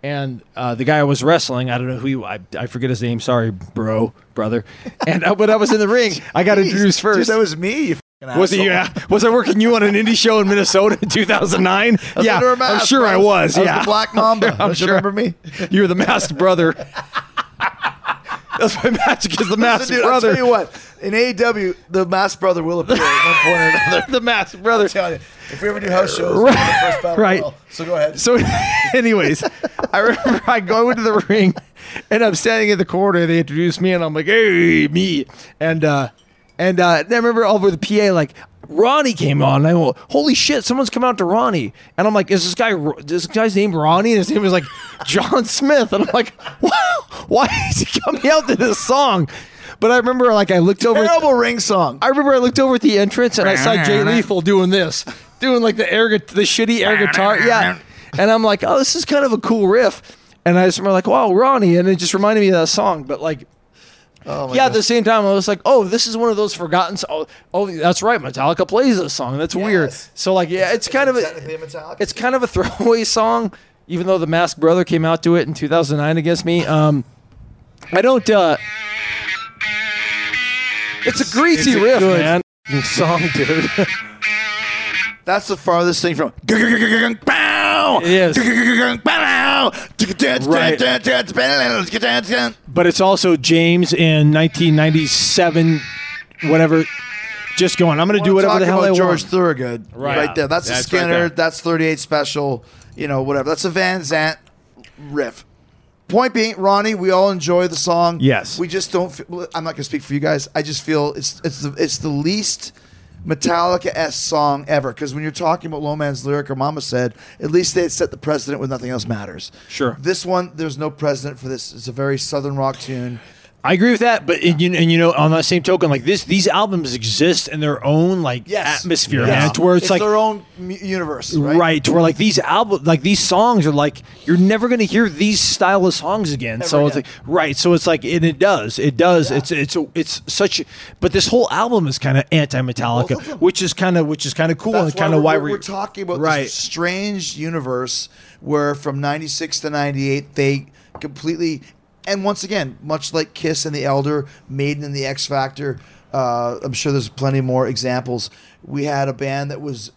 And uh, the guy I was wrestling, I don't know who he, I, I forget his name. Sorry, bro, brother. And uh, when I was in the ring, I got introduced first. Dude, that was me. You was it you? uh, Was I working you on an indie show in Minnesota in 2009? Yeah, under a I'm mask, sure I bro. was. I was yeah, the Black Mamba. Don't you remember me? You were the masked brother. That's my magic is the masked Listen, dude, brother. I'll tell you what. In AEW, the Masked Brother will appear at one point or another. the masked brother. I'm telling you, if we ever do house shows, right. the first battle Right. royal. So go ahead. So, anyways, I remember I go into the ring and I'm standing in the corner. They introduce me and I'm like, hey, me. And, uh, and uh, I remember over the PA, like, Ronnie came on, and I go, "Holy shit! Someone's come out to Ronnie!" And I'm like, "Is this guy? This guy's named Ronnie?" And his name is like John Smith, and I'm like, "Wow, why is he coming out to this song?" But I remember, like, I looked over. Terrible ring song. I remember I looked over at the entrance and I saw Jay Lethal doing this, doing like the air, gu- the shitty air guitar, yeah. And I'm like, oh, this is kind of a cool riff. And I just remember like, wow, Ronnie, and it just reminded me of that song. But like, yeah, at the same time, I was like, oh, this is one of those forgotten. So- oh, oh, that's right, Metallica plays this song. That's weird. Yes. So like, yeah, it's kind of technically a Metallica It's kind of a throwaway song, even though the Masked Brother came out to it in 2009 against me. Um, I don't. uh It's a greasy riff, man. song, dude. That's the farthest thing from. Bow! Yes. Right. but it's also James in 1997, whatever, just going, I'm going to do whatever the hell I George want. Thurgood, right, Yeah. there. That's, the That's right Skinner. there. that's 38 special. You know, whatever. That's a Van Zant riff. Point being, Ronnie, we all enjoy the song. Yes. we just don't. Feel, well, I'm not going to speak for you guys. I just feel it's it's the it's the least Metallica s song ever. Because when you're talking about Low Man's lyric or Mama said, at least they had set the precedent when nothing else matters. Sure. This one, there's no precedent for this. It's a very southern rock tune. I agree with that, but and you, and you know, on that same token, like this, these albums exist in their own like Yes. atmosphere, Yes. man. To where it's, like their own mu- universe, right? right? to where like these album, like these songs are like you're never going to hear these style of songs again. so it's like again. right, so it's like and it does, it does. It's it's a, it's such, but this whole album is kind of Both of them. anti-Metallica, which is kind of which is kind of cool and That's kind of why we're, we're talking about Right. this strange universe where from 96 to 98 they completely and once again much like kiss and the elder maiden and the x factor uh, i'm sure there's plenty more examples we had a band that was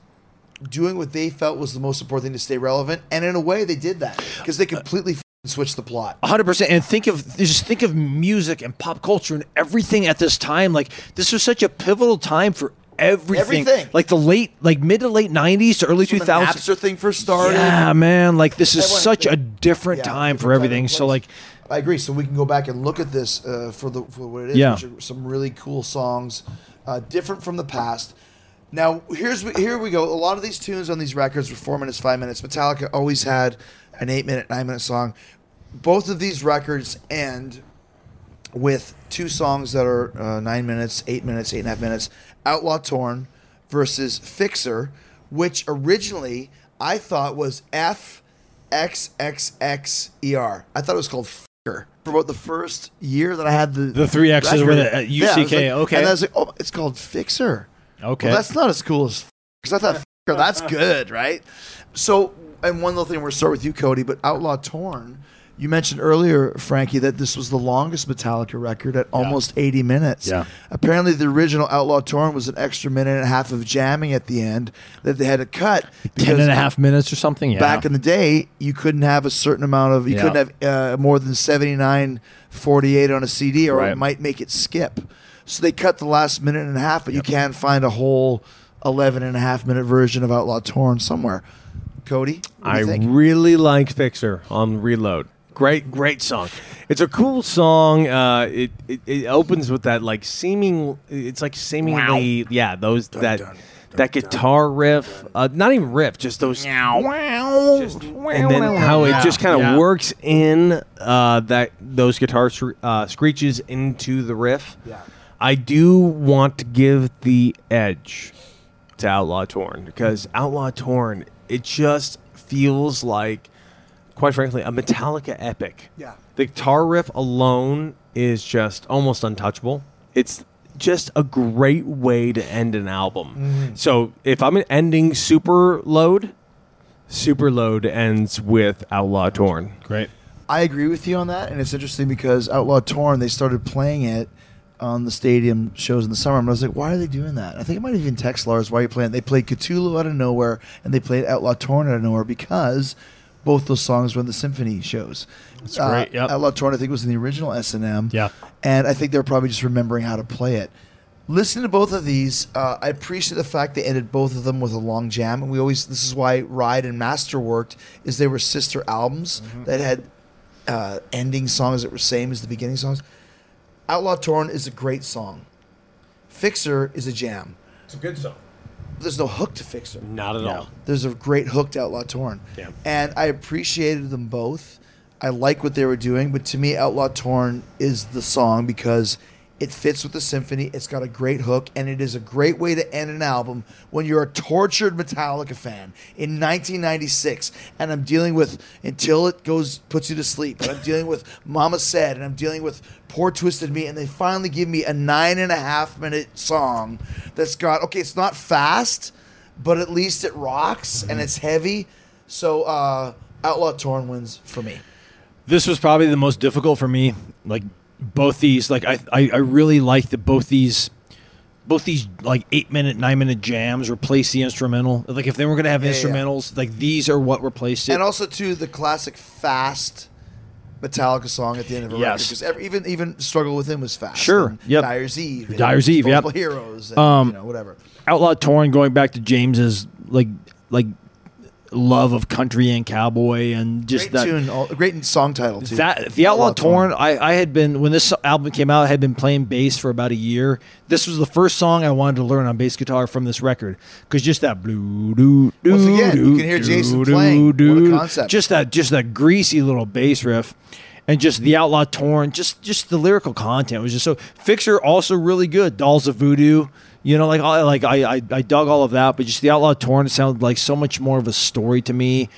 doing what they felt was the most important thing to stay relevant and in a way they did that because they completely f***ing switched the plot hundred percent. And think of just think of music and pop culture and everything at this time. Like this was such a pivotal time for everything. Everything. Like the late, like mid to late nineties to early two When the thousands. Napster thing first started Yeah, man. Like this is Everyone- such a different Yeah, time for different time everything. and So place. like, I agree. So we can go back and look at this uh, for the for what it is. Yeah. which are some really cool songs, uh, different from the past. Now here's here we go. A lot of these tunes on these records were four minutes, five minutes. Metallica always had an eight minute, nine minute song. Both of these records end with two songs that are uh, nine minutes, eight minutes, eight and a half minutes. Outlaw Torn versus Fixer, which originally I thought was F X X X E R. I thought it was called Fixer for about the first year that I had the The three X's record. with a- a Yeah, I was UCK, like- okay. And I was like, oh, it's called Fixer. okay, Well, that's not as cool as because I thought "F***er, that's good, right? So, and one little thing, we'll start with you, Cody. But Outlaw Torn, you mentioned earlier, Frankie, that this was the longest Metallica record at almost 80 minutes. Yeah. Apparently, the original Outlaw Torn was an extra minute and a half of jamming at the end that they had to cut ten and a half minutes or something. Yeah. back in the day, you couldn't have a certain amount of, you Yeah. couldn't have uh, more than 79, 48 on a CD, or it Right. might make it skip. So they cut the last minute and a half, but you can find a whole 11 and a half minute version of Outlaw Torn somewhere. Cody, what do I you think? really like Fixer on Reload. Great, great song. It's a cool song. Uh, it, it it opens with that like seeming. It's like seemingly yeah. Those that that guitar riff. Uh, not even riff. Just those. wow, Just, and then how it just kind of Yeah. works in uh, that those guitar scr- uh, screeches into the riff. Yeah. I do want to give the edge to Outlaw Torn because Outlaw Torn it just feels like, quite frankly, a Metallica epic. Yeah. The guitar riff alone is just almost untouchable. It's just a great way to end an album. So if I'm ending Super Load, Super Load ends with Outlaw Torn. great. I agree with you on that, and it's interesting because Outlaw Torn they started playing it on the stadium shows in the summer, and I was like, why are they doing that? I think I might have even text Lars why are you playing. it?" They played Cthulhu out of nowhere, and they played Outlaw Torn out of nowhere because both those songs were in the symphony shows. That's great, yep. Outlaw Torn I think was in the original S and M. Yeah. and I think they're probably just remembering how to play it. Listen to both of these. Uh, I appreciate the fact they ended both of them with a long jam, and we always this is why Ride and Master worked is they were sister albums Mm-hmm. that had uh, ending songs that were same as the beginning songs. Outlaw Torn is a great song. Fixer is a jam. It's a good song. there's no hook to fix her. Not at all. There's a great hooked Outlaw Torn. Yeah. And I appreciated them both. I like what they were doing, but to me, Outlaw Torn is the song because it fits with the symphony. It's got a great hook, and it is a great way to end an album when you're a tortured Metallica fan in 1996. And I'm dealing with Until It Goes Puts You to Sleep, and I'm dealing with Mama Said, and I'm dealing with Poor Twisted Me, and they finally give me a nine and a half minute song that's got, okay, it's not fast, but at least it rocks Mm-hmm. and it's heavy. So uh, Outlaw Torn wins for me. This was probably the most difficult for me. Like both these, like I, I, I really like that both these, both these like eight minute, nine minute jams replace the instrumental. Like if they were gonna have Yeah, yeah, yeah. instrumentals, like these are what replaced it. And also too the classic fast Metallica song at the end of a Yes. record because even even Struggle Within was fast. Sure, And yep. Dyer's Eve. and Dyer's Eve, yep. Um, Disposable Heroes. And, you know whatever. Outlaw Torn going back to James's like like love of country and cowboy and just Great that tune. All, great song title too. that the Outlaw Torn. I, I had been when this album came out, I had been playing bass for about a year. This was the first song I wanted to learn on bass guitar from this record because just that blue doo doo. Once again, you can hear Jason playing. What a concept. Just that just that greasy little bass riff. And just the outlaw torn, just just the lyrical content was just so. Fixer also really good. Dolls of Voodoo, you know, like I like I I, I dug all of that, but just the outlaw torn sounded like so much more of a story to me.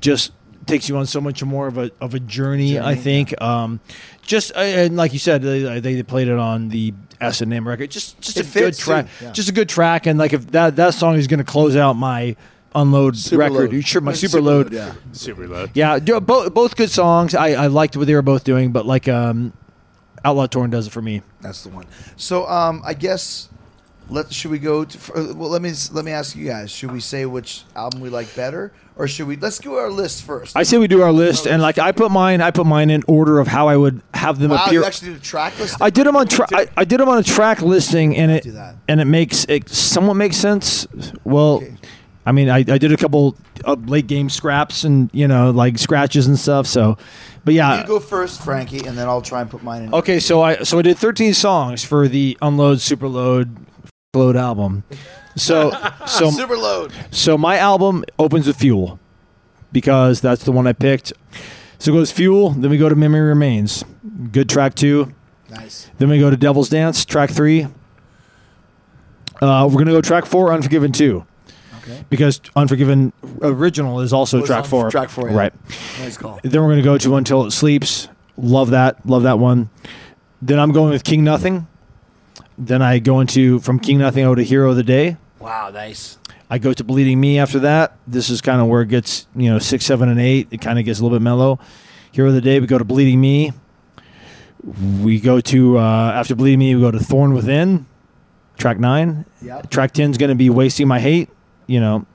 Just takes you on so much more of a of a journey, I think. Um, just and like you said, they, they played it on the S and M record. Just just a It good fits, track, too. Yeah. just a good track. And like if that that song is going to close out my unload record, Superload. you sure my Superload, super load. yeah. Yeah, do- both both good songs. I, I liked what they were both doing, but like um, Outlaw Torn does it for me. That's the one. So um, I guess let should we go to? For, well, let me let me ask you guys. Should we say which album we like better, or should we? Let's do our list first. I say we do our list, and like I put mine, I put mine in order of how I would have them wow, appear. you actually did a track list. I did them on tra- I, I did them on a track listing, and it Do that. and it makes it somewhat makes sense. Well, Okay. I mean, I, I did a couple of late game scraps and you know like scratches and stuff. So, but yeah, you go first, Frankie, and then I'll try and put mine in. Okay, so I so I did 13 songs for the Unload Superload Load album. So so Superload. so my album opens with Fuel because that's the one I picked. So it goes Fuel, then we go to Memory Remains. Good track 2. Nice. Then we go to Devil's Dance, track 3. Uh, we're going to go track 4 Unforgiven 2. Okay. Because Unforgiven original is also track on 4. track four, yeah. Right. Nice call. Then we're going to go to Until It Sleeps. Love that. Love that one. Then I'm going with King Nothing. Then I go into from King Nothing over to Hero of the Day. Wow, nice. I go to Bleeding Me after that. This is kind of where it gets, you know, six, seven, and eight. It kind of gets a little bit mellow. Hero of the Day, we go to Bleeding Me. We go to, uh, after Bleeding Me, we go to Thorn Within, track nine. Yep. Track 10 is going to be Wasting My Hate. You know,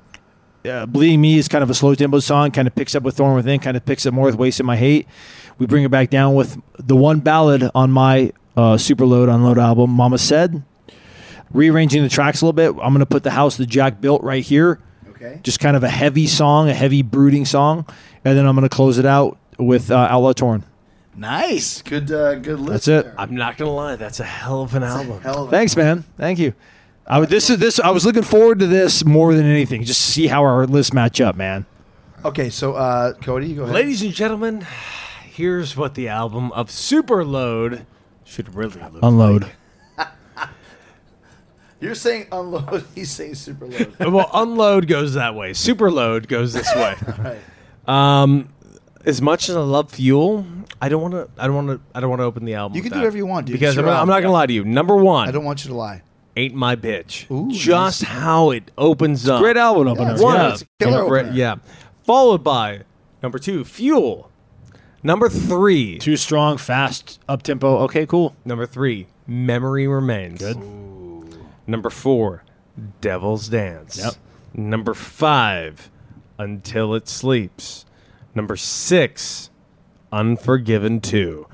uh, Bleeding Me is kind of a slow tempo song, kind of picks up with Thorn Within, kind of picks up more with Wasting My Hate. We bring it back down with the one ballad on my uh, Superload Unload album, Mama Said. Rearranging the tracks a little bit, I'm going to put the house that Jack built right here. Okay. Just kind of a heavy song, a heavy brooding song. And then I'm going to close it out with uh, Outlaw Torn. Nice. Good. Uh, good list. That's it. I'm not gonna lie, that's a hell of an album. Hell of a- Thanks, man. Thank you. I, would- this is this. I was looking forward to this more than anything, just to see how our lists match up, man. Okay, so uh, Cody, you go ahead. Ladies and gentlemen, here's what the album of Superload should really look Unload. You're saying unload. He's saying super load. like. well, Unload goes that way. Superload goes this way. right. Um, as much as I love Fuel, I don't want to. I don't want to. I don't want to open the album. You with can do that. whatever you want, dude. Because It's I'm, your not- I'm not album. gonna lie to you. Number one, I don't want you to lie. ain't my bitch. Ooh, Just how it opens up. Great album opener. One, Yeah. it's a Killer great- opener. yeah. Followed by number two, Fuel. Number three, Too strong, fast, up tempo. Okay, cool. Number three, Memory Remains. Good. Number four, Devil's Dance. Yep. Number five, Until It Sleeps. Number six, Unforgiven 2.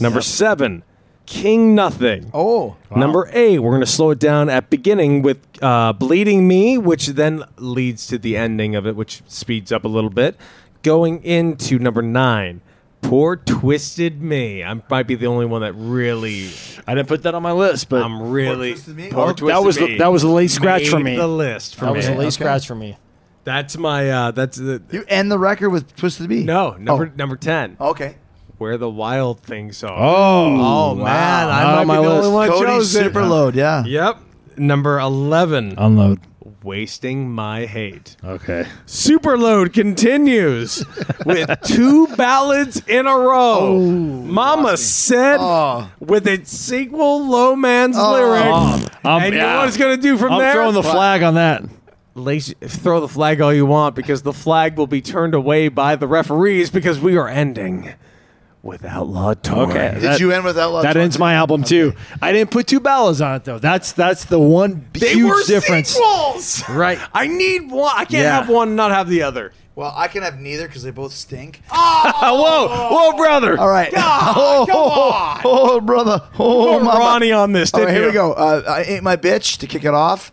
Number seven, King Nothing. Oh, Number eight, we're going to slow it down at beginning with uh, Bleeding Me, which then leads to the ending of it, which speeds up a little bit. Going into number nine, Poor twisted me. I might be the only one that really. I didn't put that on my list, but I'm really. Twisted Me? Poor Well, twisted Uh, Oh, that was the- me that was the late scratch for made me. The list for that me. was a late Okay. scratch for me. That's my. Uh, that's the. You end the record with Twisted Me? No, number number ten. Oh, okay. Where the wild things are. Oh, Oh, man, I Not might on my be the list. only one that Cody's chose it. super load, yeah. Yep. Number eleven. Unload. Wasting my hate. Okay. Superload continues with two ballads in a row. Oh, Mama said with its sequel, Low Man's lyrics. I'm- and you know Oh. Um, yeah. what it's going to do from I'm there? throwing the flag on that. Lazy- throw the flag all you want because the flag will be turned away by the referees because we are ending with Outlaw Torn. Okay. Did you end with Outlaw That Torn? ends my album too. I didn't put two ballads on it though. That's that's the one They huge were difference. sequels. Right. I need one. I can't Yeah. have one and not have the other. Well, I can have neither because they both stink. Uh, whoa, whoa, brother. All right. oh, oh, brother. Oh, Put mama. Ronnie on this. All Didn't right, here you? we go. Uh, I ain't my bitch to kick it off.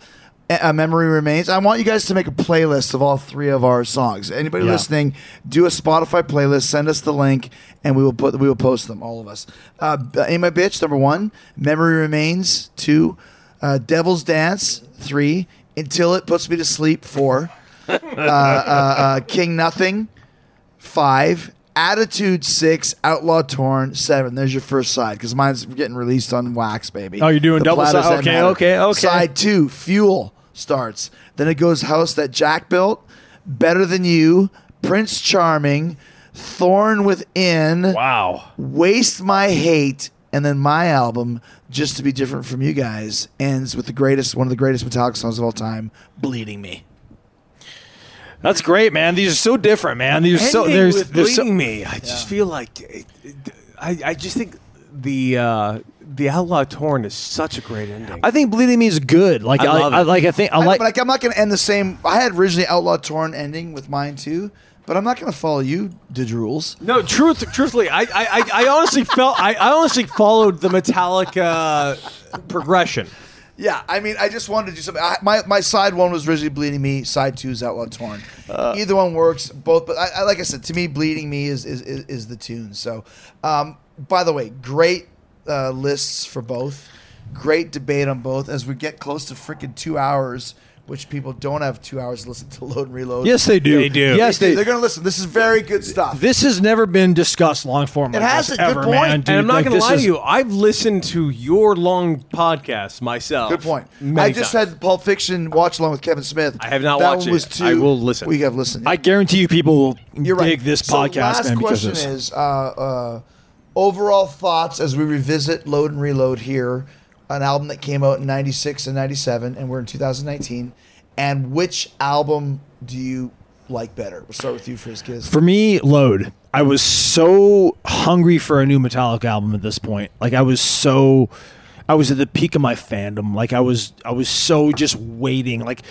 A A memory remains. I want you guys to make a playlist of all three of our songs. Anybody Yeah. listening, do a Spotify playlist. Send us the link, and we will put we will post them. All of us. Uh, B- ain't my bitch number one. Memory remains two. Uh, Devil's dance three. Until it puts me to sleep four. uh, King Nothing, five. Attitude six, Outlaw Torn seven. There's your first side because mine's getting released on wax, baby. Oh, you're doing double platters side- that okay, matter. okay, okay. Side two, Fuel starts. Then it goes House That Jack Built, Better Than You, Prince Charming, Thorn Within, Wow. Waste My Hate, and then my album, just to be different from you guys, ends with the greatest, one of the greatest Metallica songs of all time, Bleeding Me. That's great, man. These are so different, man. These are so Ending there's with there's so, bleeding me. I just feel like it, it- I, I just think the uh, the outlaw torn is such a great ending. I think bleeding me is good. Like I, I love I- it. like I think I I know, like but like, I'm not going to end the same. I had originally Outlaw Torn ending with mine too, but I'm not going to follow you, Did Rules. no, truth, truthfully, I, I, I, I honestly felt I, I honestly followed the Metallica uh, progression. Yeah, I mean, I just wanted to do something. I, my my side one was originally bleeding me. Side two is Outlaw Torn. Either one works. Both, but I, I, like I said, to me, bleeding me is is, is, is the tune. So, um, by the way, great uh, lists for both. Great debate on both. As we get close to freaking two hours, which people don't have two hours to listen to Load and Reload. Yes, they do. They do. Yes, they. they're going to listen. This is very good stuff. this has never been discussed long form. It like hasn't. This Good ever, point. Man, dude. and I'm not Like, going to this lie is- to you. I've listened to your long podcast myself. Good point. many I just times. had Pulp Fiction watch along with Kevin Smith. I have not that watched one it Was yet. too, I will listen. We have listened. I guarantee you, people will You're right. dig this So podcast, Last man, because question of this. is uh, uh, overall thoughts as we revisit Load and Reload here, an album that came out in '96 and '97, and we're in 2019. And which album do you like better? We'll start with you, Friskiz. For me, Load. I was so hungry for a new Metallica album at this point. Like I was so I was at the peak of my fandom. Like I was I was so just waiting. Like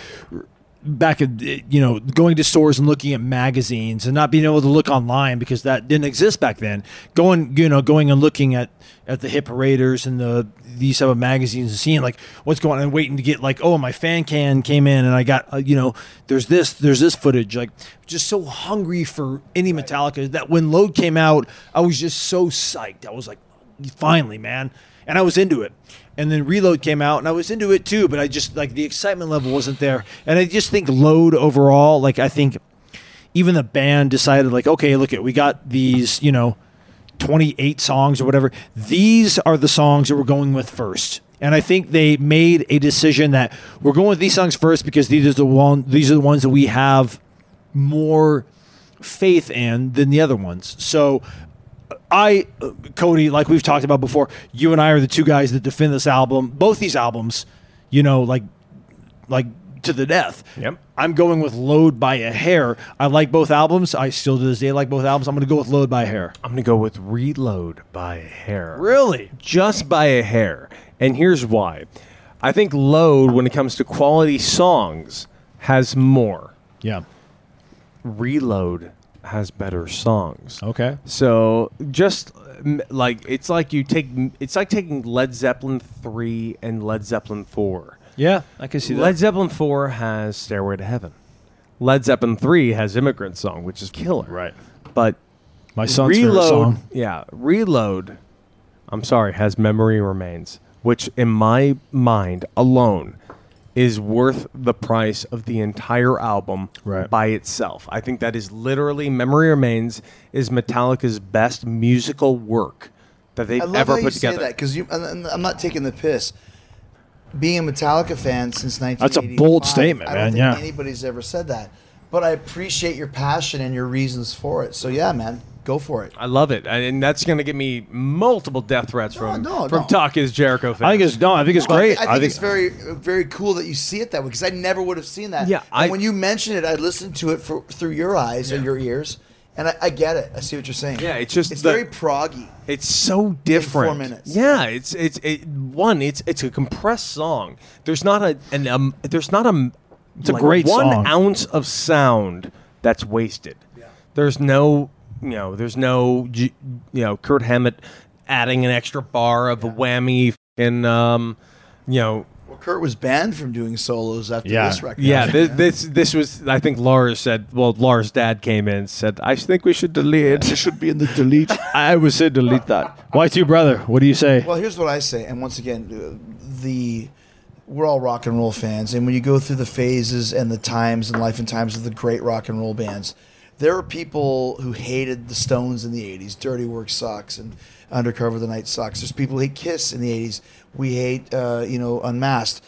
back at you know going to stores and looking at magazines and not being able to look online because that didn't exist back then going you know going and looking at at the hit paraders and the E these type of magazines and seeing like what's going on and waiting to get like oh my fan can came in and i got uh, you know there's this there's this footage like just so hungry for any metallica that when load came out i was just so psyched i was like finally, man. And I was into it. And then Reload came out, and I was into it too. But I just like the excitement level wasn't there. And I just think Load overall, like I think even the band decided, like, okay, look at we got these, you know, twenty eight songs or whatever. These are the songs that we're going with first. And I think they made a decision that we're going with these songs first because these are the one these are the ones that we have more faith in than the other ones. So I, uh, Cody, like we've talked about before, you and I are the two guys that defend this album, both these albums, you know, like, like to the death. Yep. I'm going with Load by a hair. I like both albums. I still to this day like both albums. I'm going to go with Load by a hair. I'm gonna go with Reload by a hair. Really? Just by a hair. And here's why. I think Load, when it comes to quality songs, has more. Yeah. Reload has better songs. Okay. So just mm, like it's like you take it's like taking Led Zeppelin 3 and Led Zeppelin 4. Yeah, I can see that. Led Zeppelin 4 has Stairway to Heaven. Led Zeppelin 3 has Immigrant Song, which is killer. Right. But My son's favorite Reload. song. Yeah, Reload. I'm sorry, has memory remains, which in my mind alone is worth the price of the entire album Right. by itself. I think that is literally Memory Remains is Metallica's best musical work that they've I love ever how you put say together. that because I'm not taking the piss. Being a Metallica fan since 1985, a bold statement, I don't man, Think yeah. anybody's ever said that, but I appreciate your passion and your reasons for it. So yeah, man, go for it. I love it, and and that's going to give me multiple death threats from Oh, no, from no. Talk Is Jericho fans. I think it's no. I think it's But great. I think, it's very, very cool that you see it that way because I never would have seen that. Yeah, And I- when you mention it, I listened to it for, through your eyes and your ears, and I, I get it. I see what you're saying. Yeah, it's just it's the- very proggy. It's so different. minutes. Yeah, it's it's it, one. It's it's a compressed song. There's not a an um. There's not a. It's a great one song. ounce of sound that's wasted. There's no you know. There's no j- you know. Kurt Hammett adding an extra bar of whammy and um. You know. Well, Kurt was banned from doing solos after Yeah. this record. Yeah. This, this this was. I think Lars said. Well, Lars' dad came in and said, "I think we should delete It it." should be in the delete. I would say delete that. Y two brother, what do you say? Well, here's what I say, and once again, uh, the we're all rock and roll fans, and when you go through the phases and the times and life and times of the great rock and roll bands, there are people who hated the Stones in the '80s. Dirty Work sucks, and Undercover of the Night sucks. There's people who hate Kiss in the '80s. We hate, uh, you know, Unmasked.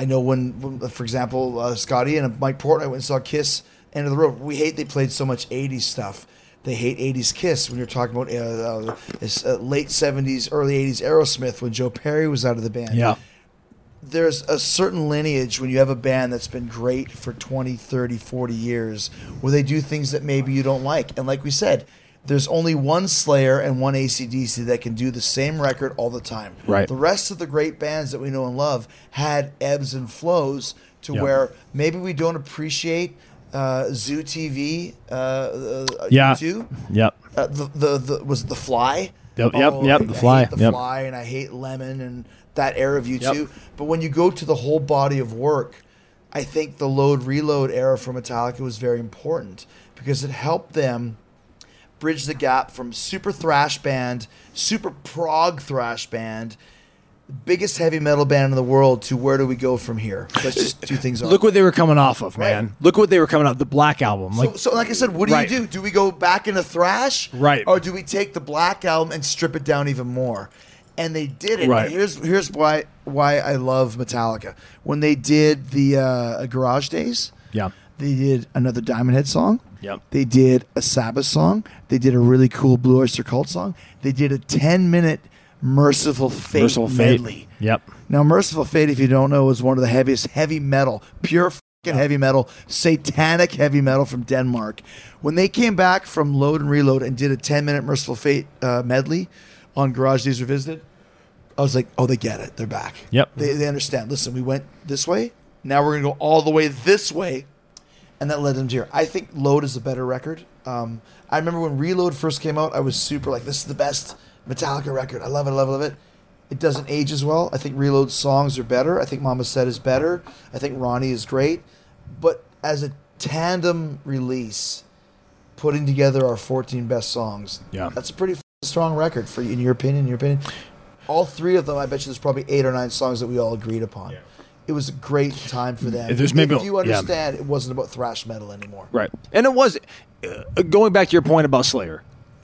I know when, when for example, uh, Scotty and Mike Portnoy went and saw Kiss End of the Road. We hate they played so much '80s stuff they hate 80s Kiss when you're talking about uh, uh, this, uh, late 70s, early 80s Aerosmith when Joe Perry was out of the band. yeah, There's a certain lineage when you have a band that's been great for 20, 30, 40 years where they do things that maybe you don't like. And like we said, there's only one Slayer and one ACDC that can do the same record all the time. Right. The rest of the great bands that we know and love had ebbs and flows to Yeah. where maybe we don't appreciate uh, Zoo TV, uh, uh, Yeah. U2, yep. uh, the, the the was it the fly. Oh, Yep, yep, yep, I- The I hate Fly, the yep. fly, and I hate lemon and that era of you too. But when you go to the whole body of work, I think the load reload era for Metallica was very important because it helped them bridge the gap from super thrash band, super prog thrash band, biggest heavy metal band in the world to where do we go from here? Let's just do things. Look what they were coming off of, man. Look what they were coming off. The Black album, like so, so like I said, what do Right. you do? Do we go back into thrash, Right. Or do we take the black album and strip it down even more? And they did it. Right. And here's here's why why I love Metallica when they did the uh, Garage Days. Yeah. They did another Diamond Head song. Yep. They did a Sabbath song. They did a really cool Blue Oyster Cult song. They did a 10 minute Merciful Fate Merciful Fate. medley. Yep. Now, Merciful Fate, if you don't know, is one of the heaviest heavy metal, pure fucking heavy metal, satanic heavy metal from Denmark. When they came back from Load and Reload and did a 10 minute Merciful Fate uh, medley on Garage Days Revisited, I was like, oh, they get it. They're back. Yep. They, they understand. Listen, we went this way. Now we're going to go all the way this way. And that led them to here. I think Load is a better record. Um, I remember when Reload first came out, I was super like, this is the best Metallica record. I love it. I love it. I love it. It doesn't age as well. I think Reload's songs are better. I think Mama Said is better. I think Ronnie is great. But as a tandem release, putting together our 14 best songs, Yeah. that's a pretty f- strong record for you, in your opinion. In your opinion, all three of them, I bet you there's probably eight or nine songs that we all agreed upon. It was a great time for them. There's if maybe- you yeah. understand, it wasn't about thrash metal anymore. Right. And it was uh, going back to your point about Slayer.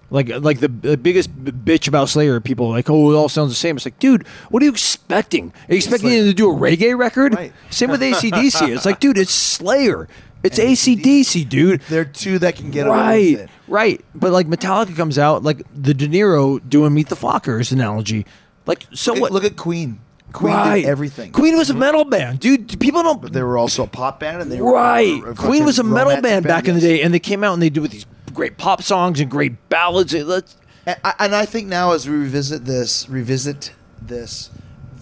Like, like the, the biggest b- bitch about Slayer, people are like, oh, it all sounds the same. It's like, dude, what are you expecting? Are you expecting them to do a reggae record? Right. Same with ACDC. it's like, dude, it's Slayer. It's ACDC, dude. They're two that can get away Right, with it. right. But like Metallica comes out, like the De Niro doing Meet the Fockers analogy. Like, so Look, what? look at Queen. Queen Right. did everything. Queen was a metal band, dude. People don't They were also a pop band, and they were Right. were Queen was a fucking metal romantic band back in the yes. day, and they came out and they did with these great pop songs and great ballads. It- let's- And I, and I think now, as we revisit this, revisit this,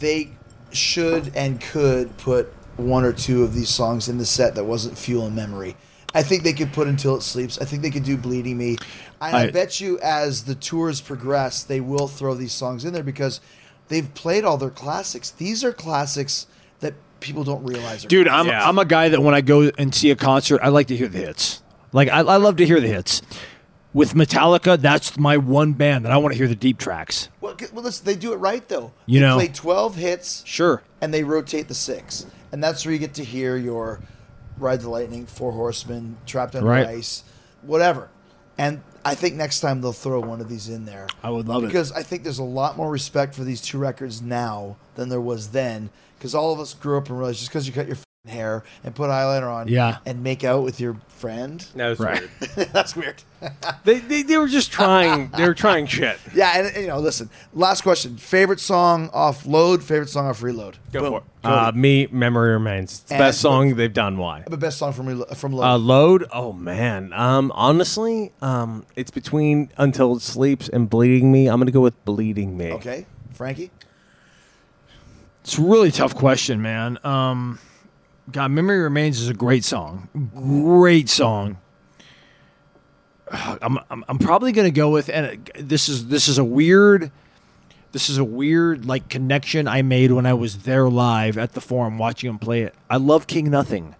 they should and could put one or two of these songs in the set that wasn't Fuel and Memory. I think they could put Until It Sleeps. I think they could do Bleeding Me. And I, I- bet you, as the tours progress, they will throw these songs in there because they've played all their classics. These are classics that people don't realize. Are Dude, I'm, I'm a guy that when I go and see a concert, I like to hear the hits. Like, I, I love to hear the hits. with Metallica, that's my one band that I want to hear the deep tracks. Well, g- well, listen, they do it right though. You they know. play twelve hits. Sure. and they rotate the six, and that's where you get to hear your Ride the Lightning, Four Horsemen, Trapped Under Right. Ice, whatever. And I think next time they'll throw one of these in there. I would love it. because I think there's a lot more respect for these two records now than there was then. Because all of us grew up and realized just because you cut your f***ing hair and put eyeliner on, Yeah. and make out with your friend, That was weird. that's weird. They, they, they were just trying. They were trying shit. Yeah, and, and, you know, listen. Last question: favorite song off Load, favorite song off Reload. Go for it. Uh, me, memory remains. It's the best And- song they've done. Why? The best song from Relo- from Uh, Load. load. Oh man. Um. Honestly, um. It's between until it sleeps and bleeding me. I'm gonna go with bleeding me. okay, Frankie. It's a really tough question, man. Um, God, Memory Remains is a great song. Great song. Ugh, I'm, I'm, I'm probably gonna go with and uh, this is this is a weird this is a weird like connection I made when I was there live at the forum watching them play it. I love King Nothing.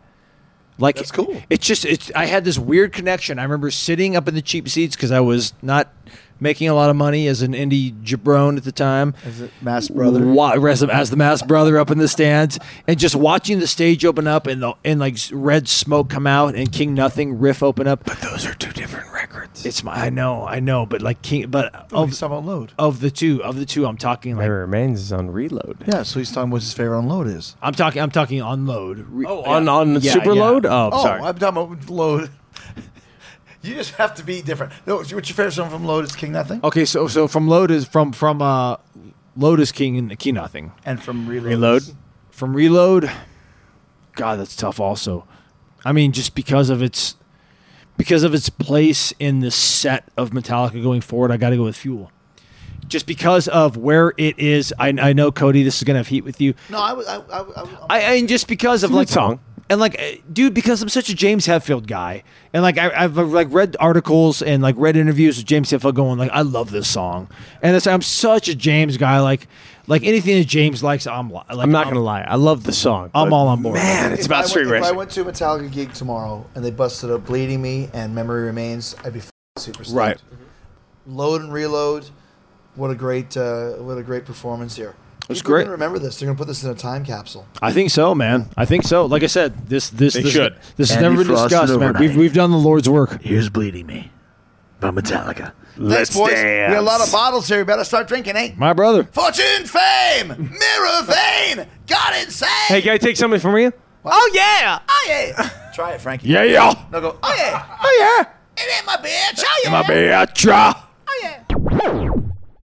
Like That's cool. It's just it's I had this weird connection. I remember sitting up in the cheap seats because I was not making a lot of money as an indie jabron at the time Mass Brother. wa- as, the- as the mass brother up in the stands and just watching the stage open up and the and like s- red smoke come out and King Nothing riff open up. But those are two different records. It's my I know I know, but like King, but Oh, he's of talking about load. of the two of the two, I'm talking like Memory remains is on reload. Yeah, so he's talking what his favorite on load is. I'm talking I'm talking on load. Re- Oh, on on Yeah, super yeah. load. Oh, Oh, sorry. I'm talking about load. you just have to be different. No, what's your favorite song from Load? Is King Nothing, Okay, so so from load is from from uh, load is King and King Nothing. and from Reload. Reload. from reload god that's tough also i mean just because of its because of its place in the set of metallica going forward i gotta go with fuel just because of where it is i, I know cody this is gonna have heat with you No, I was. I, I, I, I, I, I and just because of a like good song. and like uh, dude because I'm such a James Hetfield guy and like I, I've uh, like read articles and like read interviews with James Hetfield going like I love this song and it's, I'm such a James guy like like anything that James likes I'm li- like, I'm not gonna lie. I love the song. I'm but all on board. Man, it's if about I street went, If I racing. went to a Metallica gig tomorrow and they busted up "Bleeding Me" and "Memory Remains," I'd be f- super stoked. Mm-hmm. Right. Load and Reload. What a great, uh, what a great performance here. It's great. Remember this. They're gonna put this in a time capsule. I think so, man. I think so. Like I said, this this They this, should. this has Andy never been Frost discussed, man. overnight. We've we've done the Lord's work. Here's Bleeding Me by Metallica. Thanks, boys. We got a lot of bottles here. We better start drinking, eh? My brother. Fortune, fame, mirror, vein, God insane. Hey, can I take something from you? Oh yeah! Oh yeah! Try it, Frankie. Yeah, yeah. No, go. Oh yeah! Oh yeah. It ain't my bitch. Oh yeah! Beatra.